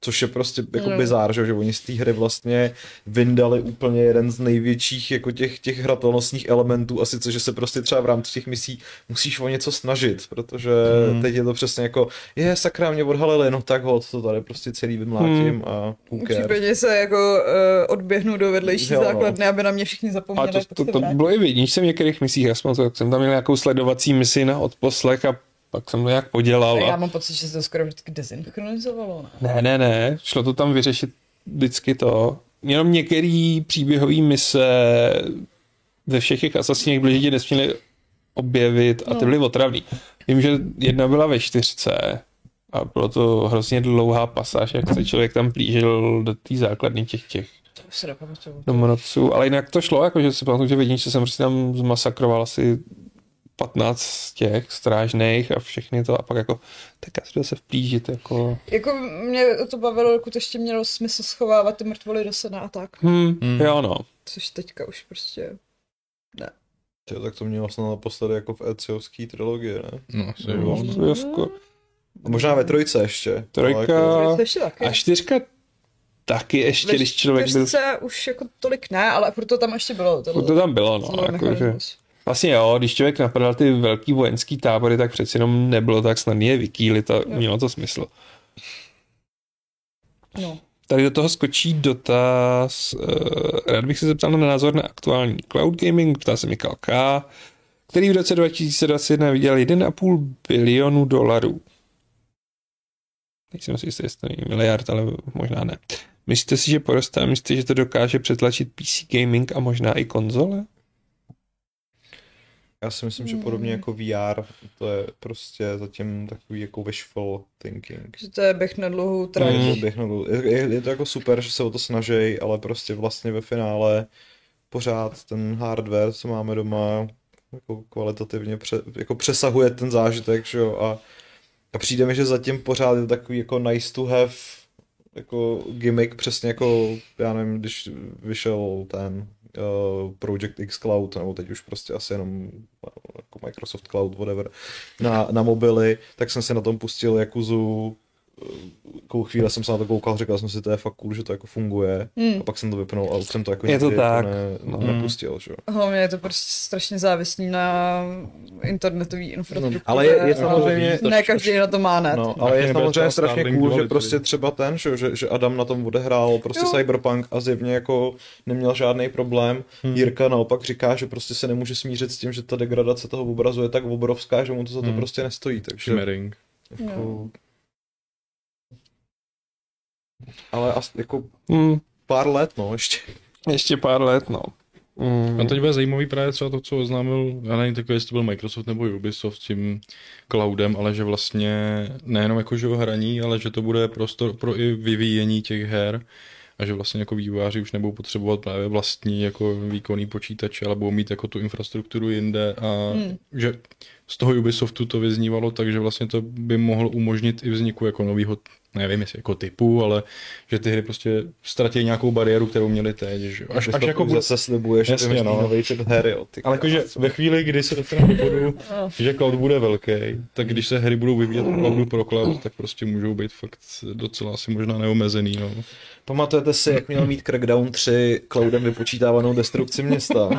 Speaker 3: Což je prostě jako
Speaker 2: No.
Speaker 3: no. bizár, že, jo, že oni z té hry vlastně vyndali úplně jeden z největších jako těch, těch hratelnostních elementů a sice, že se prostě třeba v rámci těch misí musíš o něco snažit, protože hmm. teď je to přesně jako, je sakra mě odhalili, no tak hod, to tady prostě celý vymlátím hmm. a who
Speaker 2: V
Speaker 3: cares.
Speaker 2: případě se jako uh, odběhnu do vedlejší
Speaker 3: Jo, no.
Speaker 2: základny, aby na mě všichni
Speaker 1: A
Speaker 2: zapomněli.
Speaker 1: to,
Speaker 2: pak
Speaker 1: to,
Speaker 2: se
Speaker 1: to
Speaker 2: vrátím.
Speaker 1: bylo i v jedničce v některých misích, aspoň tak jsem tam měl nějakou sledovací misi na odposlech a pak jsem to nějak
Speaker 2: A
Speaker 1: podělal.
Speaker 2: já
Speaker 1: A...
Speaker 2: mám pocit, že se to skoro vždycky dezynchronizovalo. Ne?
Speaker 1: Ne, ne, ne, šlo to tam vyřešit vždycky to. Jenom některý příběhový mise ve všech těch asasinech byly, že tě nesměli objevit a ty byly otravný. Vím, že jedna byla ve čtyřce a bylo to hrozně dlouhá pasáž, jak se člověk tam plížil do té základny těch těch
Speaker 2: To už se nepamatuju.
Speaker 1: domorodců, ale jinak to šlo, jakože si pamatuju, že v jedničce jsem prostě tam zmasakroval asi 15 těch strážných a všechny to a pak jako tak asi jde se vplížit jako
Speaker 2: Jako mě to bavilo, dokud ještě mělo smysl schovávat ty mrtvoly do sena a tak.
Speaker 1: hmm,
Speaker 4: Hmm.
Speaker 1: hmm. jo no.
Speaker 2: Což teďka už prostě...
Speaker 3: Tě, tak to mělo snad naposledy jako v Eciovský trilogii, ne?
Speaker 4: No, asi jo.
Speaker 1: Jo,
Speaker 4: no.
Speaker 1: jo, jako-
Speaker 3: A možná ve trojce ještě.
Speaker 1: Trojka.
Speaker 3: Ale jako
Speaker 2: To
Speaker 1: A-
Speaker 2: je to ještě taky.
Speaker 1: A čtyřka taky ještě,
Speaker 2: Ve
Speaker 1: když člověk byl,
Speaker 2: čtyřce už jako tolik ne, ale furt to tam ještě bylo.
Speaker 1: furt to tam bylo, no, jako, že, vlastně jo, když člověk napadal ty velký vojenský tábory, tak přeci jenom nebylo tak snadné je vykýlit a mělo to smysl.
Speaker 2: No.
Speaker 1: Tady do toho skočí dotaz, eh, rád bych se zeptal na názor na aktuální cloud gaming, ptá se Mikal K., který v roce 2021 viděl 1,5 bilionu dolarů. Nejsem si jistý, jestli to není miliard, ale možná ne. Myslíte si, že poroste a myslíte, že to dokáže přetlačit PC gaming a možná i konzole?
Speaker 3: Já si myslím, že podobně jako VR, to je prostě zatím takový jako wishful thinking.
Speaker 2: že to je běh na dlouhou trať.
Speaker 1: Mm.
Speaker 3: Je to běh na dlouho. Je, je, je to jako super, že se o to snaží, ale prostě vlastně ve finále pořád ten hardware, co máme doma, jako kvalitativně pře, jako přesahuje ten zážitek, že jo, a, a přijde mi, že zatím pořád je to takový jako nice to have, jako gimmick, přesně jako, já nevím, když vyšel ten uh, Project X Cloud, nebo teď už prostě asi jenom jako Microsoft Cloud, whatever, na, na mobily, tak jsem si na tom pustil Jakuzu, Kou chvíle jsem se na to koukal, říkal jsem si, to je fakt cool, že to jako funguje.
Speaker 2: Hmm.
Speaker 3: A pak jsem to vypnul a už jsem to jako
Speaker 1: Je to
Speaker 3: nikdy
Speaker 1: tak,
Speaker 3: Jako
Speaker 1: no.
Speaker 3: ne, nepustil, že jo.
Speaker 2: Hlavně je to prostě strašně závislý na internetový infrastruktuře.
Speaker 3: No, ale je- je samozřejmě-
Speaker 2: Ne každý na to má net.
Speaker 3: No, ale je
Speaker 4: Taky nebyl
Speaker 3: samozřejmě
Speaker 4: třeba
Speaker 3: strašně
Speaker 4: Starlink
Speaker 3: cool, že
Speaker 4: dovolit,
Speaker 3: prostě
Speaker 4: tedy.
Speaker 3: třeba ten, že, jo, že, že Adam na tom odehrál prostě
Speaker 2: Jo.
Speaker 3: Cyberpunk a zjevně jako neměl žádný problém. Hmm. Jirka naopak říká, že prostě se nemůže smířit s tím, že ta degradace toho obrazu je tak obrovská, že mu to za to
Speaker 4: Hmm.
Speaker 3: prostě nestojí, takže...
Speaker 4: Shimmering.
Speaker 2: No.
Speaker 3: Jako... Ale as, jako
Speaker 1: Hmm,
Speaker 3: pár let, no, ještě.
Speaker 1: ještě pár let, no. Hmm.
Speaker 4: A teď bude zajímavý právě třeba to, co oznámil, já nevím, takové, jestli to byl Microsoft nebo Ubisoft s tím cloudem, ale že vlastně nejenom jako že o hraní, ale že to bude prostor pro i vyvíjení těch her a že vlastně jako vývojáři už nebudou potřebovat právě vlastní jako výkonný počítač, ale budou mít jako tu infrastrukturu jinde a
Speaker 2: Hmm.
Speaker 4: hmm. že z toho Ubisoftu to vyznívalo, takže vlastně to by mohlo umožnit i vzniku jako nového, nevím jestli jako typu, ale že ty hry prostě ztratí nějakou bariéru, kterou měly teď, že? jo. Až, až
Speaker 3: Vystupuj,
Speaker 4: jako bude,
Speaker 3: zase slibuješ, že
Speaker 4: Jasně,
Speaker 3: vymyslíš
Speaker 4: no.
Speaker 3: nový typ her, jo. Ty
Speaker 4: ale jako, jakože ve chvíli, kdy se dostaneme do bodu,
Speaker 2: No.
Speaker 4: že cloud bude velký, tak když se hry budou vyvíjet v cloudu pro cloud, tak prostě můžou být fakt docela asi možná neomezený. No.
Speaker 3: Pamatujete si, jak měl mít Crackdown 3 cloudem vypočítávanou destrukci města?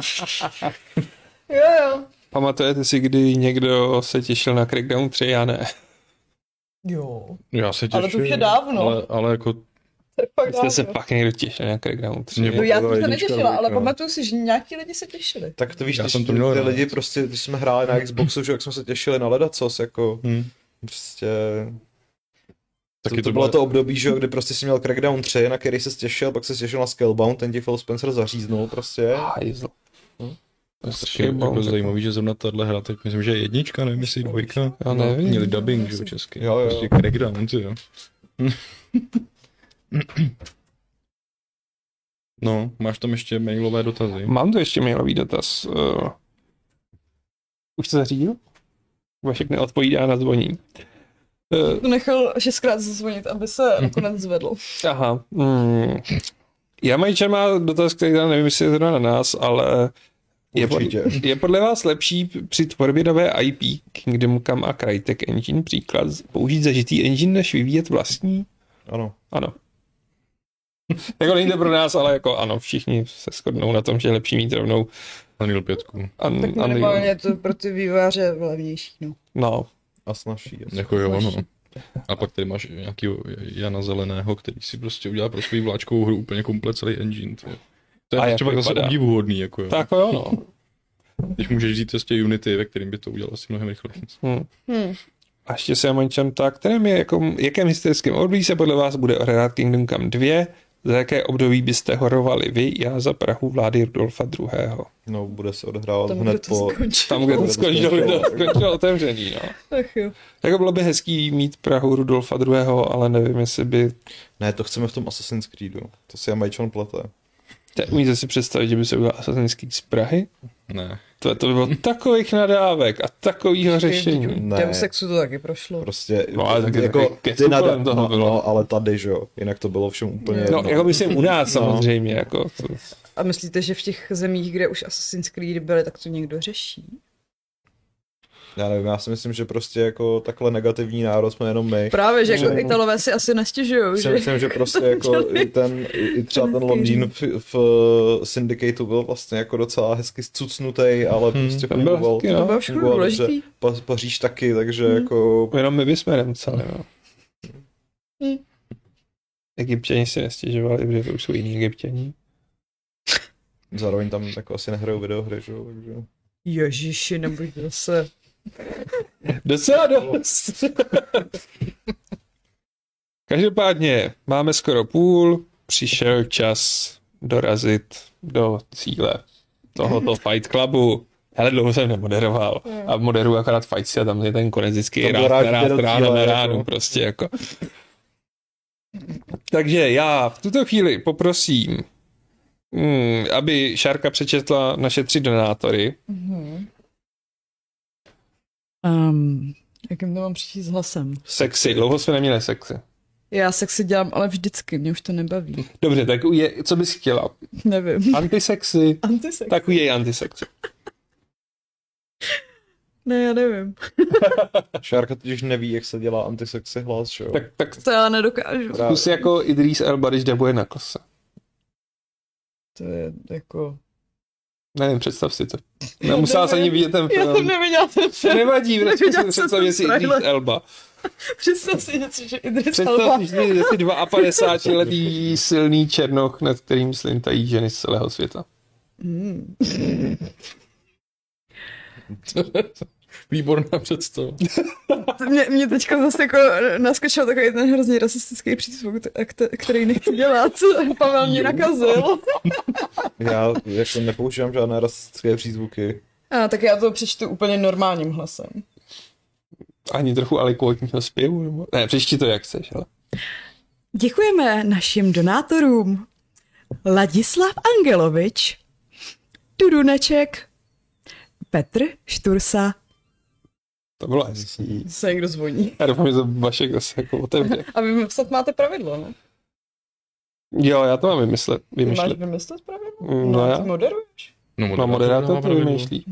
Speaker 2: Jo, jo.
Speaker 1: Pamatujete si, kdy někdo se těšil na Crackdown 3, já ne.
Speaker 2: Jo.
Speaker 4: Já se těším.
Speaker 2: Ale to už je dávno.
Speaker 4: Ale, ale jako
Speaker 2: To je fakt
Speaker 1: Jste se
Speaker 2: dávno.
Speaker 1: pak někdo těšil na Crackdown 3.
Speaker 2: No,
Speaker 4: Nebo-
Speaker 2: já jsem
Speaker 4: Byla
Speaker 2: se
Speaker 4: jednička,
Speaker 2: netěšila, ale
Speaker 4: dvojka, no.
Speaker 2: pamatuju si, že nějaký lidi se těšili.
Speaker 3: tak to víš,
Speaker 4: Já
Speaker 3: když
Speaker 4: jsem to měl
Speaker 3: ty
Speaker 4: rád.
Speaker 3: lidi prostě, když jsme hráli na Xboxu, že jak jsme se těšili na ledacos, jako
Speaker 4: hm,
Speaker 3: prostě...
Speaker 4: taky
Speaker 3: to, to bylo to období, že jo, kdy prostě si měl Crackdown 3, na který se těšil, pak se těšil na Scalebound, ten ti Phil Spencer zaříznul prostě.
Speaker 1: Hajzl.
Speaker 3: Hm?
Speaker 1: To je
Speaker 4: Taky
Speaker 1: strašně
Speaker 4: jako
Speaker 1: bomba.
Speaker 4: zajímavý, že zrovna tahle hra, tak myslím, že je jednička, nevím jestli dvojka. No,
Speaker 1: Já nevím.
Speaker 4: Měli dubbing, že jo, česky.
Speaker 3: Jo, jo.
Speaker 4: Prostě crackdown, ty jo. No, máš tam ještě mailové dotazy.
Speaker 1: Mám tu ještě mailový dotaz. eh. Už to zařídil? Vašek neodpovídá na zvoní. Eh,
Speaker 2: To nechal šestkrát zazvonit, aby se nakonec zvedl.
Speaker 1: Aha. Hmm. Jamajčan má dotaz, který tam nevím, jestli je zrovna na nás, ale je, pod,
Speaker 3: Určitě.
Speaker 1: je podle vás lepší při tvorbě nové IP Kingdom Come a Crytek Engine příklad použít zažitý engine, než vyvíjet vlastní?
Speaker 3: Ano.
Speaker 1: Ano. jako není to pro nás, ale jako ano, všichni se shodnou na tom, že je lepší mít rovnou
Speaker 4: Unreal 5.
Speaker 1: un,
Speaker 2: Tak
Speaker 1: Unreal.
Speaker 2: minimálně je to pro ty vývojáře levnější, no.
Speaker 1: No,
Speaker 3: A snaží.
Speaker 4: Jako jo, no.
Speaker 2: Máš-
Speaker 4: A pak tady máš nějakýho Jana Zeleného, který si prostě udělá pro svou vláčkovou hru úplně komplet celý engine. To je, to je
Speaker 1: A jak
Speaker 4: třeba zase
Speaker 1: vypadá?
Speaker 4: obdivuhodný, jako jo.
Speaker 1: tak jo, no.
Speaker 4: Když můžeš vzít prostě Unity, ve kterým by to udělal asi mnohem rychleji.
Speaker 2: Hm.
Speaker 1: A ještě se Mančem tak, kterém je, jako, jakém historickém období se podle vás bude hrát Kingdom Come 2? Za jaké období byste horovali vy, já za Prahu vlády Rudolfa II.
Speaker 3: No, bude se odehrávat
Speaker 2: Tam, kde
Speaker 3: hned
Speaker 2: to
Speaker 3: po...
Speaker 2: skončí.
Speaker 1: Tam, kde to skončilo, kde to skončilo otevření, no.
Speaker 2: Ach jo.
Speaker 1: Jako bylo by hezký mít Prahu Rudolfa II., ale nevím, jestli by...
Speaker 3: Ne, to chceme v tom Assassin's Creedu. To si Jamajčan plete.
Speaker 1: Te, umíte si představit, že by se udělal Assassin's Creed z Prahy?
Speaker 4: Ne.
Speaker 1: To, to by bylo takových nadávek a takovýho řešení.
Speaker 3: Ne.
Speaker 2: Deus Exu to taky prošlo.
Speaker 3: Prostě,
Speaker 1: No, ale taky takový
Speaker 3: ty
Speaker 1: kecu
Speaker 3: nada-
Speaker 1: kolem toho
Speaker 3: no,
Speaker 1: bylo.
Speaker 3: no, ale tady, že jo, jinak to bylo všem úplně
Speaker 1: No,
Speaker 3: jedno.
Speaker 1: jako myslím u nás samozřejmě, jako to,
Speaker 2: A myslíte, že v těch zemích, kde už Assassin's Creed byly, tak to někdo řeší?
Speaker 3: Já nevím, já si myslím, že prostě jako takhle negativní národ jsme jenom my.
Speaker 2: Právě, že jako
Speaker 3: Že-
Speaker 2: Italové si asi nestěžují,
Speaker 3: Si
Speaker 2: že?
Speaker 3: myslím, že prostě jako i ten, i i třeba ten Londýn v, v Syndicateu byl vlastně jako docela hezky zcucnutej, ale
Speaker 4: Hmm,
Speaker 3: prostě
Speaker 1: tam byl hezky,
Speaker 2: To
Speaker 1: no.
Speaker 2: bylo všechno
Speaker 3: fungoval dobře.
Speaker 2: důležitý.
Speaker 3: Pa, Paříž taky, takže
Speaker 2: Hmm.
Speaker 3: jako
Speaker 1: Jenom my bychom nemcali, no.
Speaker 2: Hm.
Speaker 1: Egyptěni si nestěžovali, protože to už jsou jiní egyptěni.
Speaker 3: zároveň tam jako asi nehrajou videohry, že jo, takže...
Speaker 2: Ježiši, nebuď zase.
Speaker 1: Docela dost. Každopádně máme skoro půl, přišel čas dorazit do cíle tohoto Fight Clubu. Hele, dlouho jsem nemoderoval a moderuju akorát Fight a tam je ten konec vždycky
Speaker 3: To
Speaker 1: rád,
Speaker 3: bylo rád,
Speaker 1: rád,
Speaker 3: že
Speaker 1: rád,
Speaker 3: jde do
Speaker 1: ráno
Speaker 3: cíle,
Speaker 1: na
Speaker 3: jako.
Speaker 1: ránu prostě jako. Takže já v tuto chvíli poprosím, mm, aby Šárka přečetla naše tři donátory.
Speaker 2: Mhm. Um, jakým to mám přijít s hlasem?
Speaker 1: Sexy, dlouho jsme neměli sexy.
Speaker 2: Já sexy dělám, ale vždycky, mě už to nebaví.
Speaker 1: Dobře, tak je, co bys chtěla?
Speaker 2: Nevím.
Speaker 1: Antisexy.
Speaker 2: Antisex. Tak.
Speaker 1: Takový je antisexy.
Speaker 2: Ne, já nevím.
Speaker 3: Šárka totiž neví, jak se dělá antisexy hlas, že jo.
Speaker 1: Tak, tak
Speaker 2: To já nedokážu.
Speaker 3: Právě.
Speaker 1: zkus jako Idris Elba, když debuje na kose.
Speaker 2: To je jako...
Speaker 1: Nevím, představ si to. Nemusela se ani vidět ten
Speaker 2: Já jsem
Speaker 1: film.
Speaker 2: neviděla ten film.
Speaker 1: Nevadí, prostě
Speaker 2: Neviděla
Speaker 1: si
Speaker 2: jsem
Speaker 1: představě
Speaker 2: ten
Speaker 1: si Idris
Speaker 2: trailer.
Speaker 1: Elba.
Speaker 2: Představ si něco, že Idris Elba.
Speaker 1: Představ si, že jsi 52 letý silný černoch, nad kterým slintají ženy z celého světa.
Speaker 2: Hmm.
Speaker 4: Výborná představa.
Speaker 2: To Mě, mě teďka zase jako naskočil takový ten hrozně rasistický přízvuk, t- kte- který nechci dělat. Pavel mě nakazil.
Speaker 3: Já jako nepoužívám žádné rasistické přízvuky.
Speaker 2: A, tak já to přečtu úplně normálním hlasem.
Speaker 1: Ani trochu alikvotního zpěvu, nebo? Ne, příští to jak chceš, ale.
Speaker 2: Děkujeme našim donátorům. Ladislav Angelovič, Turuneček, Petr Štursa.
Speaker 1: To bylo hezký.
Speaker 2: Se někdo zvoní.
Speaker 1: Já doufám, že to Vašek zase jako otevře.
Speaker 2: A vy snad máte pravidlo, no? ne?
Speaker 1: Jo, já to mám vymyslet,
Speaker 2: Ty máš
Speaker 1: vymýšlet.
Speaker 2: vymyslet pravidlo?
Speaker 1: Mm, No já,
Speaker 2: Ty moderuješ?
Speaker 4: No,
Speaker 1: no moderátor to
Speaker 4: dává pravidlo.
Speaker 1: vymýšlí.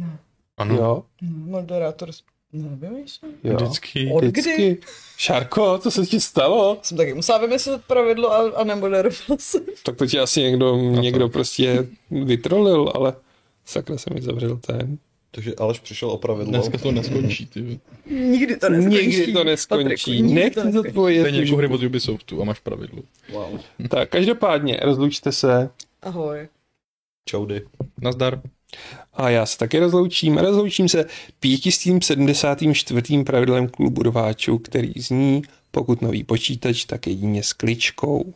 Speaker 4: Ano, jo.
Speaker 1: Jo,
Speaker 2: No, moderátor s- nevymýšlí.
Speaker 1: jo.
Speaker 4: vždycky.
Speaker 2: Od kdy?
Speaker 1: Vždycky. Šárko, co se ti stalo?
Speaker 2: Jsem taky musela vymyslet pravidlo a, a nemoderoval jsem.
Speaker 1: Tak to ti asi někdo, někdo prostě vytrolil, ale sakra se mi zavřel ten.
Speaker 3: Takže Aleš přišel o pravidlo.
Speaker 4: Dneska to neskončí, ty.
Speaker 2: Nikdy to neskončí.
Speaker 1: Nikdy to neskončí.
Speaker 2: Patriku, nikdy to
Speaker 1: Nechci
Speaker 2: neskončí.
Speaker 4: To je
Speaker 1: zodpovědět.
Speaker 4: jako hry od Ubisoftu a máš pravidlo.
Speaker 3: Wow.
Speaker 1: Tak, každopádně, rozlučte se
Speaker 2: Ahoj.
Speaker 3: Čaudy.
Speaker 4: Nazdar.
Speaker 1: a já se taky rozloučím. Rozloučím se 574. pravidlem klubu rváčů, který zní, pokud nový počítač, tak jedině s kličkou.